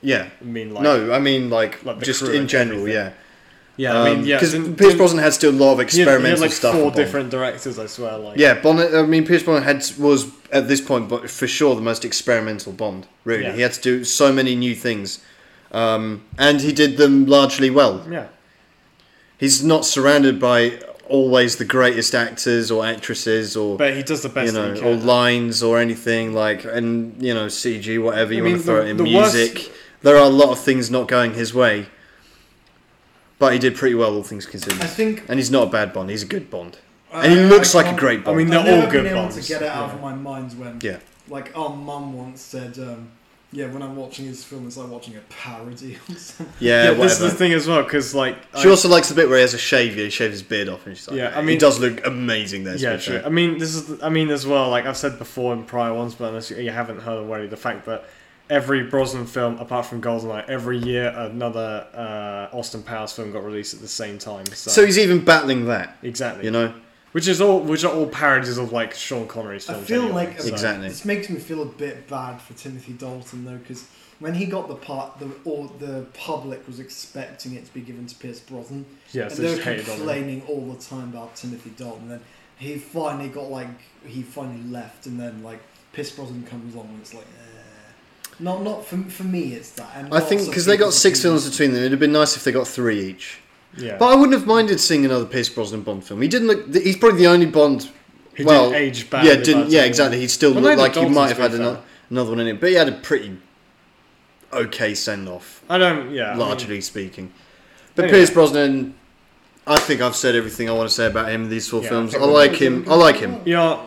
yeah. I mean, like no, I mean like, Like the just crew in and general, everything. yeah. yeah, I mean, yeah, because didn't- um, Pierce didn't- Brosnan had still a lot of He had- experimental he had, like stuff. Four on Bond. different directors, I swear. Like Yeah, Bond. I mean, Pierce Bond had was at this point, but for sure the most experimental Bond. Really, Yeah. he had to do so many new things, um, and he did them largely well. yeah, He's not surrounded by always the greatest actors or actresses or but he does the best. you that know he or can. lines or anything like and you know CG whatever I you mean, want to throw the- it in the worst- music. There are a lot of things not going his way, but he did pretty well, all things I considered. think. And he's not a bad Bond. He's a good Bond. I- And he looks I like a can't- great Bond. I mean, they're I've never all good been able Bonds, to get it out yeah. of my mind when, Yeah. like, our mum once said, um, "Yeah, when I'm watching this film, it's like watching a parody or something." yeah, yeah, whatever. this is the thing as well, because like She I- also likes the bit where he has a shave, yeah, he shaves his beard off, and she's like, Yeah, I yeah, mean- he does look amazing there. to yeah, be true. fair. I mean, this is the- I mean as well. Like I've said before in prior ones, but unless you, you haven't heard already, the fact that every Brosnan film, apart from Goldeneye, every year another uh, Austin Powers film got released at the same time. So, So he's even battling that, exactly, you know? which is all which are all parodies of like Sean Connery's I films. feel anyway, like so- Exactly. this makes me feel a bit bad for Timothy Dalton though, because when he got the part, the or the public was expecting it to be given to Pierce Brosnan, yeah, and so they just were hated on him. complaining all the time about Timothy Dalton. Then he finally got like he finally left, and then like Pierce Brosnan comes along, and it's like, eh. not not for for me, it's that. And I lots think of because they got people's six opinions- films between them, it'd have been nice if they got three each. Yeah, But I wouldn't have minded seeing another Pierce Brosnan Bond film. He didn't look. He's probably the only Bond. Who well, didn't age badly. Yeah, didn't. but- Yeah, exactly. He still Well, looked neither like he Dalton's might have been had fair. another, another one in it, but he had a pretty okay send off, I don't. Yeah. I mean, largely speaking. But Anyway. Pierce Brosnan, I think I've said everything I want to say about him in these four Yeah, I films. I, think like him. I like him. yeah.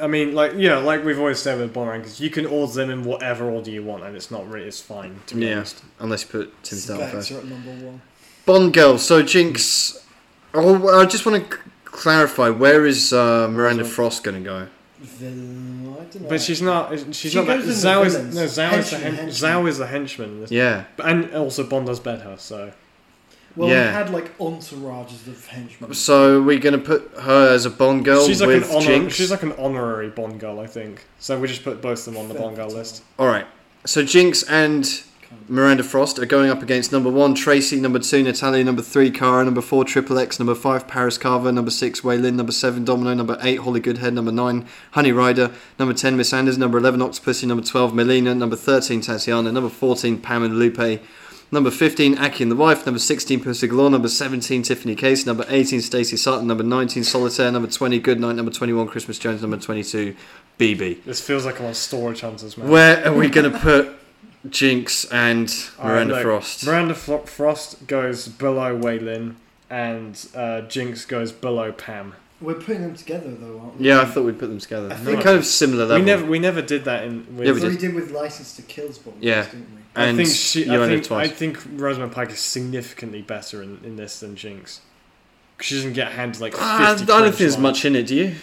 I mean, like yeah, like we've always said with Bond rankings, you can order them in whatever order you want, and it's not really it's fine to be Yeah, honest. unless you put Tim Stout Specs first. are at number one. Bond girl. So Jinx. Oh, I just want to clarify. Where is uh, Miranda Frost going to go? Villain, I don't know. But she's not. She's She not. That, goes in the Zhao is villains. no. Zhao is the Henchman, hen- henchman. Zhao is the henchman. in this. Yeah. And also Bond does bed her, so Well, Yeah. we had like entourages of henchmen. So we're going to put her as a Bond girl she's like an with honor- Jinx. she's like an honorary Bond girl, I think. So we just put both of them on the Bond girl list. All right. So Jinx and Miranda Frost are going up against number one Tracy, number two Natalia, number three Cara, number four Triple X, number five Paris Carver, number six Waylin, number seven Domino, number eight Holly Goodhead, number nine Honey Rider, number ten Miss Anders, number eleven Octopussy, number twelve Melina, number thirteen Tatiana, number fourteen Pam and Lupe. Number 15, Aki and the Wife. Number 16, Pussy Galore. Number 17, Tiffany Case. Number 18, Stacey Sutton. Number 19, Solitaire. Number 20, Goodnight. Number 21, Christmas Jones. Number 22, BB. This feels like I'm on storage hunters, man. Where are we going to put Jinx and All right, Miranda look, Frost? Miranda Fro- Frost goes below Waylin, and uh, Jinx goes below Pam. We're putting them together though, aren't we? yeah, I thought we'd put them together. I They're think- kind of similar level. We never we never did that in. With, Yeah, So we we did. did with License to Kill's Bond, Yeah. didn't we? I and think she. you I only think, I twice. think Rosamund Pike is significantly better in, in this than Jinx. 'Cause She doesn't get handed like. 50 Ah, I don't think there's punch much in it, do you?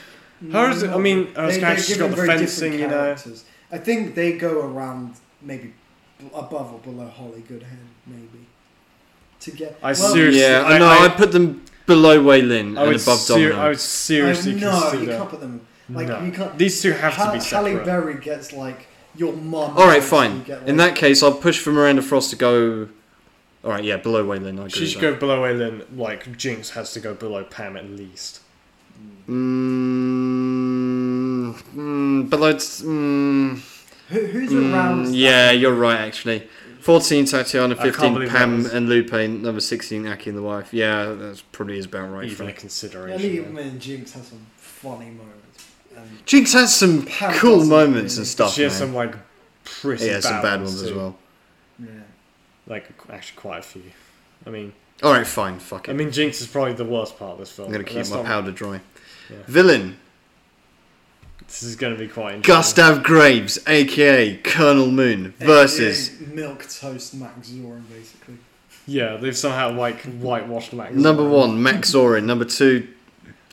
How is it- I mean, I was They- gonna they say give she's got them the very different fencing, you know. characters. I think they go around maybe b- above or below Holly Goodhead, maybe. Together. I seriously- yeah, I- I know. I- I, put them below Waylin and line. I would above ser- Domino. I would seriously no, you consider. can't put them. Like No. you can't. These two have to Ha- be Halle separate. Berry gets like your mum. All right, gets- fine. you get, in like- that case, I'll push for Miranda Frost to go. All right, yeah, below Waylin. I agree. She should with go below Waylin. Like Jinx has to go below Pam at least. that. Mm, mm, below. Mm, Who, who's Mm, around? that? yeah, you're right, actually. 14 Tatiana, I can't 15 believe Pam that was- and Lupe, number 16 Aki and the Wife. Yeah, that's probably is about right. for Even a me. Yeah, consideration. Liam and Jinx has some funny moments. Um, And Jinx has some Pam cool doesn't moments really. and stuff. she has man. some like pretty. yeah, some bad ones as too. well. yeah. Like actually quite a few. I mean, All right, fine, fuck it. I mean, Jinx is probably the worst part of this film. I'm gonna and keep that's my not- powder dry. Yeah. Villain This is gonna be quite interesting. Gustav Graves, aka Colonel Moon, versus AKA milk toast Max Zorin, basically. Yeah, they've somehow like whitewashed Max. number one Max Zorin, number two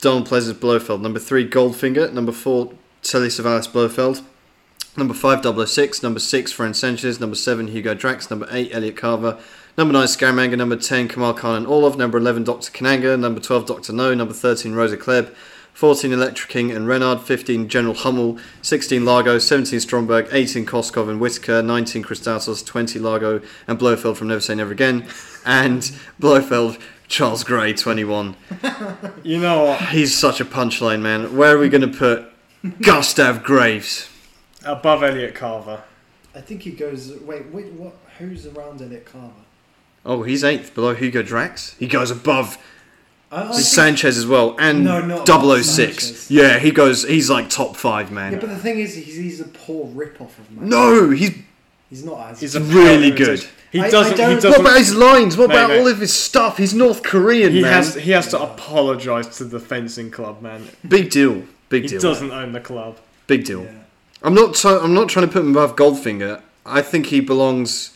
Donald Pleasance Blofeld, number three Goldfinger, number four Telly Savalas Blofeld, number five 006, number six Fran Sanchez, number seven Hugo Drax, number eight Elliot Carver, number nine Scaramanga, number ten Kamal Khan and Orlov, number eleven Doctor Kananga, number twelve Doctor No, number thirteen Rosa Klebb. 14 Electric King and Renard, 15 General Hummel, 16 Largo, 17 Stromberg, 18 Koskov and Whitaker, 19 Christatos, 20 Largo and Blofeld from Never Say Never Again, and Blofeld, Charles Gray, 21. You know what? He's such a punchline, man. Where are we going to put Gustav Graves? Above Elliot Carver. I think he goes. Wait, wait, what? Who's around Elliot Carver? Oh, he's eighth below Hugo Drax. He goes above I, I think- Sanchez as well, and Oh, No, not Double O above Six. Sanchez. Yeah, he goes. He's like top five, man. yeah, but the thing is, he's, he's a poor rip-off of Max. no, he's he's not as. He's a Really pale good. imitation. He I- I doesn't. don't- he What doesn't. What about his lines? What Mate, about mate. all of his stuff? He's North Korean, he man. has. He has to apologise to the fencing club, man. Big deal. Big He deal. doesn't own the club. Big deal. yeah. I'm not. So, I'm not trying to put him above Goldfinger. I think he belongs.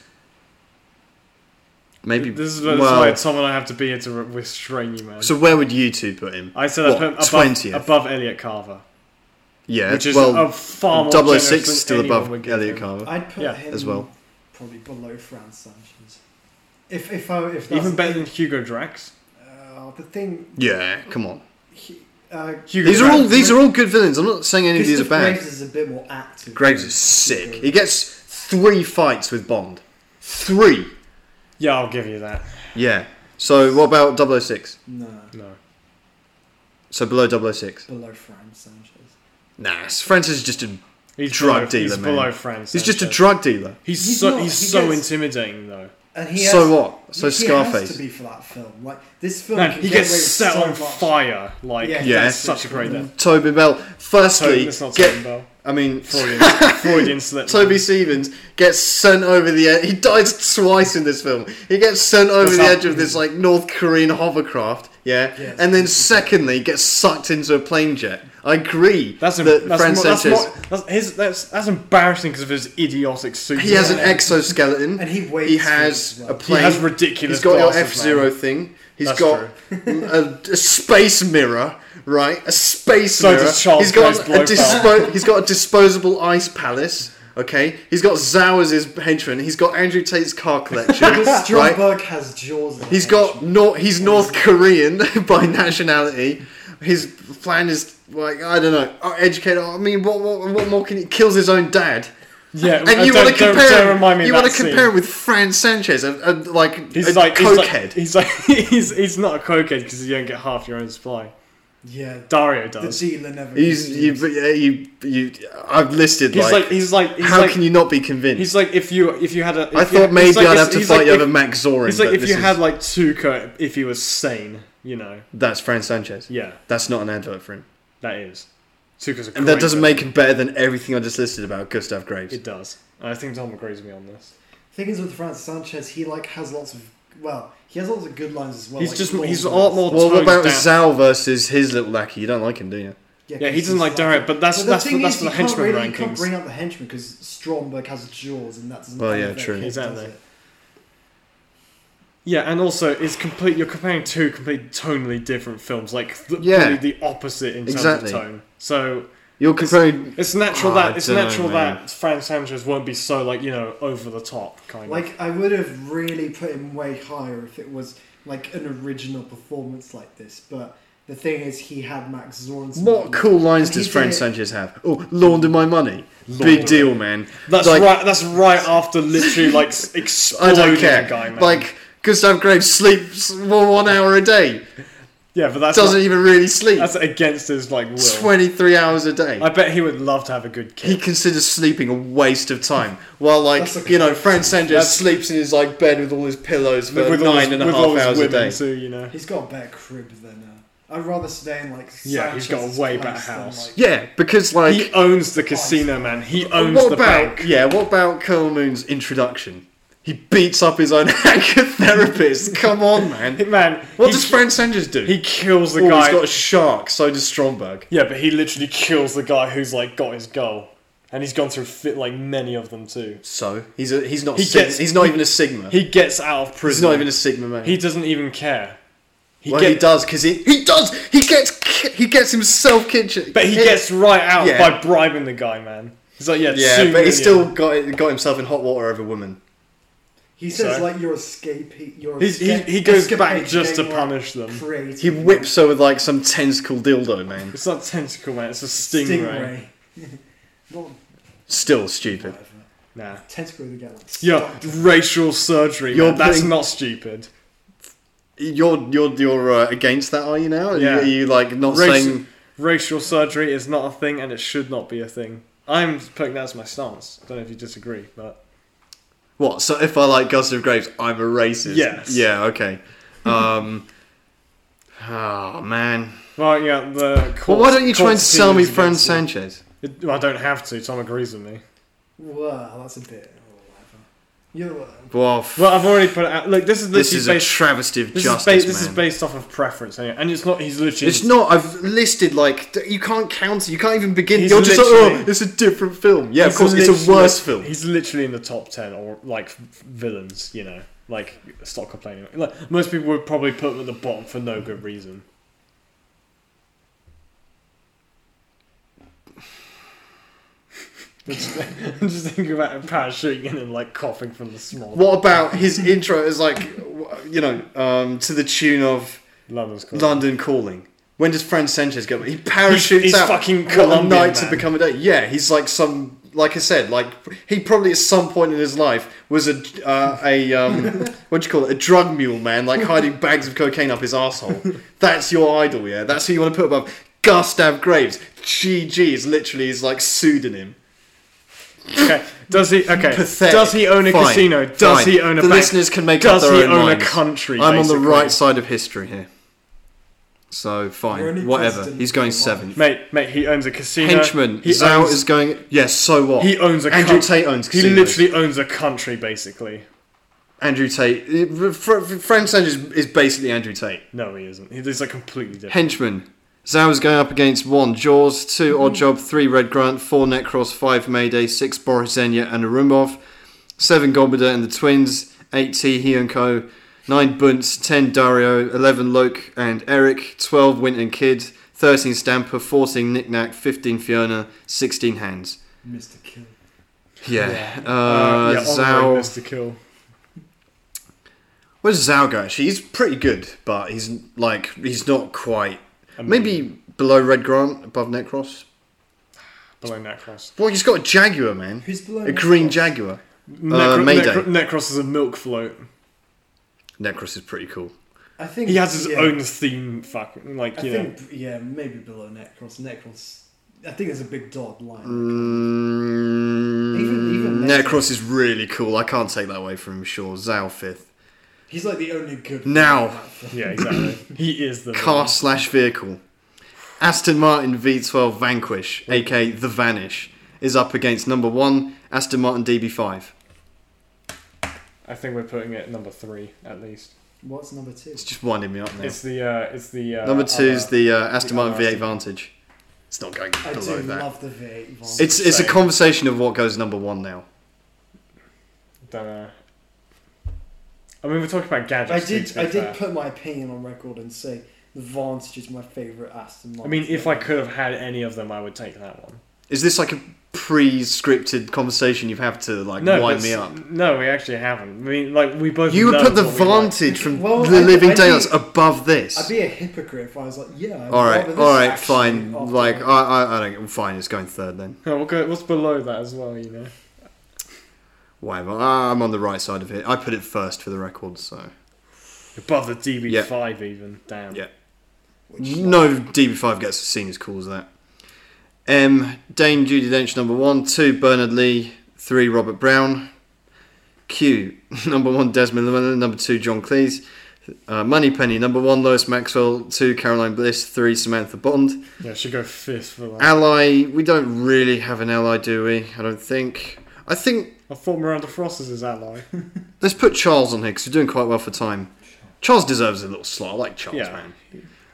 Maybe. This is, this is why well, Tom and I have to be here to re- restrain you, man. so where would you two put him? I said I what, put him above, 20th? above Elliot Carver, yeah. which is a well, far more 006 generous is still than anyone above would give Elliot him. Carver. I'd put Yeah, him as well. Probably below Franz Sanchez. If if I if that's Even better than Hugo Drax. Uh, the thing. yeah, come on. He, uh, Hugo These are Drax. all. These are all good villains. I'm not saying any of these are Christopher bad. Graves is a bit more active. Graves is sick. He gets three fights with Bond. Three. Yeah, I'll give you that. Yeah. So what about 006? No, No. So below 006. below Franz Sanchez. Nah, Francis is just a He's Drug below, dealer, He's man. below France. he's just a drug dealer. He's, He's so not. he's He so gets- intimidating though. And he So has- what? So he Scarface. has to be for that film. Like this film, Man, can he get gets away with set so on much. fire. Like Yeah, yeah, Yeah. that's such a great. Toby Bell. Sorry, Firstly, it's not get Tobin Bell. I mean, Freudian, Freudian slip. Toby Stevens gets sent over the edge. He dies twice in this film. He gets sent over That's the how- edge of this like North Korean hovercraft, yeah, Yes. and then secondly gets sucked into a plane jet. I agree. That's, em- that that's, Fran mo- that's, Sanchez. mo- that's, his, that's, that's embarrassing because of his idiotic suit. he has an exoskeleton, And he weighs He has things as well. a plane. He has ridiculous He's got your glasses, F Zero thing. He's That's got a, a space mirror, right? A space So mirror. does Charles he's got Gainsborough. a dispo- He's got a disposable ice palace. Okay, he's got Zowers' henchman. He's got Andrew Tate's car collection. Because right? Stromberg has jaws. in He's it, got actually. North. He's North Korean by nationality. His plan is like I don't know. uh, Educated. I mean, what what, what more can he? Kills his own dad. Yeah, uh, And you don't- want to don't- compare? don't him- remind me of you want that to scene. compare him with Fran Sanchez, a, a, like He's a like, cokehead. He's like, he's, like he's, he's not a cokehead because you don't get half your own supply. yeah. Dario The does. dealer never. He's you, leaves. but yeah, you, you. I've listed He's like, like, he's like, he's how like, can you not be convinced? he's like, if you, if you had a, I if you- thought he's maybe like- I'd have to he's fight like you if- over Max Zorin. He's like, but if this you is- had like two co, if he was sane, you know, that's Fran Sanchez. yeah, That's not an advert for him, that is. Tuka's a and that great doesn't villain. make him better than everything I just listed about Gustav Graves. It does. I think Tom agrees with me on this. thing is with Francis Sanchez, he like has lots of well, he has lots of good lines as well. He's like, just laws he's a and lot stuff. more. well, what toned about down. Zal versus his little lackey? You don't like him, do you? Yeah, he because doesn't he's like Dario, but that's But that's thing for, that's is, for the you can't henchman really- You can't bring rankings. up the henchman because Stromberg has jaws, and that's Well, yeah, true. Exactly. Yeah, and also it's complete. You're comparing two completely tonally different films, like the, Yeah. really the opposite in terms Exactly. of tone. So You're comparing. it's natural Ah, I that it's don't know, natural man. that Fran Sanchez won't be so like you know over the top kind of. Like I would have really put him way higher if it was like an original performance like this. But the thing is, he had Max Zorn's. What cool lines He does did Fran it- Sanchez have? Oh, launder my money. Launder. Big deal, man. That's Like, right. That's right after literally like s- I exploding don't care. a guy, man. Like Gustav Graves sleeps well, one hour a day. yeah, but that's Doesn't e- not- even really sleep. that's against his like will. Twenty-three hours a day. I bet he would love to have a good kid. he considers sleeping a waste of time. While like That's a- you know, Fran Sanchez That's- sleeps in his like bed with all his pillows for with all his- nine and a with half all his hours a women day. too, you know. He's got a better crib than. Uh, I'd rather stay in like. Yeah, he's got a Sanchez's way place better than, house. like- Yeah, because like He owns the casino, man. He owns what the about bank. yeah? What about Curl Moon's introduction? He beats up his own anchor therapist. Come on, man. Man, What he, does Fran Sanchez do? he kills the oh, guy. he's got a shark. So does Stromberg. yeah, but he literally kills the guy who's like got his goal, and he's gone through fit like many of them too. So he's a, he's not He sig- gets- he's not he- even a sigma. He gets out of prison. he's not even a sigma man. He doesn't even care. He well, get- he does because he he does he gets ki- he gets himself kitchen. but he gets right out Yeah. by bribing the guy, man. He's like, yeah, yeah, two but he million. still got got himself in hot water over woman. He says Sorry? like your escape. he- Your He's- he- escape- he goes back escapade just to being, punish them. creative, He like, whips her with like some tentacle dildo, man. It's not tentacle, man. It's a stingray. stingray. Not Still stupid. Nah. tentacle of the galaxy. Yeah, racial surgery. You're man. That's putting- not stupid. You're you're you're uh, against that, are you now? Are you- Yeah. Are you like not Raci- saying? racial surgery is not a thing and it should not be a thing. I'm putting that as my stance. Don't know if you disagree, but What? So if I like Gustav Graves, I'm a racist. Yes. Yeah. Okay. Um. oh man. well, yeah, the Well, court, why don't you try and court's sell me opinions Fran against it. Sanchez? It- well, I don't have to. Tom agrees with me. Wow, that's a bit. Whatever. You're. Well, f- Well, I've already put it out. Look, this is this literally is a based. travesty of this justice, is, ba- this is man. based off of preference, anyway. and it's not. He's literally. It's not. I've listed like th- you can't count. You can't even begin. He's You're just like, oh, literally- it's a different film. Yeah, of he's course, it's a literally- worse film. He's literally in the top ten, or like f- villains. You know, like stop complaining. Like, most people would probably put him at the bottom for no good reason. I'm just, I'm just thinking about him parachuting in and like coughing from the smog. What about his intro? Is like, w- you know, um, to the tune of London's called. "London Calling." When does Fran Sanchez go? He parachutes He's- he's out. fucking what Colombian, a night to man. become a day. Yeah, he's like some. Like I said, like he probably at some point in his life was a uh, a um, what do you call it? A drug mule man, like hiding bags of cocaine up his asshole. That's your idol, yeah. That's who you want to put above Gustav Graves. GG is literally his like pseudonym. Okay. Does he? Okay. Pathetic. Does he own a Fine. casino? Does Fine. he own a The bank? listeners can make Does up their he own own minds. a country? I'm on basically? the right side of history here. So You're only fine, whatever. president He's going for life. seventh. Mate, mate, he owns a casino. Henchman. uh, He Zhao owns- is going. Yes. so what? He owns a Andrew cunt. Tate owns. He casinos. literally owns a country, basically. Andrew Tate. Fr- Fr- Frank Sanchez is basically Andrew Tate. No, he isn't. He's like completely different. Henchman. Zhao is going up against one Jaws, two Odd Job, three Red Grant, four Necros, five Mayday, six Borisenya and Arumov, seven Gombada and the Twins, eight T He and Co, nine Bunce, ten Dario, eleven Loke and Eric, twelve Wint and Kid, thirteen Stamper, fourteen Knickknack, fifteen Fiona, sixteen Hands. Mr. Kill. Yeah. Uh, Uh, yeah, honorary Zhao. Mr. Kill. Where's Zhao go? Actually, he's pretty good, but he's like he's not quite. Maybe below Red Grant, above Necros. Below Necros. Well, he's got a Jaguar, man. Who's below A Necros? green Jaguar. Necro- Uh, Mayday. Necro- Necros is a milk float. Necros is pretty cool. I think He has his yeah, own theme, fucking like I you know. think yeah, maybe below Necros. Necros. I think there's a big dotted line. Mm, Even- even Necros- Necros is really cool. I can't take that away from him, sure. Zao fifth. He's like the only good. Now. player in that film. Yeah, exactly. he is the Car slash vehicle. Aston Martin V12 Vanquish, aka The Vanish, is up against number one Aston Martin DB5. I think we're putting it number three at least. What's number two? It's just winding me up now. It's the uh, it's the uh, number two is other- the uh, Aston the Martin other V8 Vantage. It's not going I below do that. love the V8 Vance. It's it's a Same. conversation of what goes number one now. dunno. I mean, we're talking about I gadgets. did. To I be did fair. put my opinion on record and say the Vantage is my favorite Aston I Martin. mean, if I could have had any of them, I would take that one. Is this like a pre-scripted conversation you've had to like No, wind but me s- up? No, we actually haven't. I mean, like we both. You would know put the what we like. vantage from Well, the I- living I'd be- daylights above this. I'd be a hypocrite if I was like, yeah. all right, all right, fine. Like I, I, I don't. get- Fine, it's going third then. No, we'll go, what's below that as well? You know. Whatever. I- I'm on the right side of it. I put it first for the record. So Above the DB5 even. Damn. Yeah. no DB5 gets seen as cool as that. M Dane Judy Dench number one, two Bernard Lee, three Robert Brown. Q number one Desmond Llewellyn, number two John Cleese. Uh, Money Penny number one Lois Maxwell, two Caroline Bliss, three Samantha Bond. Yeah, should go fifth for that. Ally, we don't really have an ally, do we? I don't think. I think I thought Miranda Frost is his ally. let's put Charles on here because we're doing quite well for time. Charles deserves a little slot. I like Charles, Yeah. man.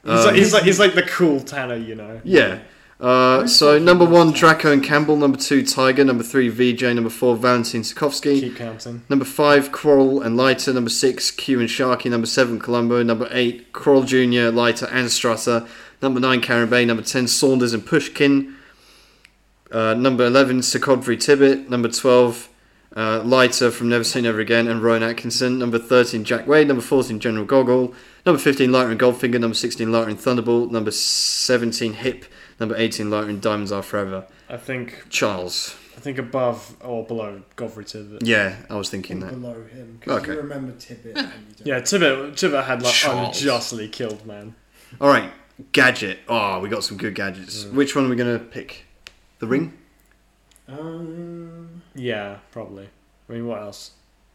Um, He's, like, he's like he's like the cool Tanner, you know. Yeah. Uh, so number one Draco and Campbell, number two Tiger, number three VJ, number four Valentin Sikovsky, Keep counting. number five Quarrel and Lighter, number six Q and Sharky, number seven Colombo, number eight Quarrel Junior, Lighter and Strutter, number nine Karen Bay, number ten Saunders and Pushkin, uh, number eleven Sir Godfrey Tibbet, number twelve uh, Lighter from Never Say Never Again and Rowan Atkinson, number thirteen Jack Wade, number fourteen General Goggle, number fifteen Lighter and Goldfinger, number sixteen Lighter and Thunderbolt, number seventeen Hip, number eighteen Lighter and Diamonds Are Forever. I think Charles. I think above or below Godfrey Tibbet. Yeah, I was thinking that. below him because Okay. you remember Tibbet. and you don't. Yeah, Tibbet Tibbet had like Charles. unjustly killed man. All right, gadget. Oh, we got some good gadgets. Which one are we gonna pick? The ring. Um, Yeah, probably. I mean, what else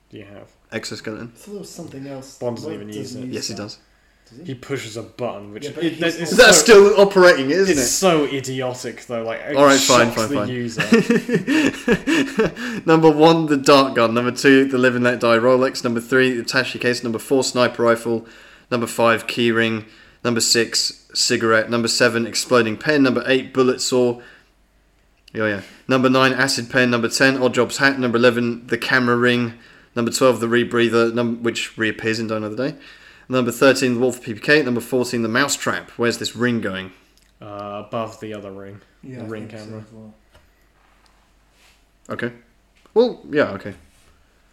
do you have? Exoskeleton. I thought there was something else. Bond doesn't Wade even use it. Mm. Yes, he that. does. Does He he? pushes a button, which Yeah, but it, he's that- it's not- That's so, still operating, isn't it's it? so idiotic though. Like, it All right, fine, shocks fine, the fine. user. number one, the dart gun. Number two, the live and let die Rolex. Number three, the attache case. Number four, sniper rifle. Number five, key ring. Number six, cigarette. Number seven, exploding pen. Number eight, bullet saw. Oh yeah. Number nine, acid pen. Number ten, odd jobs hat. Number eleven, the camera ring. Number twelve, the rebreather, num- which reappears in Die Another Day. Number thirteen, the wolf PPK. Number fourteen, the mouse trap. Where's this ring going? uh, above the other ring, Yeah, the I ring think so camera. as well. Okay. Well, yeah, okay.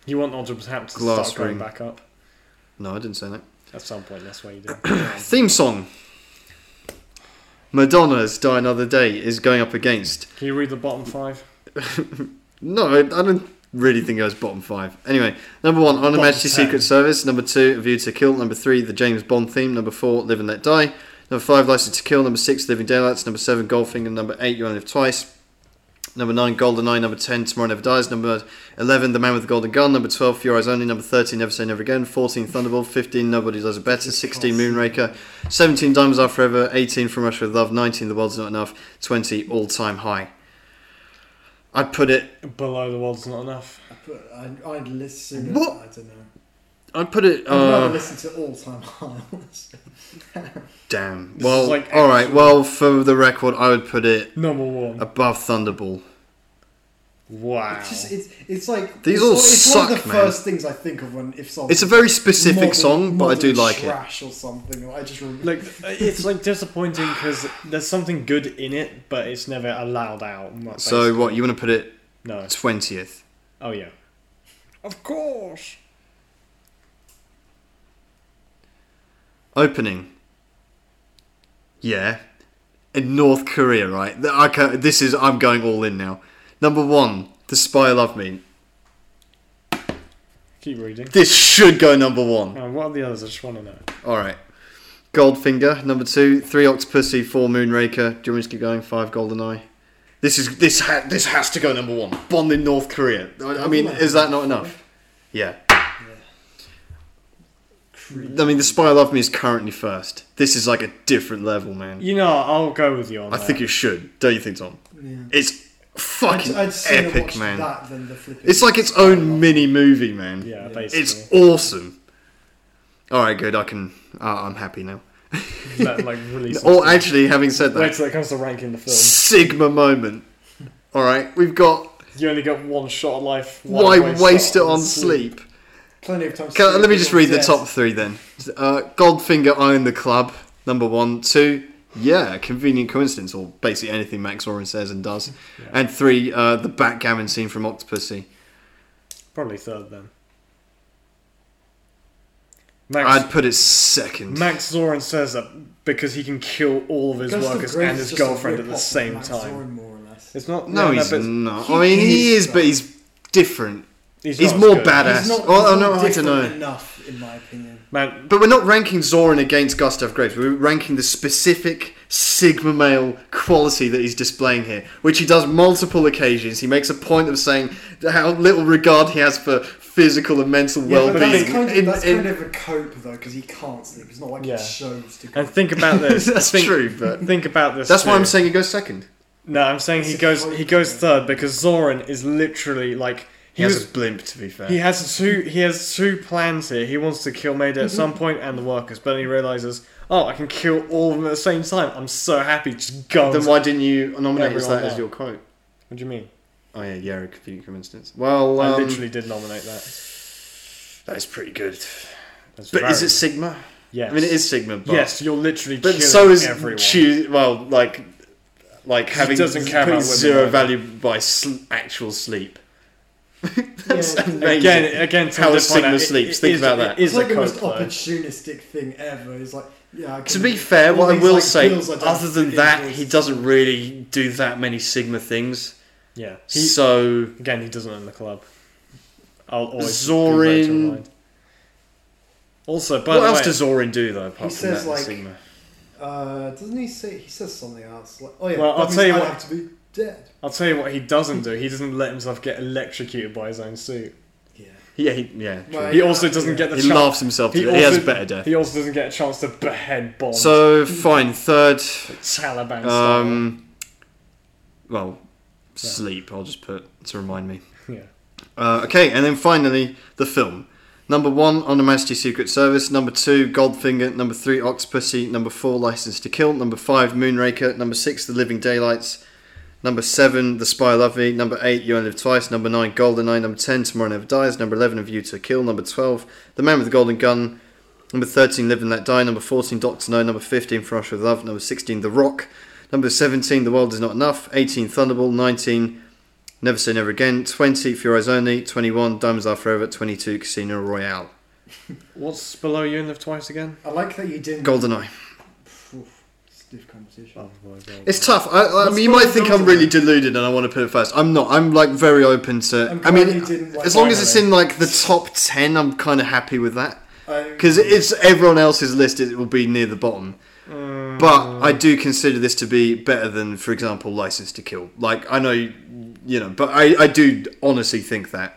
You want Aldrich Hap to Glass start going ring. back up No, I didn't say that. at some point. That's why you do. Theme song. Madonna's "Die Another Day" is going up against. Can you read the bottom five? No, I I don't really think it was bottom five. Anyway, number one, Honor Bottom Majesty ten. Secret Service. Number two, A View to Kill. Number three, the James Bond theme. Number four, Live and Let Die. Number five, License to Kill. Number six, Living Daylights. Number seven, Golfing. And number eight, You Only Live Twice. Number 9, GoldenEye. Number 10, Tomorrow Never Dies. Number 11, The Man with the Golden Gun. Number 12, Your Eyes Only. Number 13, Never Say Never Again. 14, Thunderbolt. 15, Nobody Does It Better. 16, Moonraker. 17, Diamonds Are Forever. 18, From Russia with Love. 19, The World's Not Enough. 20, All Time High. I'd put it. Below the world's not enough. I put, I'd, I'd listen. What? I don't know. I'd put it. I'd rather Uh, listen to all time high. honestly. damn. This Well, is like all right. actual- Well, for the record, I would put it Number one. above Thunderball. Wow. It's just it's it's like These it's all one- it's one of suck, the man. first things I think of when if something. It's a very specific modern- song, but I do modern like it. trash or something. I just remember. like it's like disappointing because there's something good in it, but it's never allowed out. So, what? You want to put it No. 20th? Oh yeah. Of course. Opening. Yeah. In North Korea, right? Th- I ca- this is, I'm going all in now. Number one, The Spy Love Me. Keep reading. This should go number one. Uh, what are the others? I just want to know. Alright. Goldfinger, number two. Three, Octopussy. Four, Moonraker. Do you want me to keep going? Five, Goldeneye. This is this ha- this has to go number one. Bond in North Korea. I, I mean, is that not enough? Yeah. I mean, The Spy Love Me is currently first. This is like a different level, man. You know, I'll go with you on I that. think it should. Don't you think, Tom? yeah. It's fucking I'd, I'd sooner epic, watch man. That than the flipping. It's like its own mini movie, man. yeah, It's basically. awesome. All right, good. I can. ah, I'm happy now. Let, like release. Or Oh, actually, having said Wait that, till it comes to ranking the film. Sigma moment. All right, we've got. You only got one shot of life. Why waste it shot on sleep? plenty of times. Can, let me just read the Yes. top three then. Uh, Goldfinger owned the club. Number one, two. Yeah, convenient coincidence, or basically anything Max Oren says and does. And three, uh, the backgammon scene from Octopussy. Probably third then. Max, I'd put it second. Max Zorin says that because he can kill all of his Ghost of workers Grace and is his just a girlfriend at the rip-off of same Max time. Zorn, more or less. It's not. no, yeah, he's but not. he I mean, he is, is, but he's different. He's, He's not as more good. badass. He's not, Oh, he's no, not I don't different know. enough, in my opinion. Man, But we're not ranking Zoran against Gustav Graves. We're ranking the specific Sigma male quality that he's displaying here, which he does multiple occasions. He makes a point of saying how little regard he has for physical and mental Yeah, but well-being. that's, kind of, In- that's in- kind of a cope though, because he can't sleep. It's not like Yeah. he shows to. and think about this. that's think, true, but Think about this. that's why too. I'm saying he goes second. No, I'm saying he It's a goes. point, He goes yeah. third because Zorin is literally like He he was has a blimp, to be fair. He has two. He has two plans here. He wants to kill Maida at Mm-hmm. some point and the workers, but he realizes, oh, I can kill all of them at the same time. I'm so happy. Just guns. then why didn't you nominate as Everyone that as out. your quote? What do you mean? Oh yeah, yeah, a convenient coincidence. Well, I um, literally did nominate that. that is pretty good. That's But is very- it Sigma? Yes. I mean, it is Sigma. But yes, you're literally. But killing so is everyone. choose well, like like having doesn't care putting about women, zero though. value by sl- actual sleep. That's Yeah. amazing. Again, again, to How the is point Sigma out, it- sleeps? it Think is- about that. It It's is like a the cope, most though. opportunistic thing ever. It's like, yeah. I to can- be fair, all what I these, will like, say, pills I don't other than fit that, into he is- doesn't really do that many Sigma things. Yeah. He, So again, he doesn't own the club. I'll always. Zorin- keep that in mind. Also, by what the else way, does Orin do though? Apart He from says, that, like- Sigma. Uh, doesn't he say he says something else? Like, oh yeah. Well, that I'll means tell you I what- have to be dead. I'll tell you what he doesn't do. He doesn't let himself get electrocuted by his own suit. Yeah. Yeah, he, yeah. true. Well, He also doesn't yeah. get the He chance. laughs himself. To He he, he has also- better death. He also doesn't get a chance to behead Bond. So fine, third. Taliban style. Um, well, sleep. I'll just put to remind me. yeah. Uh, okay, and then finally the film. Number one, Honor Majesty Secret Service. Number two, Goldfinger. Number three, Oxpussy. Number four, License to Kill. Number five, Moonraker. Number six, The Living Daylights. Number seven, The Spy Love Me. Number eight, You Only Live Twice. Number nine, Goldeneye. Number ten, Tomorrow Never Dies. Number eleven, A View to a Kill. Number twelve, The Man with the Golden Gun. Number thirteen, Live and Let Die. Number fourteen, Doctor No. Number fifteen, From Russia with Love. Number sixteen, The Rock. Number seventeen, The World Is Not Enough. Eighteen, Thunderball. Nineteen, Never Say Never Again, 20, For Your Eyes Only, 21, Diamonds Are Forever, 22, Casino Royale. What's below you and live twice again? I like that you didn't. GoldenEye. Oof, stiff competition. Oh my god. It's tough. I, I, What's mean, you might wrong with think I'm GoldenEye? really deluded and I want to put it first. I'm not. I'm like very open to. I'm I glad you mean, didn't, like, as long as it's finally. in like the top 10, I'm Oh. kind of happy with that. I- Because it's everyone else's list, it will be near the bottom. Mm. But I do consider this to be better than, for example, License to Kill. Like I know, you know, but I, I do honestly think that.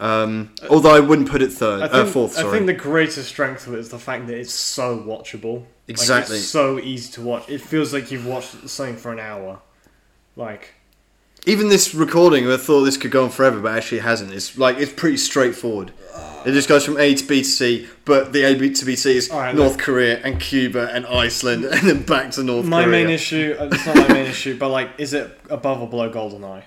Um, although I wouldn't put it third, I uh, think, fourth. I Sorry. think the greatest strength of it is the fact that it's so watchable. Like, it's Exactly. so easy to watch. It feels like you've watched something for an hour. Like, Even this recording, I thought this could go on forever, but actually it hasn't. It's like it's pretty straightforward. It just goes from A to B to C, but the A B to B C is All right, North Korea and Cuba and Iceland, and then back to North my Korea. main issue, uh, it's not my main issue, but like, is it above or below GoldenEye?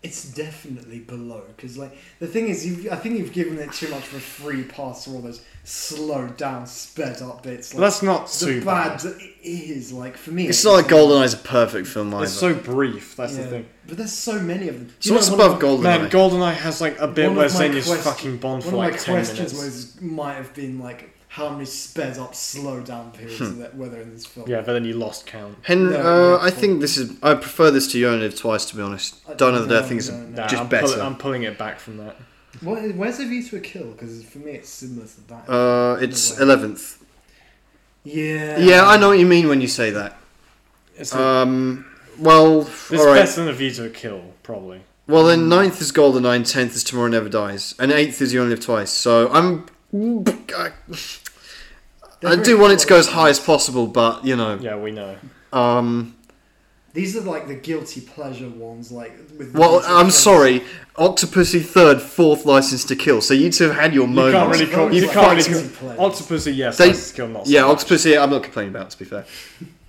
It's definitely below because, like, the thing is, you've, I think you've given it too much of a free pass for all those slowed down, sped up bits. Like, That's not too the bad. bad it is like for me. It's not like GoldenEye's a perfect film either. It's so brief, that's the Yeah, thing. But there's so many of them. Do So you what's know one of above my- GoldenEye? Man, GoldenEye has like a bit one where of my Zenya's quest- fucking One Bond of for my like 10 questions minutes. was might have been like how many sped up, slow down Hmm. periods are there, were there in this film? Yeah, but then you lost count. Hen- No, uh, no, I think this is. I prefer this to You Only Live Twice, to be honest. I- Dawn of the Dead no, I think is no, no. Nah, just I'm, better. Pulling, I'm pulling it back from that. What, where's the view to a kill? Because for me, it's similar to that. uh, it's eleventh. yeah. Yeah, I know what you mean when you say that. It's, Um, well, it's all right. better than A View to a Kill, probably. Well, then ninth is Goldeneye, tenth is Tomorrow Never Dies, and eighth is You Only Live Twice. So I'm. I, They're I very do want it to go close. as high as possible, but you know, Yeah, we know. um, These are like the guilty pleasure ones, like with. the well, guilty I'm pleasures. sorry, Octopussy third, fourth, License to Kill. So you two have had your You can't moments. really call. Those You are can't like really. guilty pleasures. Octopussy, yes, They- that's skill not. yeah, skill. Octopussy. I'm not complaining about. To be fair,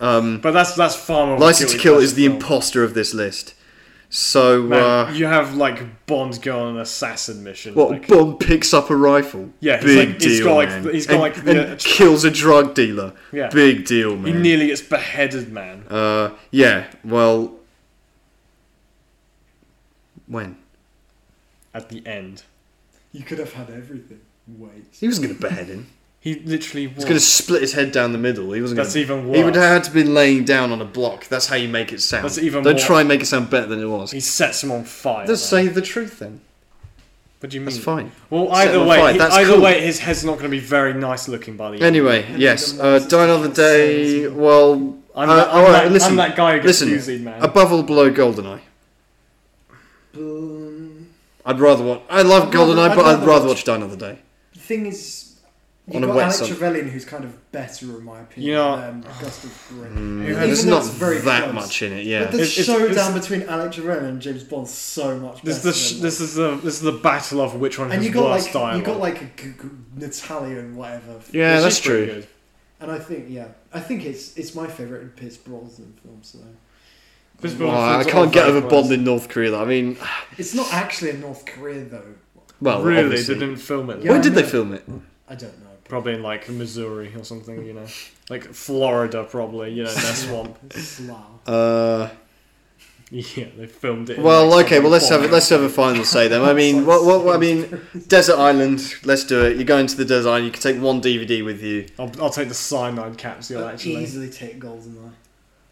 um, but that's that's far more. of a License to guilty Kill pleasure is the film. imposter of this list. So, Man, uh, you have like Bond go on an assassin mission. what? like, Bond picks up a rifle. Yeah, he's big like- deal. he's got like- man. he's got And- like the- and kills a drug dealer. Yeah. big deal, he man. nearly gets beheaded, man. uh, yeah. Well, when At the end, You could have had everything. Wait. he was going to behead him, he literally was. he was going to split his head down the middle. He wasn't. That's gonna, even He would worse. have had to be laying down on a block. That's how you make it sound. That's even Don't worse. try and make it sound better than it was. he sets him on fire. Just man. say the truth then. What do you mean? That's fine. Well, Set him either on way, fire, he- that's either cool. way, his head's not going to be very nice looking by the end. Anyway, Henry yes. Dunlap's Uh, is Die Another just Day. sensible. Well, I'm, uh, that, I'm, all right, that, listen, I'm that guy who gets listen. doozied, man. above or below Goldeneye. Um, I'd rather watch. I love I'd rather- Goldeneye, I'd but I'd rather rather watch- watch Die Another Day. the thing is, On you've a got wet Alex sun. Trevelyan, who's kind of better in my opinion. You know- than Gustav Who Fring. Yeah, has- Mm. There's Even though not it's very that close. much in it. But Yeah. the It's- it's- showdown it's- between Alex Trevelyan and James Bond's so much This better. is the sh- than this that. is the this is the battle of which one and has you got worse like dialogue. you got like a g- g- Natalia and whatever. Yeah, Which that's is pretty true. good. And I think yeah, I think it's it's my favorite Pierce Brosnan film. So This Well, Bond I film's can't all get very over close. Bond in North Korea. Though. I mean, it's not actually in North Korea though. well, really, obviously. they didn't film it. Yeah. Yeah. Where did they no. film it? I don't know. Probably in like Missouri or something, you know, like Florida, probably, you know, in their swamp. Slough. Uh, Yeah, they filmed it. in, well, like, okay. some Well, let's have bomb. it. Let's have a final say then. I mean, what, what, what- I mean, desert island. Let's do it. You're going to the desert island. You can take one DVD with you. I'll, I'll take the cyanide capsule Oh, I'd actually. easily take Goldeneye.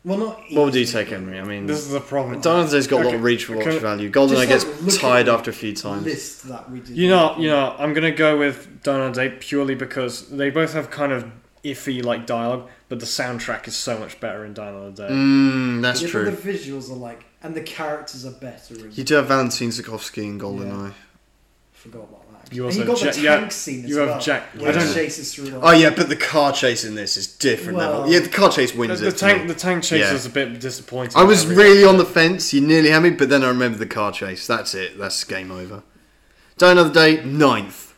Well, not. What would you easily, take, Henry? I mean, This is the problem. Die Another Day's got a lot Okay, of reach watch okay. value. Just, Goldeneye like, gets look at tired the after a few but times. List that we did. You know, you know, I'm gonna go with Dawn and Day purely because they both have kind of iffy like dialogue, but the soundtrack is so much better in Dawn and Day. Mm, that's Yeah, but true. The visuals are like, and the characters are better. In, You do have Valentine Zukovsky in Goldeneye. forgot about that. You and also you got have the Ja- tank scene as you have well. Jack- Where I don't- he chases through. Like, Oh yeah, but the car chase in this is different Well- level. Yeah, the car chase The, wins the it. for me. tank, the tank chase Yeah. is a bit disappointing. I was Every- really on the fence. You nearly had me, but then I remembered the car chase. That's it. That's game over. Die another day. Ninth.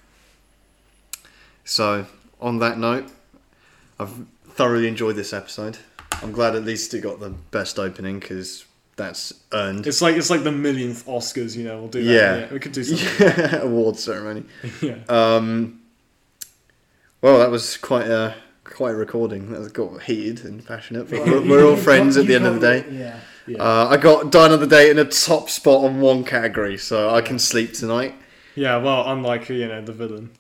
So on that note, I've thoroughly enjoyed this episode. I'm glad at least it got the best opening because that's earned. It's like it's like the millionth Oscars, you know. We'll do that. Yeah. Yeah, we could do something. Yeah, award ceremony. Yeah. Um, well, that was quite a quite a recording. That got heated and passionate. But we're, we're all You've got- friends at the you've end of the got- day. Yeah. Yeah. Uh, I got Die Another Day in a top spot on one category, so I can sleep tonight. yeah. Well, unlike you know the villain.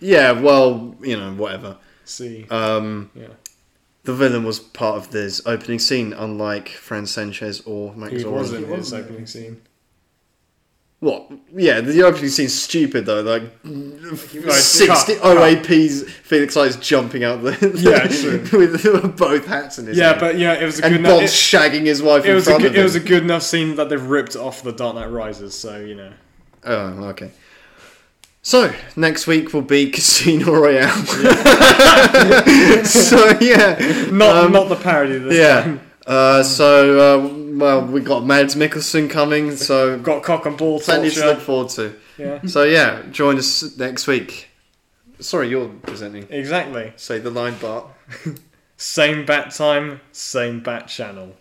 Yeah, well, you know, whatever. See. Um, Yeah. the villain was part of this opening scene, unlike Fran Sanchez or Max He was Oren. in He his wasn't. opening scene. What? Yeah, the opening scene's stupid though. Like Right, sixty cut, cut. OAPs, Felix Leiter's jumping out the, Yeah, true. with both hats in his Yeah, hand. but yeah, it was a good and enough. Bond It, shagging his wife it in was a front of good, him. it was a good enough scene that they've ripped off the Dark Knight Rises. So you know, Oh, okay. So next week will be Casino Royale. so yeah, not not the parody. This Um, yeah. Uh, so uh, well, we got Mads Mikkelsen coming, so got cock and ball plenty to torture. look forward to. Yeah, So yeah, join us next week. Sorry, you're presenting. exactly. Say the line, Bart. Same bat time, same bat channel.